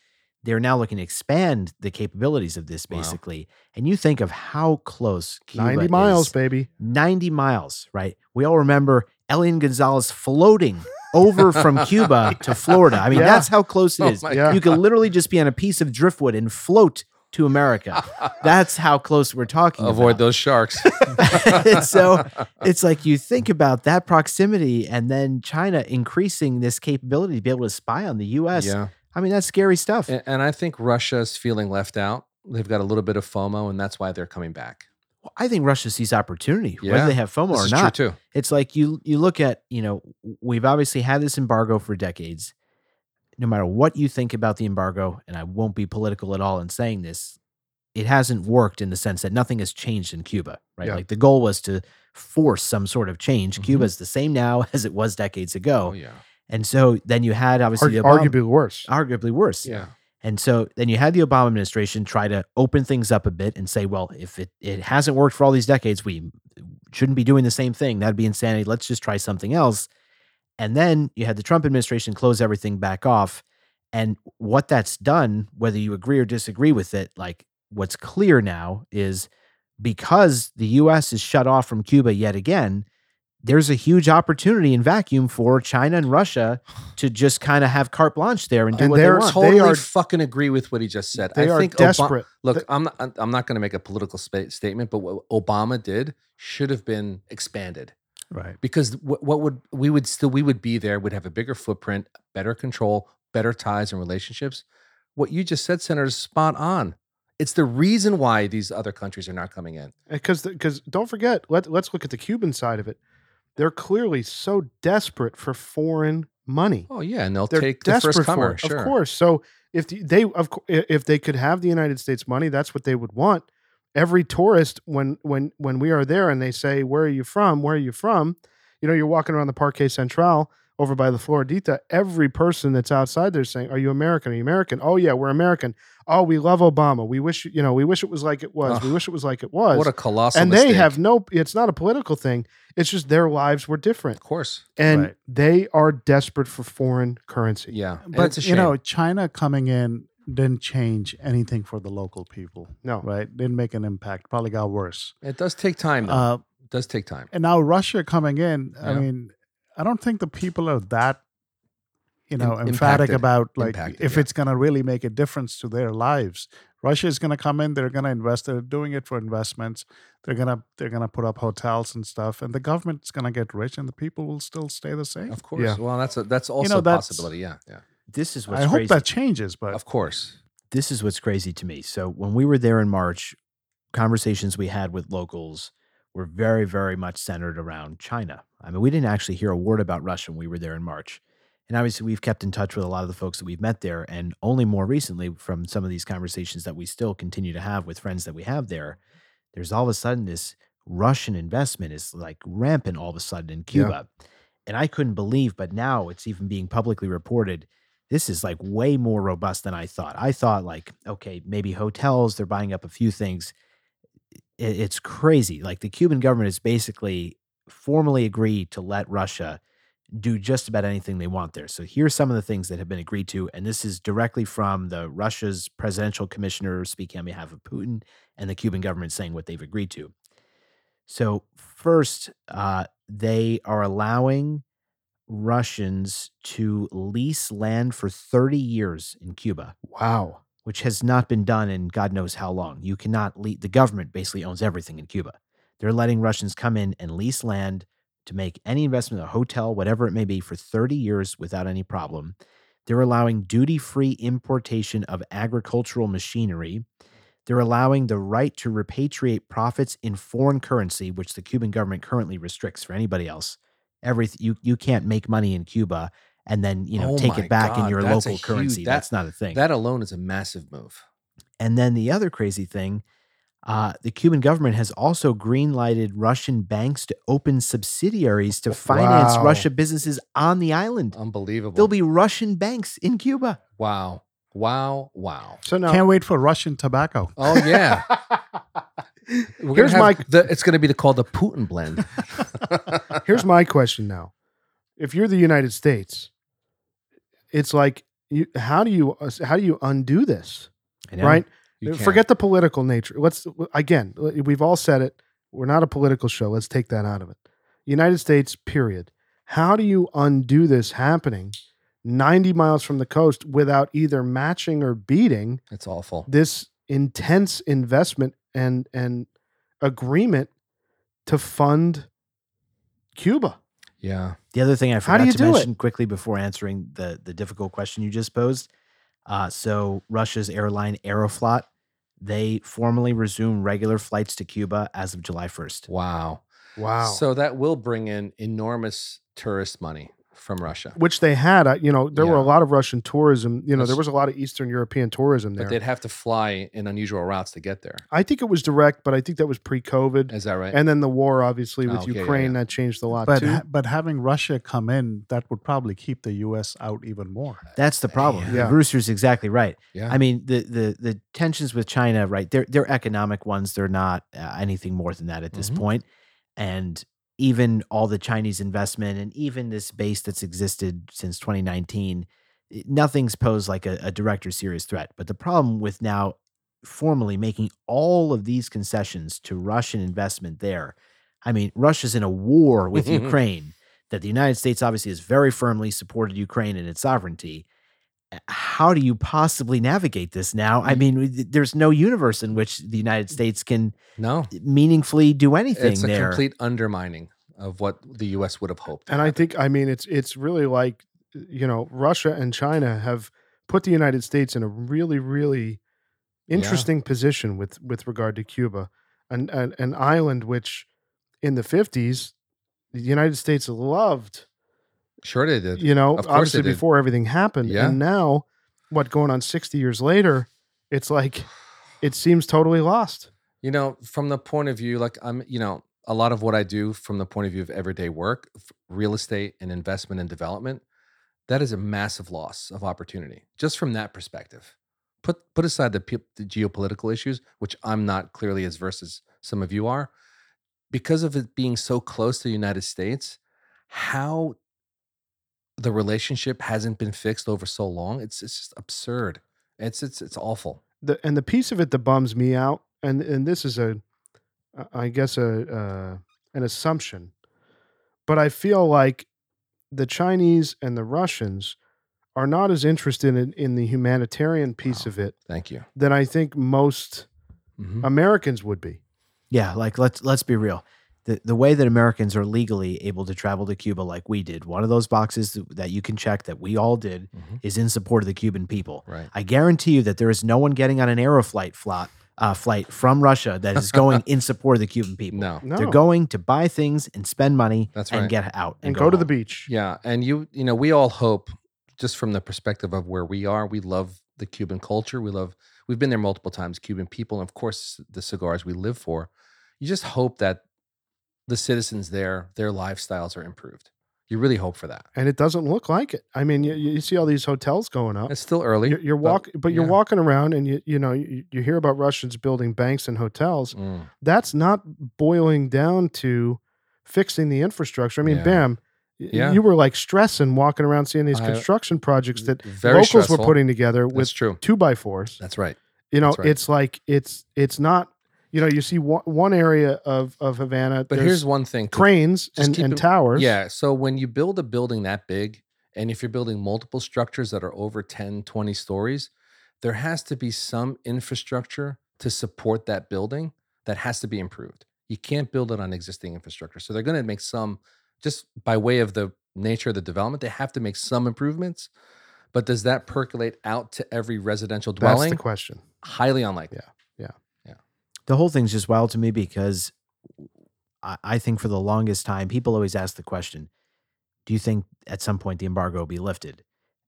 [SPEAKER 5] They're now looking to expand the capabilities of this
[SPEAKER 2] Wow.
[SPEAKER 5] basically. And you think of how close Cuba
[SPEAKER 1] 90 miles,
[SPEAKER 5] is.
[SPEAKER 1] baby.
[SPEAKER 5] 90 miles, right? We all remember Elian Gonzalez floating over from Cuba to Florida. I mean,
[SPEAKER 1] Yeah.
[SPEAKER 5] that's how close it is.
[SPEAKER 2] oh my
[SPEAKER 1] Yeah.
[SPEAKER 5] You can literally just be on a piece of driftwood and float to America. That's how close we're talking.
[SPEAKER 2] avoid
[SPEAKER 5] about.
[SPEAKER 2] those sharks.
[SPEAKER 5] And so it's like you think about that proximity and then China increasing this capability to be able to spy on the US.
[SPEAKER 2] yeah.
[SPEAKER 5] I mean, that's scary stuff.
[SPEAKER 2] And, and I think Russia's feeling left out. They've got a little bit of FOMO, and that's why they're coming back.
[SPEAKER 5] I think Russia sees opportunity, whether
[SPEAKER 2] Yeah.
[SPEAKER 5] they have FOMO
[SPEAKER 2] This
[SPEAKER 5] or
[SPEAKER 2] is
[SPEAKER 5] not.
[SPEAKER 2] true too.
[SPEAKER 5] it's like you you look at you know w- we've obviously had this embargo for decades no matter what you think about the embargo and i won't be political at all in saying this it hasn't worked in the sense that nothing has changed in cuba right
[SPEAKER 1] Yeah.
[SPEAKER 5] like the goal was to force some sort of change
[SPEAKER 2] Mhm.
[SPEAKER 5] cuba's the same now as it was decades ago
[SPEAKER 2] Oh yeah,
[SPEAKER 5] and so then you had obviously
[SPEAKER 1] Argu-
[SPEAKER 5] the Obama-
[SPEAKER 1] arguably worse.
[SPEAKER 5] arguably worse
[SPEAKER 2] yeah.
[SPEAKER 5] and so then you had the Obama administration try to open things up a bit and say, well, if it, it hasn't worked for all these decades, we shouldn't be doing the same thing. That'd be insanity. Let's just try something else. And then you had the Trump administration close everything back off. And what that's done, whether you agree or disagree with it, like what's clear now is because the US is shut off from Cuba yet again, there's a huge opportunity and vacuum for China and Russia to just kind of have carte blanche there and do
[SPEAKER 1] And
[SPEAKER 5] what they
[SPEAKER 1] they're
[SPEAKER 5] want.
[SPEAKER 1] they
[SPEAKER 2] totally
[SPEAKER 1] are-
[SPEAKER 2] fucking agree with what he just said.
[SPEAKER 1] They
[SPEAKER 2] I
[SPEAKER 1] are
[SPEAKER 2] think Oba-
[SPEAKER 1] desperate.
[SPEAKER 2] look,
[SPEAKER 1] Th-
[SPEAKER 2] I'm not, I'm not going to make a political spa- statement, but what Obama did should have been expanded
[SPEAKER 6] Right.
[SPEAKER 2] because what, what would we would still we would be there, would have a bigger footprint, better control, better ties and relationships. What you just said, Senator, is spot on. It's the reason why these other countries are not coming in.
[SPEAKER 1] Because because don't forget, let let's look at the Cuban side of it. They're clearly so desperate for foreign money.
[SPEAKER 2] Oh yeah, and they'll
[SPEAKER 1] They're
[SPEAKER 2] take the
[SPEAKER 1] desperate
[SPEAKER 2] first
[SPEAKER 1] for
[SPEAKER 2] comer,
[SPEAKER 1] it,
[SPEAKER 2] sure.
[SPEAKER 1] of course. So if the, they of cour- i- if they could have the United States money, that's what they would want. Every tourist, when when when we are there, and they say, "Where are you from? Where are you from?" You know, you're walking around the Parque Central over by the Floridita. Every person that's outside there is saying, "Are you American? Are you American? Oh yeah, we're American. Oh, we love Obama. We wish you know, we wish it was like it was.
[SPEAKER 2] Ugh.
[SPEAKER 1] we wish it was like it was."
[SPEAKER 2] What a colossal
[SPEAKER 1] and they
[SPEAKER 2] mistake.
[SPEAKER 1] have no it's not a political thing it's just their lives were different
[SPEAKER 2] of course,
[SPEAKER 1] and
[SPEAKER 6] Right.
[SPEAKER 1] they are desperate for foreign currency
[SPEAKER 2] yeah. And
[SPEAKER 6] But
[SPEAKER 2] it's a
[SPEAKER 6] you
[SPEAKER 2] shame.
[SPEAKER 6] know, China coming in didn't change anything for the local people,
[SPEAKER 1] no
[SPEAKER 6] right? Didn't make an impact. Probably got worse.
[SPEAKER 2] it does take time. Though.
[SPEAKER 6] Uh,
[SPEAKER 2] it does take time.
[SPEAKER 6] and now Russia coming in. I
[SPEAKER 2] Yeah.
[SPEAKER 6] mean, I don't think the people are that, you know,
[SPEAKER 2] Im-
[SPEAKER 6] emphatic
[SPEAKER 2] impacted.
[SPEAKER 6] about like
[SPEAKER 2] Impacted,
[SPEAKER 6] if
[SPEAKER 2] yeah.
[SPEAKER 6] it's going to really make a difference to their lives. Russia is going to come in. They're going to invest. They're doing it for investments. They're gonna they're gonna put up hotels and stuff, and the government's going to get rich, and the people will still stay the same.
[SPEAKER 2] Of course.
[SPEAKER 1] Yeah.
[SPEAKER 2] Well, that's a, that's also a
[SPEAKER 6] that's-
[SPEAKER 2] possibility. Yeah, yeah.
[SPEAKER 5] this is what's
[SPEAKER 6] I hope
[SPEAKER 5] crazy.
[SPEAKER 6] that changes, but
[SPEAKER 2] Of course.
[SPEAKER 5] this is what's crazy to me. So when we were there in March, conversations we had with locals were very, very much centered around China. I mean, we didn't actually hear a word about Russia when we were there in March. And obviously, we've kept in touch with a lot of the folks that we've met there, and only more recently from some of these conversations that we still continue to have with friends that we have there. There's all of a sudden this Russian investment is like rampant all of a sudden in Cuba. And I couldn't believe, but now it's even being publicly reported this is like way more robust than I thought. I thought like, okay, maybe hotels, they're buying up a few things. I- It's crazy. Like the Cuban government has basically formally agreed to let Russia do just about anything they want there. So here's some of the things that have been agreed to, and this is directly from the Russia's presidential commissioner speaking on behalf of Putin and the Cuban government saying what they've agreed to. So first, uh, they are allowing Russians to lease land for 30 years in Cuba,
[SPEAKER 1] Wow.
[SPEAKER 5] which has not been done in God knows how long. You cannot lease. The government basically owns everything in Cuba. They're letting Russians come in and lease land to make any investment, a hotel, whatever it may be, for 30 years without any problem. They're allowing duty free importation of agricultural machinery. They're allowing the right to repatriate profits in foreign currency, which the Cuban government currently restricts for anybody else. Everything you, you can't make money in Cuba and then you know
[SPEAKER 2] Oh
[SPEAKER 5] take
[SPEAKER 2] my
[SPEAKER 5] it back in
[SPEAKER 2] God,
[SPEAKER 5] your
[SPEAKER 2] that's a
[SPEAKER 5] local
[SPEAKER 2] huge-
[SPEAKER 5] currency.
[SPEAKER 2] that-
[SPEAKER 5] that's not a thing.
[SPEAKER 2] That alone is a massive move.
[SPEAKER 5] And then the other crazy thing, uh, the Cuban government has also greenlighted Russian banks to open subsidiaries to finance
[SPEAKER 1] Wow.
[SPEAKER 5] Russia businesses on the island.
[SPEAKER 2] Unbelievable.
[SPEAKER 5] There'll be Russian banks in Cuba.
[SPEAKER 2] wow, wow, wow.
[SPEAKER 1] So now,
[SPEAKER 6] Can't wait for Russian tobacco.
[SPEAKER 2] Oh yeah. We're
[SPEAKER 1] Here's
[SPEAKER 2] gonna have
[SPEAKER 1] my-
[SPEAKER 2] the, it's going to be the, called the Putin blend.
[SPEAKER 1] here's my question now. If you're the United States, it's like you, how do you uh, how do you undo this?
[SPEAKER 5] I know.
[SPEAKER 1] Right?
[SPEAKER 2] You can't.
[SPEAKER 1] Forget the political nature. Let's again, we've all said it. We're not a political show. Let's take that out of it. United States, period. How do you undo this happening 90 miles from the coast without either matching or beating
[SPEAKER 2] it's awful.
[SPEAKER 1] this intense investment and and agreement to fund Cuba?
[SPEAKER 2] Yeah.
[SPEAKER 5] The other thing I
[SPEAKER 1] How
[SPEAKER 5] forgot
[SPEAKER 1] do you
[SPEAKER 5] to
[SPEAKER 1] do it?
[SPEAKER 5] mention quickly before answering the the difficult question you just posed. Uh, so Russia's airline Aeroflot, they formally resume regular flights to Cuba as of July 1st.
[SPEAKER 2] Wow.
[SPEAKER 1] Wow.
[SPEAKER 2] So that will bring in enormous tourist money from Russia.
[SPEAKER 1] which they had, uh, you know, there were a
[SPEAKER 2] Yeah.
[SPEAKER 1] lot of Russian tourism. You know, there
[SPEAKER 2] That's-
[SPEAKER 1] was a lot of Eastern European tourism
[SPEAKER 2] But
[SPEAKER 1] there.
[SPEAKER 2] they'd have to fly in unusual routes to get there.
[SPEAKER 1] I think it was direct, but I think that was pre-COVID.
[SPEAKER 2] Is that right?
[SPEAKER 1] And then the war, obviously, with
[SPEAKER 2] Oh, okay, yeah,
[SPEAKER 1] Ukraine,
[SPEAKER 2] yeah.
[SPEAKER 1] that changed a
[SPEAKER 2] Uh,
[SPEAKER 1] lot
[SPEAKER 6] But
[SPEAKER 1] too.
[SPEAKER 6] ha- but having Russia come in, that would probably keep the U.S. out even more.
[SPEAKER 5] That's the problem.
[SPEAKER 1] Yeah.
[SPEAKER 5] The Rooster's exactly right.
[SPEAKER 2] yeah.
[SPEAKER 5] I mean the the the tensions with China, right? They're they're economic ones. They're not uh, anything more than that at this
[SPEAKER 2] Mhm.
[SPEAKER 5] point. And even all the Chinese investment and even this base that's existed since 2019, it- nothing's posed like a, a direct or serious threat. But the problem with now formally making all of these concessions to Russian investment there, I mean, Russia's in a war with Ukraine that the United States obviously has very firmly supported Ukraine and its sovereignty. Uh, How do you possibly navigate this now?
[SPEAKER 2] Mm-hmm.
[SPEAKER 5] I mean, we- th- there's no universe in which the United States can
[SPEAKER 2] no.
[SPEAKER 5] meaningfully do anything
[SPEAKER 2] Mm-hmm. It's a
[SPEAKER 5] there.
[SPEAKER 2] complete undermining of what the US would have hoped.
[SPEAKER 1] and I think, I mean, it's it's really like, you know, Russia and China have put the United States in a really, really
[SPEAKER 2] Yeah.
[SPEAKER 1] interesting position with with regard to Cuba, an an, an island which, in the fifties, the United States loved.
[SPEAKER 2] Sure they did.
[SPEAKER 1] you know,
[SPEAKER 2] Of course they
[SPEAKER 1] obviously
[SPEAKER 2] did.
[SPEAKER 1] before everything happened.
[SPEAKER 2] Yeah.
[SPEAKER 1] And now, what going on 60 years later, it's like it seems totally lost.
[SPEAKER 2] You know, from the point of view, like I'm, you know, a lot of what I do from the point of view of everyday work, f- real estate and investment and development, that is a massive loss of opportunity just from that perspective. Put put aside the, pe- the geopolitical issues, which I'm not clearly as versed as some of you are, because of it being so close to the United States, how the relationship hasn't been fixed over so long, it's it's just absurd. It's it's it's awful.
[SPEAKER 1] The and the piece of it that bums me out, and and this is a, I guess a uh, an assumption, but I feel like the Chinese and the Russians are not as interested in, in the humanitarian piece
[SPEAKER 5] Wow.
[SPEAKER 1] of it
[SPEAKER 2] Thank you.
[SPEAKER 1] than I think most
[SPEAKER 2] Mhm.
[SPEAKER 1] Americans would be.
[SPEAKER 5] Yeah, like let's let's be real. The the way that Americans are legally able to travel to Cuba like we did, one of those boxes th- that you can check that we all did
[SPEAKER 2] Mhm.
[SPEAKER 5] is in support of the Cuban people.
[SPEAKER 2] Right.
[SPEAKER 5] I guarantee you that there is no one getting on an Aeroflight flight uh, flight from Russia that is going in support of the Cuban people.
[SPEAKER 2] No.
[SPEAKER 1] No,
[SPEAKER 5] They're going to buy things and spend money
[SPEAKER 2] That's
[SPEAKER 5] and
[SPEAKER 2] right.
[SPEAKER 5] get out
[SPEAKER 1] and go to the
[SPEAKER 5] home.
[SPEAKER 1] beach.
[SPEAKER 2] Yeah, and you you know we all hope just from the perspective of where we are, we love the Cuban culture. We love we've been there multiple times, Cuban people, and of course the cigars we live for. You just hope that the citizens there, their lifestyles are improved. You really hope for that.
[SPEAKER 1] And it doesn't look like it. I mean, you, you see all these hotels going up.
[SPEAKER 2] It's still early.
[SPEAKER 1] You're, you're walk, but, you're
[SPEAKER 2] yeah.
[SPEAKER 1] walking around, and you you know you, you hear about Russians building banks and hotels.
[SPEAKER 2] Mm,
[SPEAKER 1] That's not boiling down to fixing the infrastructure. I mean,
[SPEAKER 2] Yeah.
[SPEAKER 1] bam, Y-
[SPEAKER 2] Yeah.
[SPEAKER 1] You were like stressing walking around seeing
[SPEAKER 6] Uh-huh.
[SPEAKER 1] these
[SPEAKER 2] I-
[SPEAKER 1] construction projects
[SPEAKER 6] Mm-hmm.
[SPEAKER 1] that
[SPEAKER 2] Very
[SPEAKER 1] locals
[SPEAKER 2] stressful.
[SPEAKER 1] were putting together
[SPEAKER 2] That's
[SPEAKER 1] with
[SPEAKER 2] true.
[SPEAKER 1] two by fours.
[SPEAKER 2] That's right.
[SPEAKER 1] You know,
[SPEAKER 2] That's right.
[SPEAKER 1] it's like it's it's not. You know, you see one, one area of of Havana,
[SPEAKER 2] But
[SPEAKER 1] there's
[SPEAKER 2] here's one thing. to-
[SPEAKER 1] cranes
[SPEAKER 2] just
[SPEAKER 1] and,
[SPEAKER 2] keep
[SPEAKER 1] and
[SPEAKER 2] it-
[SPEAKER 1] towers.
[SPEAKER 2] Yeah. So when you build a building that big, and if you're building multiple structures that are over 10, 20 stories, there has to be some infrastructure to support that building that has to be improved. You can't build it on existing infrastructure. So they're going to make some, just by way of the nature of the development, they have to make some improvements. But does that percolate out to every residential
[SPEAKER 1] that's
[SPEAKER 2] dwelling?
[SPEAKER 1] the question.
[SPEAKER 2] Highly unlikely.
[SPEAKER 5] the whole thing's just wild to me because I, I think for the longest time people always ask the question do you think at some point the embargo will be lifted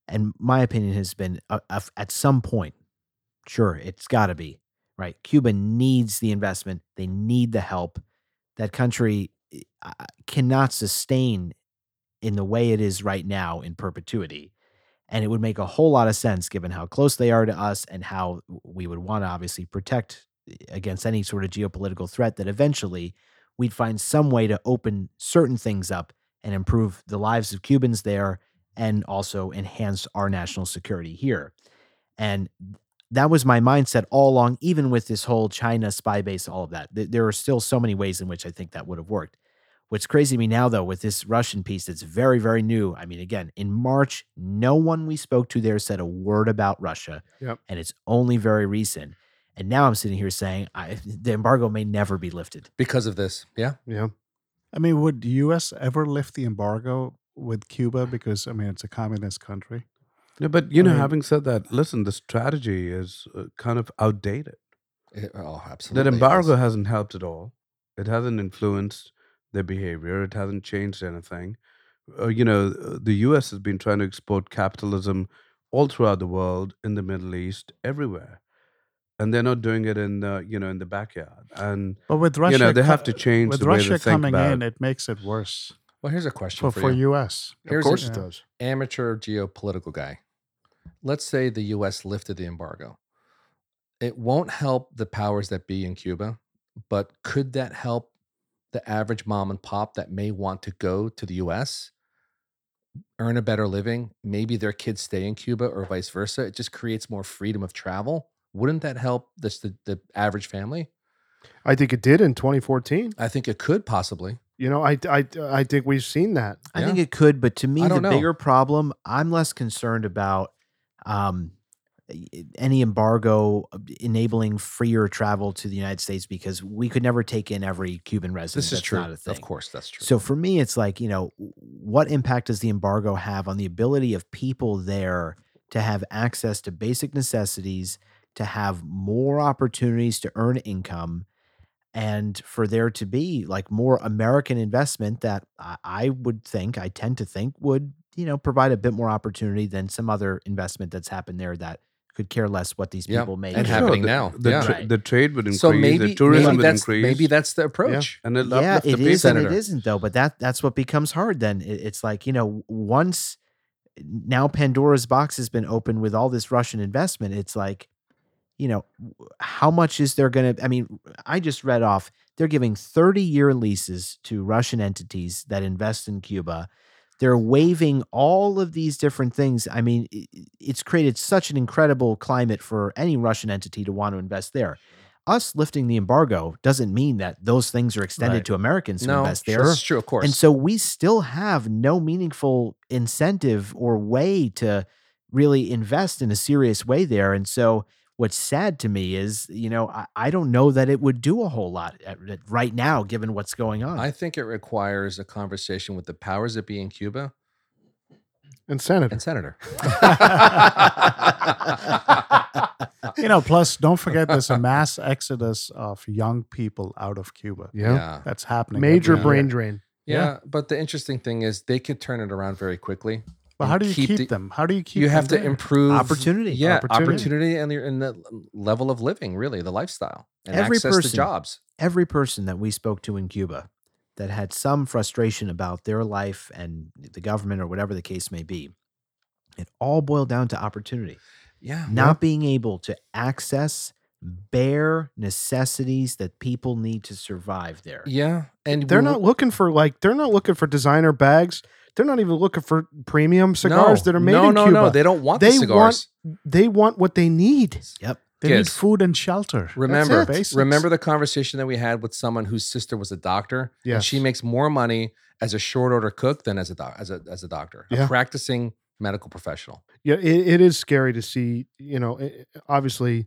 [SPEAKER 5] and my opinion has been uh, of- at some point sure it's got to be right cuba needs the investment they need the help that country eh, uh, cannot sustain in the way it is right now in perpetuity and it would make a whole lot of sense given how close they are to us and how we would want to obviously protect against any sort of geopolitical threat that eventually we'd find some way to open certain things up and improve the lives of Cubans there and also enhance our national security here. And that was my mindset all along, even with this whole China spy base, all of that. Th- There are still so many ways in which I think that would have worked. What's crazy to me now, though, with this Russian piece that's very, very new. I mean, again, in March, no one we spoke to there said a word about Russia.
[SPEAKER 1] Yep.
[SPEAKER 5] And it's only very recent. And now I'm sitting here saying I, the embargo may never be lifted.
[SPEAKER 2] Because of this. Yeah.
[SPEAKER 1] Yeah.
[SPEAKER 6] I mean, would the U.S. ever lift the embargo with Cuba? Because I mean, it's a communist country.
[SPEAKER 3] Yeah, but you
[SPEAKER 6] I
[SPEAKER 3] know,
[SPEAKER 6] mean-
[SPEAKER 3] having said that, listen, the strategy is uh, kind of outdated.
[SPEAKER 2] It- oh, absolutely.
[SPEAKER 3] That
[SPEAKER 2] It was-
[SPEAKER 3] embargo hasn't helped at all. It hasn't influenced their behavior. It hasn't changed anything. Uh, you know, uh, the U.S. has been trying to export capitalism all throughout the world, in the Middle East, everywhere, and they're not doing it in the you know in the backyard. And
[SPEAKER 6] But with Russia,
[SPEAKER 3] you know, they
[SPEAKER 6] co-
[SPEAKER 3] have to change
[SPEAKER 6] With
[SPEAKER 3] the way
[SPEAKER 6] Russia
[SPEAKER 3] they think
[SPEAKER 6] coming
[SPEAKER 3] about
[SPEAKER 6] in,
[SPEAKER 3] it.
[SPEAKER 6] it makes it worse
[SPEAKER 2] Well, here's a question
[SPEAKER 6] for,
[SPEAKER 2] for,
[SPEAKER 6] for
[SPEAKER 2] you.
[SPEAKER 6] U.S.
[SPEAKER 1] Of
[SPEAKER 2] Here's
[SPEAKER 1] course
[SPEAKER 2] an
[SPEAKER 1] it
[SPEAKER 6] Yeah.
[SPEAKER 1] does.
[SPEAKER 2] amateur geopolitical guy. Let's say the US lifted the embargo. It won't help the powers that be in Cuba, but could that help the average mom and pop that may want to go to the US, earn a better living? Maybe their kids stay in Cuba or vice versa. It just creates more freedom of travel. Wouldn't that help this, the, the average family?
[SPEAKER 1] I think it did in 2014.
[SPEAKER 2] I think it could possibly.
[SPEAKER 1] You know, I I I think we've seen that.
[SPEAKER 5] I think it could, but to me,
[SPEAKER 2] I
[SPEAKER 5] the
[SPEAKER 2] don't know.
[SPEAKER 5] bigger problem, I'm less concerned about um, i- any embargo uh, enabling freer travel to the United States because we could never take in every Cuban resident.
[SPEAKER 2] This is
[SPEAKER 5] That's
[SPEAKER 2] true.
[SPEAKER 5] Not a thing.
[SPEAKER 2] Of course, that's true.
[SPEAKER 5] So for me, it's like, you know, what impact does the embargo have on the ability of people there to have access to basic necessities, to have more opportunities to earn income, and for there to be like more American investment that I, I would think, I tend to think would, you know, provide a bit more opportunity than some other investment that's happened there that could care less what these
[SPEAKER 2] Yeah,
[SPEAKER 5] people make.
[SPEAKER 2] and
[SPEAKER 3] Sure,
[SPEAKER 2] happening
[SPEAKER 3] the,
[SPEAKER 2] now,
[SPEAKER 3] The,
[SPEAKER 2] yeah.
[SPEAKER 3] tra-
[SPEAKER 5] Right.
[SPEAKER 3] the trade would increase.
[SPEAKER 2] so maybe,
[SPEAKER 3] the tourism
[SPEAKER 2] maybe,
[SPEAKER 3] would
[SPEAKER 2] that's,
[SPEAKER 3] increase.
[SPEAKER 2] maybe that's the approach.
[SPEAKER 3] and it'll
[SPEAKER 5] yeah,
[SPEAKER 3] uplift
[SPEAKER 5] it
[SPEAKER 3] the
[SPEAKER 5] is
[SPEAKER 3] people.
[SPEAKER 5] and it
[SPEAKER 2] Senator.
[SPEAKER 5] isn't though. But that that's what becomes hard. Then It- it's like you know, once now Pandora's box has been opened with all this Russian investment. It's like, you know, how much is there going to? I mean, I just read off they're giving thirty-year leases to Russian entities that invest in Cuba. They're waiving all of these different things. I mean, i- i- it's created such an incredible climate for any Russian entity to want to invest there. Us lifting the embargo doesn't mean that those things are extended
[SPEAKER 2] Right.
[SPEAKER 5] to Americans who
[SPEAKER 2] no,
[SPEAKER 5] invest
[SPEAKER 2] sure,
[SPEAKER 5] there.
[SPEAKER 2] that's true. Of course.
[SPEAKER 5] And so we still have no meaningful incentive or way to really invest in a serious way there. And so what's sad to me is, you know, I, I don't know that it would do a whole lot at, at right now, given what's going on.
[SPEAKER 2] I think it requires a conversation with the powers that be in Cuba
[SPEAKER 1] And Senator.
[SPEAKER 2] and Senator.
[SPEAKER 6] You know, plus don't forget there's a mass exodus of young people out of Cuba.
[SPEAKER 1] yeah.
[SPEAKER 2] yeah.
[SPEAKER 6] That's happening.
[SPEAKER 1] Major
[SPEAKER 6] every year.
[SPEAKER 1] brain drain.
[SPEAKER 2] Yeah. But the interesting thing is they could turn it around very quickly.
[SPEAKER 6] But how do you
[SPEAKER 2] keep
[SPEAKER 6] keep,
[SPEAKER 2] the-
[SPEAKER 6] them? How do you keep?
[SPEAKER 2] you have
[SPEAKER 6] them
[SPEAKER 2] to
[SPEAKER 6] there?
[SPEAKER 2] improve
[SPEAKER 5] Opportunity.
[SPEAKER 2] Yeah.
[SPEAKER 1] Opportunity.
[SPEAKER 2] Opportunity, and, the, and the level of living, really, the lifestyle and
[SPEAKER 5] Every
[SPEAKER 2] access
[SPEAKER 5] person-
[SPEAKER 2] to jobs.
[SPEAKER 5] every person that we spoke to in Cuba that had some frustration about their life and the government or whatever the case may be, it all boiled down to opportunity.
[SPEAKER 2] Yeah.
[SPEAKER 5] not being able to access bare necessities that people need to survive there.
[SPEAKER 2] Yeah. And
[SPEAKER 1] They're
[SPEAKER 2] we-
[SPEAKER 1] not looking for like they're not looking for designer bags. They're not even looking for premium cigars that are made
[SPEAKER 2] no,
[SPEAKER 1] in
[SPEAKER 2] no,
[SPEAKER 1] Cuba.
[SPEAKER 2] No, They don't want the
[SPEAKER 1] They
[SPEAKER 2] cigars.
[SPEAKER 1] they want what they need.
[SPEAKER 6] They need
[SPEAKER 2] Yes.
[SPEAKER 6] food and shelter.
[SPEAKER 2] remember,
[SPEAKER 1] it. Basics.
[SPEAKER 2] remember the conversation that we had with someone whose sister was a doctor. And she
[SPEAKER 1] Yes.
[SPEAKER 2] makes more money as a short order cook than as a doc, as a as a doctor,
[SPEAKER 1] Yeah.
[SPEAKER 2] a practicing medical professional.
[SPEAKER 1] Yeah, it, it is scary to see. You know, i- i- obviously,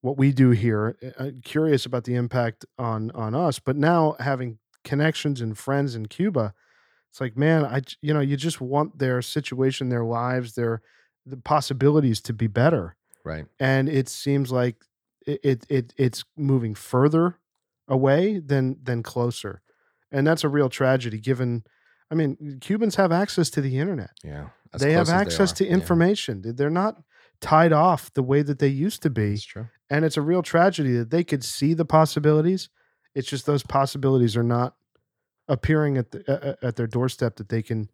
[SPEAKER 1] what we do here. I- I'm curious about the impact on on us, but now having connections and friends in Cuba, it's like, man, I j- you know, you just want their situation, their lives, their the possibilities to be better,
[SPEAKER 2] Right.
[SPEAKER 1] and it seems like it it, it it's moving further away than than closer, and that's a real tragedy. Given, I mean, Cubans have access to the internet
[SPEAKER 2] Yeah.
[SPEAKER 1] they have access to information. They're not tied off the way that they used to be.
[SPEAKER 2] That's true.
[SPEAKER 1] And it's a real tragedy that they could see the possibilities. It's just those possibilities are not appearing at the, uh, at their doorstep that they can,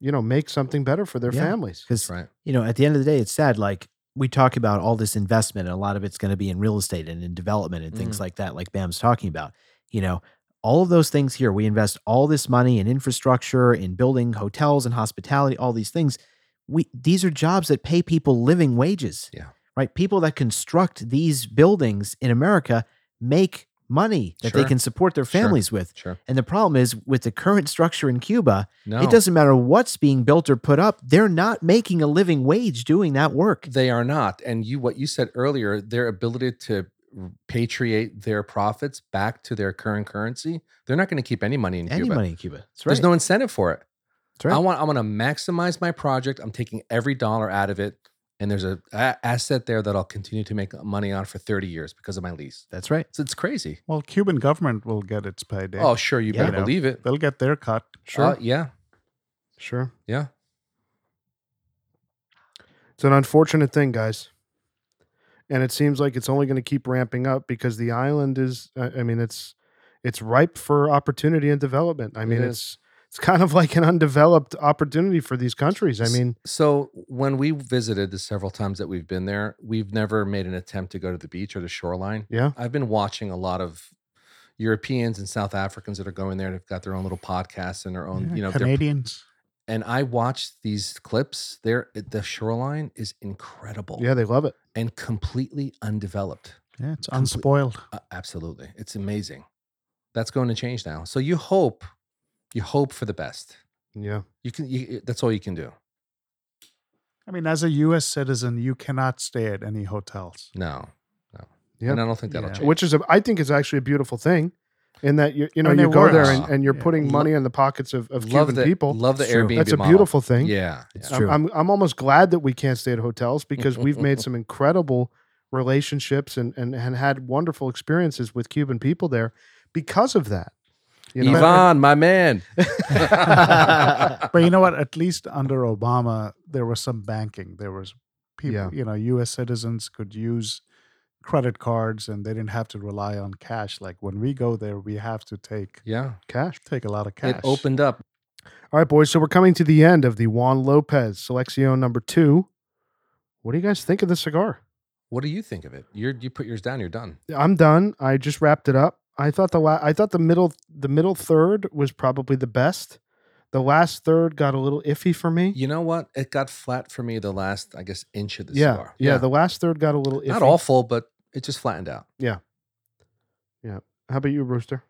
[SPEAKER 1] you know, make something better for their
[SPEAKER 5] Yeah.
[SPEAKER 1] families.
[SPEAKER 5] Because
[SPEAKER 2] Right.
[SPEAKER 5] you know, at the end of the day, it's sad. Like we talk about all this investment, and a lot of it's going to be in real estate and in development and
[SPEAKER 2] Mm-hmm.
[SPEAKER 5] things like that, like Bam's talking about. You know, all of those things here, we invest all this money in infrastructure, in building hotels and hospitality, all these things. We these are jobs that pay people living wages.
[SPEAKER 2] Yeah.
[SPEAKER 5] Right. People that construct these buildings in America make money that they
[SPEAKER 2] Sure.
[SPEAKER 5] can support their
[SPEAKER 2] Sure.
[SPEAKER 5] families with.
[SPEAKER 2] Sure.
[SPEAKER 5] And the problem is with the current structure in Cuba,
[SPEAKER 2] No.
[SPEAKER 5] it doesn't matter what's being built or put up. They're not making a living wage doing that work.
[SPEAKER 2] They are not. And you, what you said earlier, their ability to patriate their profits back to their current currency, they're not going to keep any money in
[SPEAKER 5] Any
[SPEAKER 2] Cuba.
[SPEAKER 5] money in Cuba. That's right.
[SPEAKER 2] There's no incentive for it.
[SPEAKER 5] That's right.
[SPEAKER 2] I want. I want to maximize my project. I'm taking every dollar out of it, and there's a, a asset there that I'll continue to make money on for 30 years because of my lease.
[SPEAKER 5] That's right.
[SPEAKER 2] So it's crazy.
[SPEAKER 6] Well, Cuban government will get its payday.
[SPEAKER 2] Oh, sure, you
[SPEAKER 5] Yeah.
[SPEAKER 2] better
[SPEAKER 6] You know,
[SPEAKER 2] believe it.
[SPEAKER 6] They'll get their cut.
[SPEAKER 2] Uh, yeah,
[SPEAKER 1] Sure.
[SPEAKER 2] yeah.
[SPEAKER 1] It's an unfortunate thing, guys. And it seems like it's only going to keep ramping up because the island is I I mean it's it's ripe for opportunity and development. I
[SPEAKER 2] It
[SPEAKER 1] mean
[SPEAKER 2] is.
[SPEAKER 1] it's it's kind of like an undeveloped opportunity for these countries. I
[SPEAKER 2] S-
[SPEAKER 1] mean,
[SPEAKER 2] So when we visited the several times that we've been there, we've never made an attempt to go to the beach or the shoreline.
[SPEAKER 1] yeah.
[SPEAKER 2] I've been watching a lot of Europeans and South Africans that are going there. They've got their own little podcasts and their own,
[SPEAKER 6] Yeah,
[SPEAKER 2] you know, their,
[SPEAKER 6] Canadians.
[SPEAKER 2] and I watched these clips. There, the shoreline is incredible
[SPEAKER 1] Yeah, they love it.
[SPEAKER 2] and completely undeveloped.
[SPEAKER 6] Yeah, it's
[SPEAKER 2] Comple-
[SPEAKER 6] unspoiled.
[SPEAKER 2] Uh, absolutely, it's amazing. That's going to change now. So you hope, you hope for the best.
[SPEAKER 1] Yeah.
[SPEAKER 2] You can. You, that's all you can do.
[SPEAKER 6] I mean, as a U.S. citizen, you cannot stay at any hotels.
[SPEAKER 2] No, no.
[SPEAKER 1] Yeah.
[SPEAKER 2] And I don't think that'll
[SPEAKER 6] Yeah.
[SPEAKER 2] change.
[SPEAKER 1] Which is, a, I think, is actually a beautiful thing, in that you you know
[SPEAKER 6] And
[SPEAKER 1] you
[SPEAKER 6] it
[SPEAKER 1] go there
[SPEAKER 2] works.
[SPEAKER 1] and, and you're
[SPEAKER 6] Yeah.
[SPEAKER 1] putting
[SPEAKER 2] Lo-
[SPEAKER 1] money in the pockets of, of
[SPEAKER 2] love
[SPEAKER 1] Cuban
[SPEAKER 2] the
[SPEAKER 1] people.
[SPEAKER 2] Love the
[SPEAKER 5] It's true.
[SPEAKER 2] Airbnb.
[SPEAKER 1] That's a
[SPEAKER 2] model.
[SPEAKER 1] beautiful thing.
[SPEAKER 2] Yeah,
[SPEAKER 5] It's
[SPEAKER 2] yeah.
[SPEAKER 1] I'm,
[SPEAKER 5] true.
[SPEAKER 1] I'm I'm almost glad that we can't stay at hotels because we've made some incredible relationships and and, and had wonderful experiences with Cuban people there because of that. You know,
[SPEAKER 2] Ivan, my man.
[SPEAKER 6] But you know what? At least under Obama, there was some banking. There was people,
[SPEAKER 1] Yeah.
[SPEAKER 6] you know, U.S. citizens could use credit cards, and they didn't have to rely on cash. Like when we go there, we have to take
[SPEAKER 2] yeah,
[SPEAKER 1] cash.
[SPEAKER 6] take a lot of cash.
[SPEAKER 2] it opened up.
[SPEAKER 1] All right, boys. So we're coming to the end of the Juan Lopez Selección number two. What do you guys think of this cigar?
[SPEAKER 2] What do you think of it? You're, you put yours down. You're done.
[SPEAKER 1] I'm done. I just wrapped it up. I thought the la- I thought the middle the middle third was probably the best. The last third got a little iffy for me.
[SPEAKER 2] You know what? It got flat for me the last, I guess, inch of the
[SPEAKER 1] yeah,
[SPEAKER 2] cigar.
[SPEAKER 1] yeah, The last third got a little iffy.
[SPEAKER 2] not awful, but it just flattened out.
[SPEAKER 1] How about you, Rooster?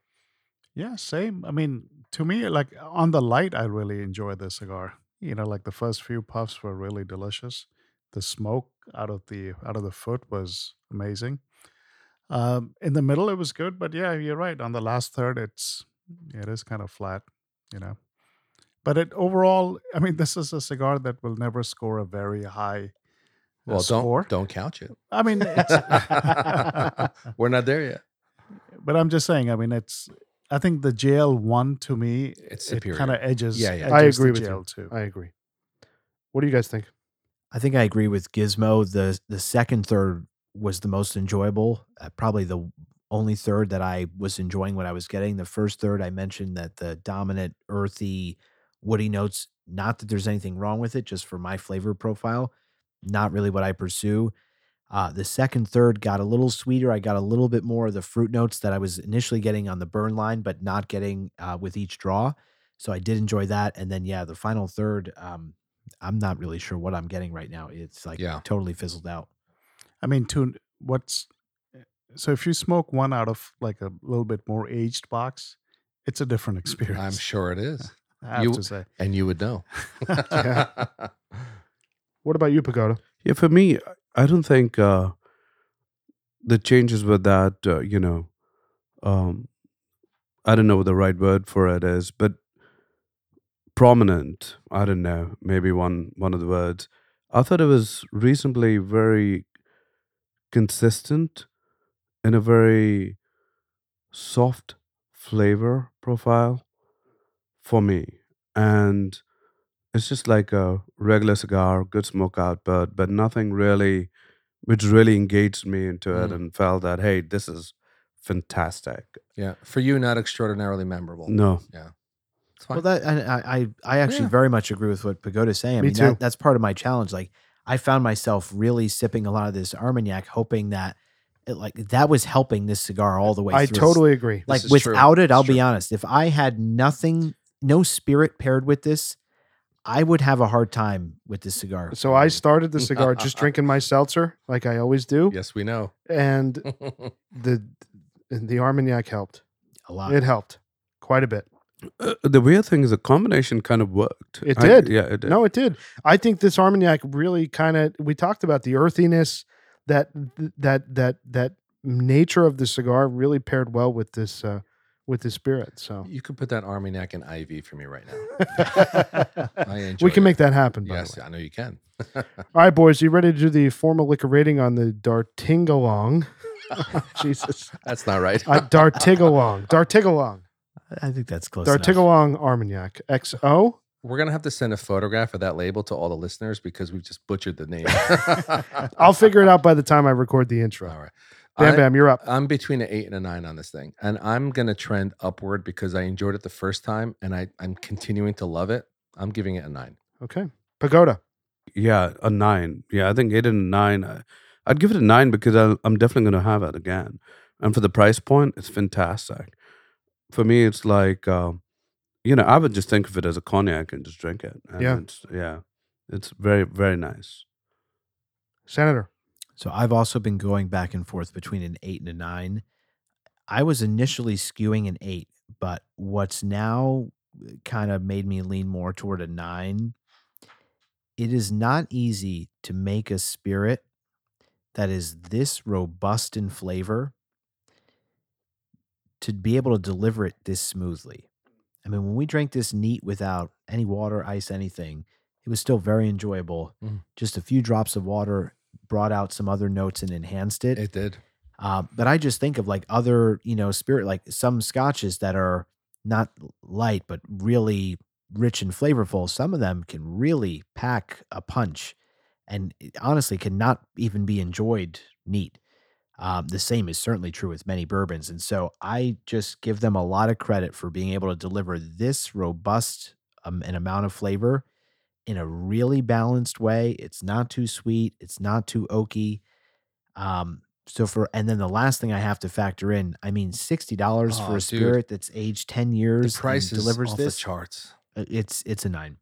[SPEAKER 6] Yeah, same. I mean, to me, like on the light, I really enjoy the cigar. You know, like the first few puffs were really delicious. The smoke out of the out of the foot was amazing. Um, in the middle, it was good, but yeah, you're right. On the last third, it's it is kind of flat. You know, but it overall, I mean, this is a cigar that will never score a very high. uh,
[SPEAKER 2] Well, don't
[SPEAKER 6] score.
[SPEAKER 2] don't couch it.
[SPEAKER 6] I mean, it's,
[SPEAKER 2] We're not there yet.
[SPEAKER 6] but I'm just saying. I mean, it's. I think the JL one to me,
[SPEAKER 2] It's
[SPEAKER 6] it
[SPEAKER 2] superior.
[SPEAKER 6] kind of edges.
[SPEAKER 2] Yeah, yeah.
[SPEAKER 1] I
[SPEAKER 6] edges the
[SPEAKER 1] agree with you.
[SPEAKER 6] JL too.
[SPEAKER 1] I agree. What do you guys think?
[SPEAKER 5] I think I agree with Gizmo. The the second third was the most enjoyable. Uh, probably the only third that I was enjoying what I was getting. The first third I mentioned that the dominant earthy woody notes, not that there's anything wrong with it, just for my flavor profile, not really what I pursue. Uh, the second third got a little sweeter. I got a little bit more of the fruit notes that I was initially getting on the burn line, but not getting uh, with each draw. So I did enjoy that. And then yeah, the final third, um, I'm not really sure what I'm getting right now. It's like
[SPEAKER 2] Yeah.
[SPEAKER 5] totally fizzled out.
[SPEAKER 6] I mean, to what's so if you smoke one out of like a little bit more aged box, it's a different experience.
[SPEAKER 2] Mm, I'm sure it is.
[SPEAKER 6] I have
[SPEAKER 2] you-
[SPEAKER 6] to say.
[SPEAKER 2] And you would know.
[SPEAKER 1] Yeah. What about you, Pagoda?
[SPEAKER 3] Yeah, for me, I don't think uh, the changes were that, uh, you know, um, I don't know what the right word for it is, but prominent. I don't know, maybe one one of the words. I thought it was reasonably very consistent in a very soft flavor profile for me. And it's just like a regular cigar, good smoke output, but nothing really which really engaged me into it
[SPEAKER 2] Mm.
[SPEAKER 3] and felt that, hey, this is fantastic.
[SPEAKER 2] yeah. For you, not extraordinarily memorable.
[SPEAKER 3] No.
[SPEAKER 2] It's fine.
[SPEAKER 5] Well, that and I I, I actually
[SPEAKER 2] Yeah.
[SPEAKER 5] very much agree with what Pagoda's saying. I
[SPEAKER 1] Me
[SPEAKER 5] mean, that-
[SPEAKER 1] too.
[SPEAKER 5] that's part of my challenge. Like, I found myself really sipping a lot of this Armagnac, hoping that, it, like, that was helping this cigar all the way.
[SPEAKER 1] I
[SPEAKER 5] through.
[SPEAKER 1] totally agree.
[SPEAKER 5] like
[SPEAKER 2] is true.
[SPEAKER 5] without it. I'll
[SPEAKER 2] It's
[SPEAKER 5] be
[SPEAKER 2] true.
[SPEAKER 5] honest. If I had nothing, no spirit paired with this, I would have a hard time with this cigar.
[SPEAKER 1] So I started the cigar just drinking my seltzer, like I always do,
[SPEAKER 2] Yes, we know.
[SPEAKER 1] and the the Armagnac helped.
[SPEAKER 5] a lot.
[SPEAKER 1] It helped quite a bit.
[SPEAKER 3] Uh, the weird thing is the combination kind of worked.
[SPEAKER 1] It
[SPEAKER 3] I-
[SPEAKER 1] did.
[SPEAKER 3] yeah, it did.
[SPEAKER 1] No, it did. I think this Armagnac really kind of. We talked about the earthiness that that that that nature of the cigar really paired well with this uh, with the spirit. So
[SPEAKER 2] You could put that army neck in IV for me right now. I enjoy
[SPEAKER 1] we can
[SPEAKER 2] it.
[SPEAKER 1] make that happen. By
[SPEAKER 2] Yes,
[SPEAKER 1] the way.
[SPEAKER 2] I know you can.
[SPEAKER 1] All right, boys, you ready to do the formal liquor rating on the Dartingalong? Jesus,
[SPEAKER 2] That's not right.
[SPEAKER 1] uh, Dartigalong, Dartigalong,
[SPEAKER 5] I think that's close. enough.
[SPEAKER 1] Dartigalong Armagnac XO.
[SPEAKER 2] We're gonna have to send a photograph of that label to all the listeners because we've just butchered the name.
[SPEAKER 1] I'll figure it out by the time I record the
[SPEAKER 2] All
[SPEAKER 1] intro.
[SPEAKER 2] right.
[SPEAKER 1] Bam,
[SPEAKER 2] I-
[SPEAKER 1] bam, you're up.
[SPEAKER 2] I'm between an eight and a nine on this thing, and I'm gonna trend upward because I enjoyed it the first time, and I I'm continuing to love it. I'm giving it a nine.
[SPEAKER 1] Okay, Pagoda.
[SPEAKER 3] Yeah, a nine. Yeah, I think eight and a nine. I- I'd give it a nine because I'll, I'm definitely going to have it again. And for the price point, it's fantastic. For me, it's like, uh, you know, I would just think of it as a cognac and just drink it. And
[SPEAKER 1] Yeah.
[SPEAKER 3] It's, yeah. It's very, very nice.
[SPEAKER 1] Senator.
[SPEAKER 5] So I've also been going back and forth between an eight and a nine. I was initially skewing an eight, but what's now kind of made me lean more toward a nine. It is not easy to make a spirit that is this robust in flavor to be able to deliver it this smoothly. I mean, when we drank this neat without any water, ice, anything, it was still very enjoyable.
[SPEAKER 2] Mm.
[SPEAKER 5] Just a few drops of water brought out some other notes and enhanced it.
[SPEAKER 2] It did.
[SPEAKER 5] Uh, but I just think of like other, you know, spirit, like some scotches that are not light, but really rich and flavorful. Some of them can really pack a punch and it honestly cannot even be enjoyed neat. Um, the same is certainly true with many bourbons. And so I just give them a lot of credit for being able to deliver this robust um, an amount of flavor in a really balanced way. It's not too sweet, it's not too oaky. Um, so for and then the last thing I have to factor in, I mean, sixty dollars
[SPEAKER 2] Aw,
[SPEAKER 5] for a
[SPEAKER 2] dude.
[SPEAKER 5] spirit that's aged ten
[SPEAKER 2] The
[SPEAKER 5] years, and
[SPEAKER 2] price is
[SPEAKER 5] delivers
[SPEAKER 2] off
[SPEAKER 5] this.
[SPEAKER 2] the charts.
[SPEAKER 5] uh, It's it's a nine.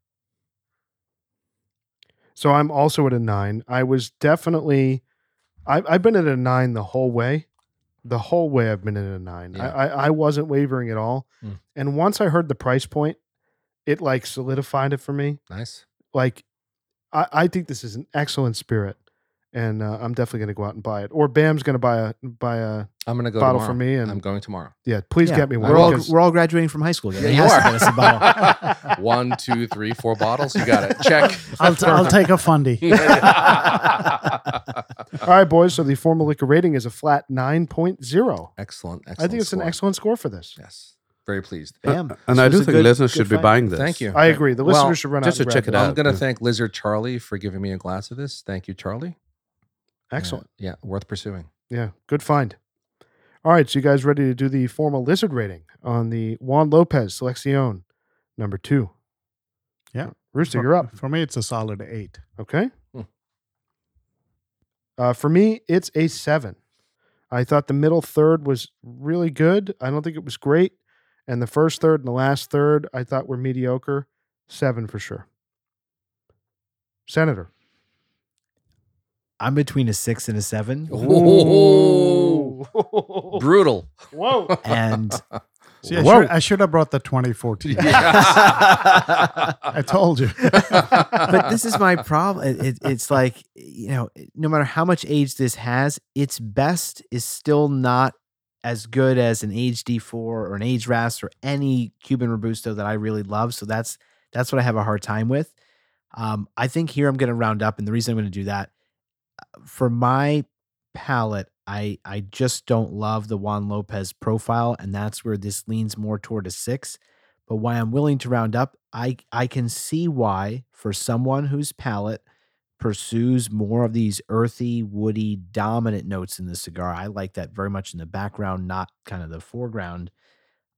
[SPEAKER 1] So I'm also at a nine. I was definitely, I, I've been at a nine the whole way. The whole way I've been at a nine.
[SPEAKER 2] Yeah.
[SPEAKER 1] I, I, I wasn't wavering at all.
[SPEAKER 2] Mm.
[SPEAKER 1] And once I heard the price point, it like solidified it for me.
[SPEAKER 2] Nice.
[SPEAKER 1] Like, I, I think this is an excellent spirit. And uh, I'm definitely going to go out and buy it. Or Bam's going to buy a buy a
[SPEAKER 2] I'm gonna go
[SPEAKER 1] bottle
[SPEAKER 2] tomorrow.
[SPEAKER 1] for me. And
[SPEAKER 2] I'm going tomorrow.
[SPEAKER 1] yeah, please
[SPEAKER 5] Yeah,
[SPEAKER 1] get me
[SPEAKER 2] I
[SPEAKER 1] one.
[SPEAKER 5] We're all,
[SPEAKER 2] because-
[SPEAKER 5] we're all graduating from high school. again.
[SPEAKER 2] Yeah,
[SPEAKER 5] He
[SPEAKER 2] you
[SPEAKER 5] has to
[SPEAKER 2] are.
[SPEAKER 5] get us a bottle.
[SPEAKER 2] One, two, three, four bottles. You got it. Check.
[SPEAKER 6] I'll, t- I'll take a fundy.
[SPEAKER 2] uh,
[SPEAKER 1] all right, boys. So the formal liquor rating is a flat 9.0.
[SPEAKER 2] excellent, excellent.
[SPEAKER 1] I think it's an
[SPEAKER 2] score.
[SPEAKER 1] excellent score for this.
[SPEAKER 2] Yes. Very pleased.
[SPEAKER 5] Bam.
[SPEAKER 3] Uh, And
[SPEAKER 5] This
[SPEAKER 3] I do
[SPEAKER 5] was a
[SPEAKER 3] think
[SPEAKER 5] good-
[SPEAKER 3] listeners
[SPEAKER 5] good
[SPEAKER 3] should be
[SPEAKER 5] find.
[SPEAKER 3] buying this.
[SPEAKER 2] Thank you.
[SPEAKER 1] I agree. The
[SPEAKER 2] Well,
[SPEAKER 1] listeners should run out
[SPEAKER 3] just
[SPEAKER 1] and
[SPEAKER 3] to
[SPEAKER 1] grab
[SPEAKER 3] check it
[SPEAKER 2] I'm
[SPEAKER 3] out.
[SPEAKER 2] going to
[SPEAKER 3] yeah.
[SPEAKER 2] thank Lizard Charlie for giving me a glass of this. Thank you, Charlie. Yeah,
[SPEAKER 1] Excellent.
[SPEAKER 2] Yeah, worth pursuing.
[SPEAKER 1] Yeah, good find. All right, so you guys ready to do the formal lizard rating on the Juan Lopez Seleccion number two?
[SPEAKER 6] Yeah.
[SPEAKER 1] Rooster, you're up.
[SPEAKER 6] For me, it's a solid eight.
[SPEAKER 1] Okay.
[SPEAKER 2] Hmm.
[SPEAKER 1] Uh, for me, it's a seven. I thought the middle third was really good. I don't think it was great. And the first third and the last third I thought were mediocre. Seven for sure. Senator.
[SPEAKER 5] I'm between a six and a seven.
[SPEAKER 2] Ooh. Brutal.
[SPEAKER 1] Whoa.
[SPEAKER 5] And
[SPEAKER 6] See, I should, I should have brought the 2014. I told you.
[SPEAKER 5] but this is my problem. It, it- it's like you know, no matter how much age this has, its best is still not as good as an age D four or an age RAS or any Cuban Robusto that I really love. So that's that's what I have a hard time with. Um, I think here I'm going to round up, and the reason I'm going to do that uh, for my palate, I I just don't love the Juan Lopez profile, and that's where this leans more toward a six but why I'm willing to round up, I I can see why for someone whose palate pursues more of these earthy, woody, dominant notes in the cigar. I like that very much in the background, not kind of the foreground.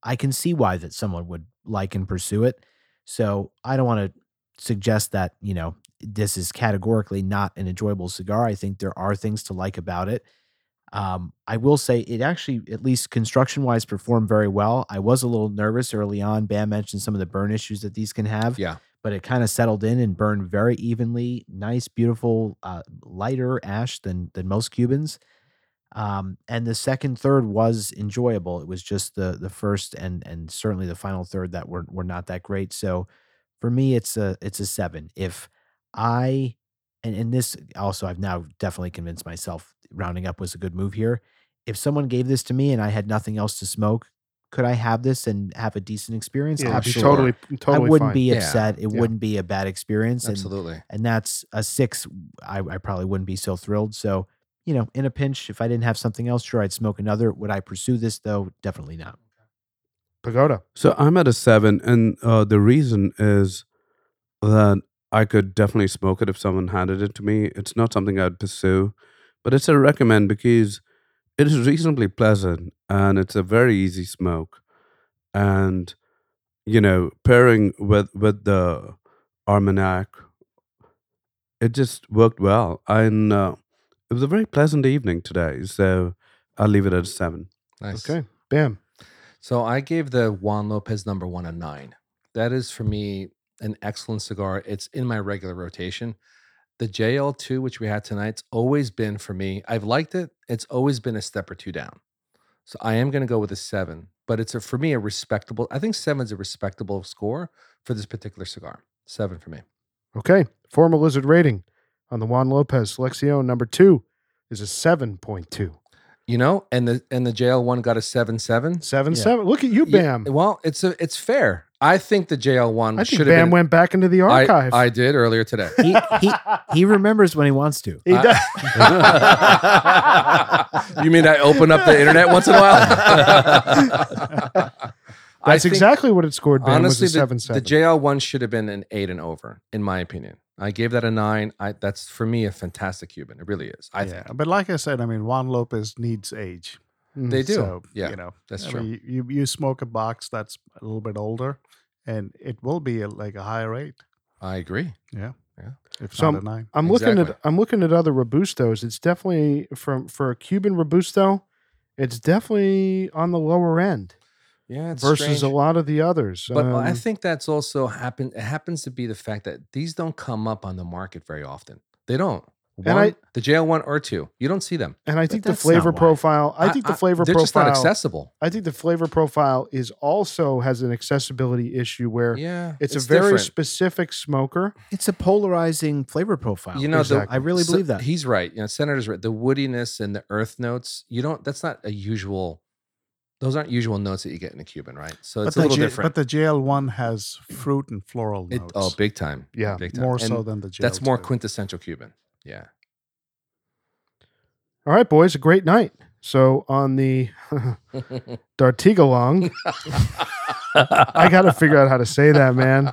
[SPEAKER 5] I can see why that someone would like and pursue it. So I don't want to suggest that, you know, this is categorically not an enjoyable cigar. I think there are things to like about it. Um, I will say it actually, at least construction wise, performed very well. I was a little nervous early on. Bam mentioned some of the burn issues that these can have.
[SPEAKER 2] Yeah.
[SPEAKER 5] But it kind of settled in and burned very evenly. Nice, beautiful, uh, lighter ash than than most Cubans. Um, and the second third was enjoyable. It was just the the first and and certainly the final third that were were not that great. So for me, it's a it's a seven. If I and, and this also I've now definitely convinced myself rounding up was a good move here. If someone gave this to me and I had nothing else to smoke, could I have this and have a decent experience?
[SPEAKER 1] yeah,
[SPEAKER 2] sure.
[SPEAKER 1] totally, totally
[SPEAKER 5] I wouldn't
[SPEAKER 1] fine.
[SPEAKER 5] be
[SPEAKER 2] Yeah,
[SPEAKER 5] upset. It
[SPEAKER 1] yeah.
[SPEAKER 5] wouldn't be a bad experience. And,
[SPEAKER 2] Absolutely.
[SPEAKER 5] and that's a six. I, I probably wouldn't be so thrilled. So, you know, in a pinch, if I didn't have something else, sure, I'd smoke another. Would I pursue this though? Definitely not.
[SPEAKER 1] Pagoda.
[SPEAKER 3] So I'm at a seven, and uh, the reason is that I could definitely smoke it if someone handed it to me. It's not something I'd pursue, but it's a recommend because it is reasonably pleasant and it's a very easy smoke. And you know, pairing with with the Armagnac, it just worked well, and uh, it was a very pleasant evening today. So I'll leave it at a seven.
[SPEAKER 2] Nice.
[SPEAKER 1] Okay. Bam.
[SPEAKER 2] So I gave the Juan Lopez number one a nine. That is for me an excellent cigar. It's in my regular rotation. The JL2, which we had tonight's always been for me. I've liked it. It's always been a step or two down. So I am going to go with a seven, but it's a, for me a respectable. I think seven's a respectable score for this particular cigar. Seven for me.
[SPEAKER 1] Okay. Formal lizard rating on the Juan Lopez Selección number two is a 7.2.
[SPEAKER 2] You know, and the and the JL1 got a seven seven.
[SPEAKER 1] 7 7. Look at you,
[SPEAKER 2] Yeah,
[SPEAKER 1] Bam.
[SPEAKER 2] well, it's a it's fair. I think the JL1
[SPEAKER 1] I
[SPEAKER 2] should
[SPEAKER 1] think
[SPEAKER 2] have
[SPEAKER 1] Bam
[SPEAKER 2] been.
[SPEAKER 1] went back into the
[SPEAKER 2] I-
[SPEAKER 1] archive.
[SPEAKER 2] I did earlier today.
[SPEAKER 5] He, he, he remembers when he wants to.
[SPEAKER 1] he does.
[SPEAKER 2] you mean I open up the internet once in a while? I
[SPEAKER 1] That's
[SPEAKER 2] think,
[SPEAKER 1] exactly what it scored, Bam,
[SPEAKER 2] Honestly,
[SPEAKER 1] was a 7
[SPEAKER 2] the, the
[SPEAKER 1] 7.
[SPEAKER 2] JL one should have been an eight and over, in my opinion. I gave that a nine. I, that's for me a fantastic Cuban. It really is. I
[SPEAKER 6] yeah.
[SPEAKER 2] think
[SPEAKER 6] But like I said, I mean, Juan Lopez needs age.
[SPEAKER 1] Mm.
[SPEAKER 2] they do.
[SPEAKER 6] So,
[SPEAKER 2] yeah,
[SPEAKER 6] you know,
[SPEAKER 2] that's
[SPEAKER 6] I
[SPEAKER 2] true.
[SPEAKER 6] mean, you, you smoke a box that's a little bit older, and it will be a, like a higher rate,
[SPEAKER 2] I agree.
[SPEAKER 6] if
[SPEAKER 1] So
[SPEAKER 6] not a nine.
[SPEAKER 1] I'm looking at
[SPEAKER 2] Exactly.
[SPEAKER 1] I'm looking at other robustos. It's definitely from for a Cuban robusto, it's definitely on the lower end
[SPEAKER 2] Yeah, it's
[SPEAKER 1] versus
[SPEAKER 2] strange.
[SPEAKER 1] a lot of the others.
[SPEAKER 2] But I
[SPEAKER 1] Um,
[SPEAKER 2] think that's also happen. It happens to be the fact that these don't come up on the market very often. They don't. One,
[SPEAKER 1] And I-
[SPEAKER 2] the JL one or two, you don't see them.
[SPEAKER 1] and I think the
[SPEAKER 5] that's not
[SPEAKER 1] flavor
[SPEAKER 5] why.
[SPEAKER 1] profile. I, think the flavor
[SPEAKER 2] they're just not
[SPEAKER 1] profile.
[SPEAKER 2] accessible.
[SPEAKER 1] I think the flavor profile is also has an accessibility issue where
[SPEAKER 2] Yeah,
[SPEAKER 1] it's, a very
[SPEAKER 2] different.
[SPEAKER 1] specific smoker.
[SPEAKER 5] It's a polarizing flavor profile.
[SPEAKER 2] You know, the-
[SPEAKER 1] Exactly.
[SPEAKER 5] I really
[SPEAKER 2] So
[SPEAKER 5] believe that.
[SPEAKER 2] he's right. You know, Senator's right. The woodiness and the earth notes, you don't. That's not a usual. Those aren't usual notes that you get in a Cuban, right? So it's a
[SPEAKER 6] the
[SPEAKER 2] little
[SPEAKER 6] J-
[SPEAKER 2] different.
[SPEAKER 6] But the JL1 has fruit and floral
[SPEAKER 2] It-
[SPEAKER 6] notes.
[SPEAKER 2] oh, big time.
[SPEAKER 1] Yeah,
[SPEAKER 2] big time.
[SPEAKER 6] more
[SPEAKER 2] And
[SPEAKER 6] so than the JL2.
[SPEAKER 2] That's more quintessential Cuban. Yeah.
[SPEAKER 1] All right, boys, a great night. So on the Dartigalong, I got to figure out how to say that, man.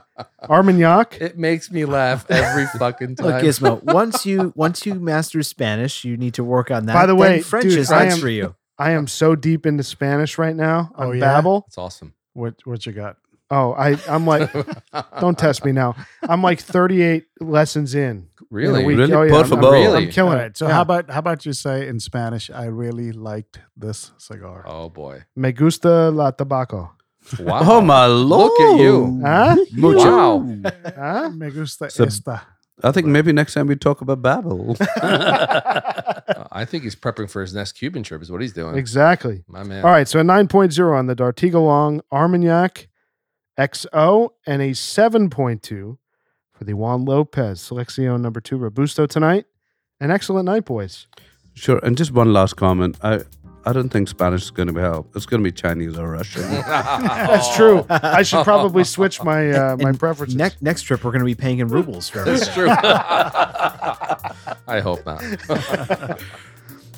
[SPEAKER 1] Armagnac.
[SPEAKER 2] It makes me laugh every fucking time.
[SPEAKER 5] Look, Gizmo. Once you once you master Spanish, you need to work on that.
[SPEAKER 1] By the
[SPEAKER 5] Then
[SPEAKER 1] way,
[SPEAKER 5] French
[SPEAKER 1] dude,
[SPEAKER 5] is
[SPEAKER 1] I
[SPEAKER 5] nuts
[SPEAKER 1] am-
[SPEAKER 5] for you.
[SPEAKER 1] I am so deep into Spanish right now. on
[SPEAKER 6] Oh, yeah?
[SPEAKER 1] Babel.
[SPEAKER 2] It's awesome.
[SPEAKER 6] What, what you got?
[SPEAKER 1] Oh, I I'm like, don't test me now. I'm like 38 lessons in. in a
[SPEAKER 2] Really?
[SPEAKER 1] week.
[SPEAKER 3] Really?
[SPEAKER 1] Oh, yeah,
[SPEAKER 3] Por
[SPEAKER 1] I'm- I'm,
[SPEAKER 3] favor.
[SPEAKER 1] I'm
[SPEAKER 2] Really?
[SPEAKER 1] killing
[SPEAKER 6] All right,
[SPEAKER 1] it.
[SPEAKER 6] so
[SPEAKER 1] Yeah.
[SPEAKER 6] how about how about you say in Spanish? I really liked this cigar.
[SPEAKER 2] Oh boy.
[SPEAKER 1] Me gusta la tabaco.
[SPEAKER 2] Wow.
[SPEAKER 3] Oh my lord!
[SPEAKER 2] Look at you.
[SPEAKER 6] Huh?
[SPEAKER 3] Mucho.
[SPEAKER 2] Wow.
[SPEAKER 6] Huh?
[SPEAKER 8] Me gusta
[SPEAKER 3] So-
[SPEAKER 8] esta.
[SPEAKER 3] I think maybe next time we talk about Babel.
[SPEAKER 2] Uh, I think he's prepping for his next Cuban trip, is what he's doing.
[SPEAKER 6] Exactly.
[SPEAKER 2] My man.
[SPEAKER 6] All right, so a 9.0 on the Dartigo Long Armagnac XO and a 7.2 for the Juan Lopez Selección number 2 Robusto tonight. An excellent night, boys.
[SPEAKER 3] sure. And just one last comment. I I don't think Spanish is going to be help. It's going to be Chinese or Russian.
[SPEAKER 6] That's true. I should probably switch my uh, my
[SPEAKER 5] And
[SPEAKER 6] preferences.
[SPEAKER 5] Next next trip, we're going to be paying in rubles for
[SPEAKER 2] That's
[SPEAKER 5] everything.
[SPEAKER 2] true. I hope not.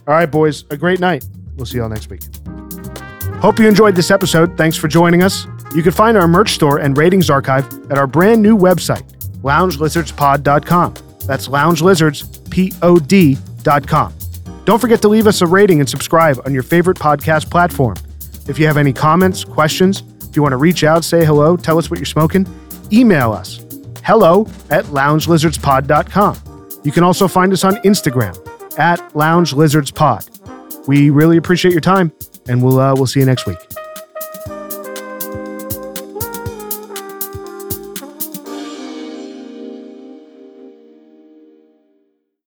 [SPEAKER 6] All right, boys, a great night. We'll see y'all next week. Hope you enjoyed this episode. Thanks for joining us. You can find our merch store and ratings archive at our brand new website, loungelizardspod.com. That's loungelizardspod.com. Don't forget to leave us a rating and subscribe on your favorite podcast platform. If you have any comments, questions, if you want to reach out, say hello, tell us what you're smoking, email us hello at loungelizardspod.com. You can also find us on Instagram at loungelizardspod. We really appreciate your time, and we'll uh, we'll see you next week.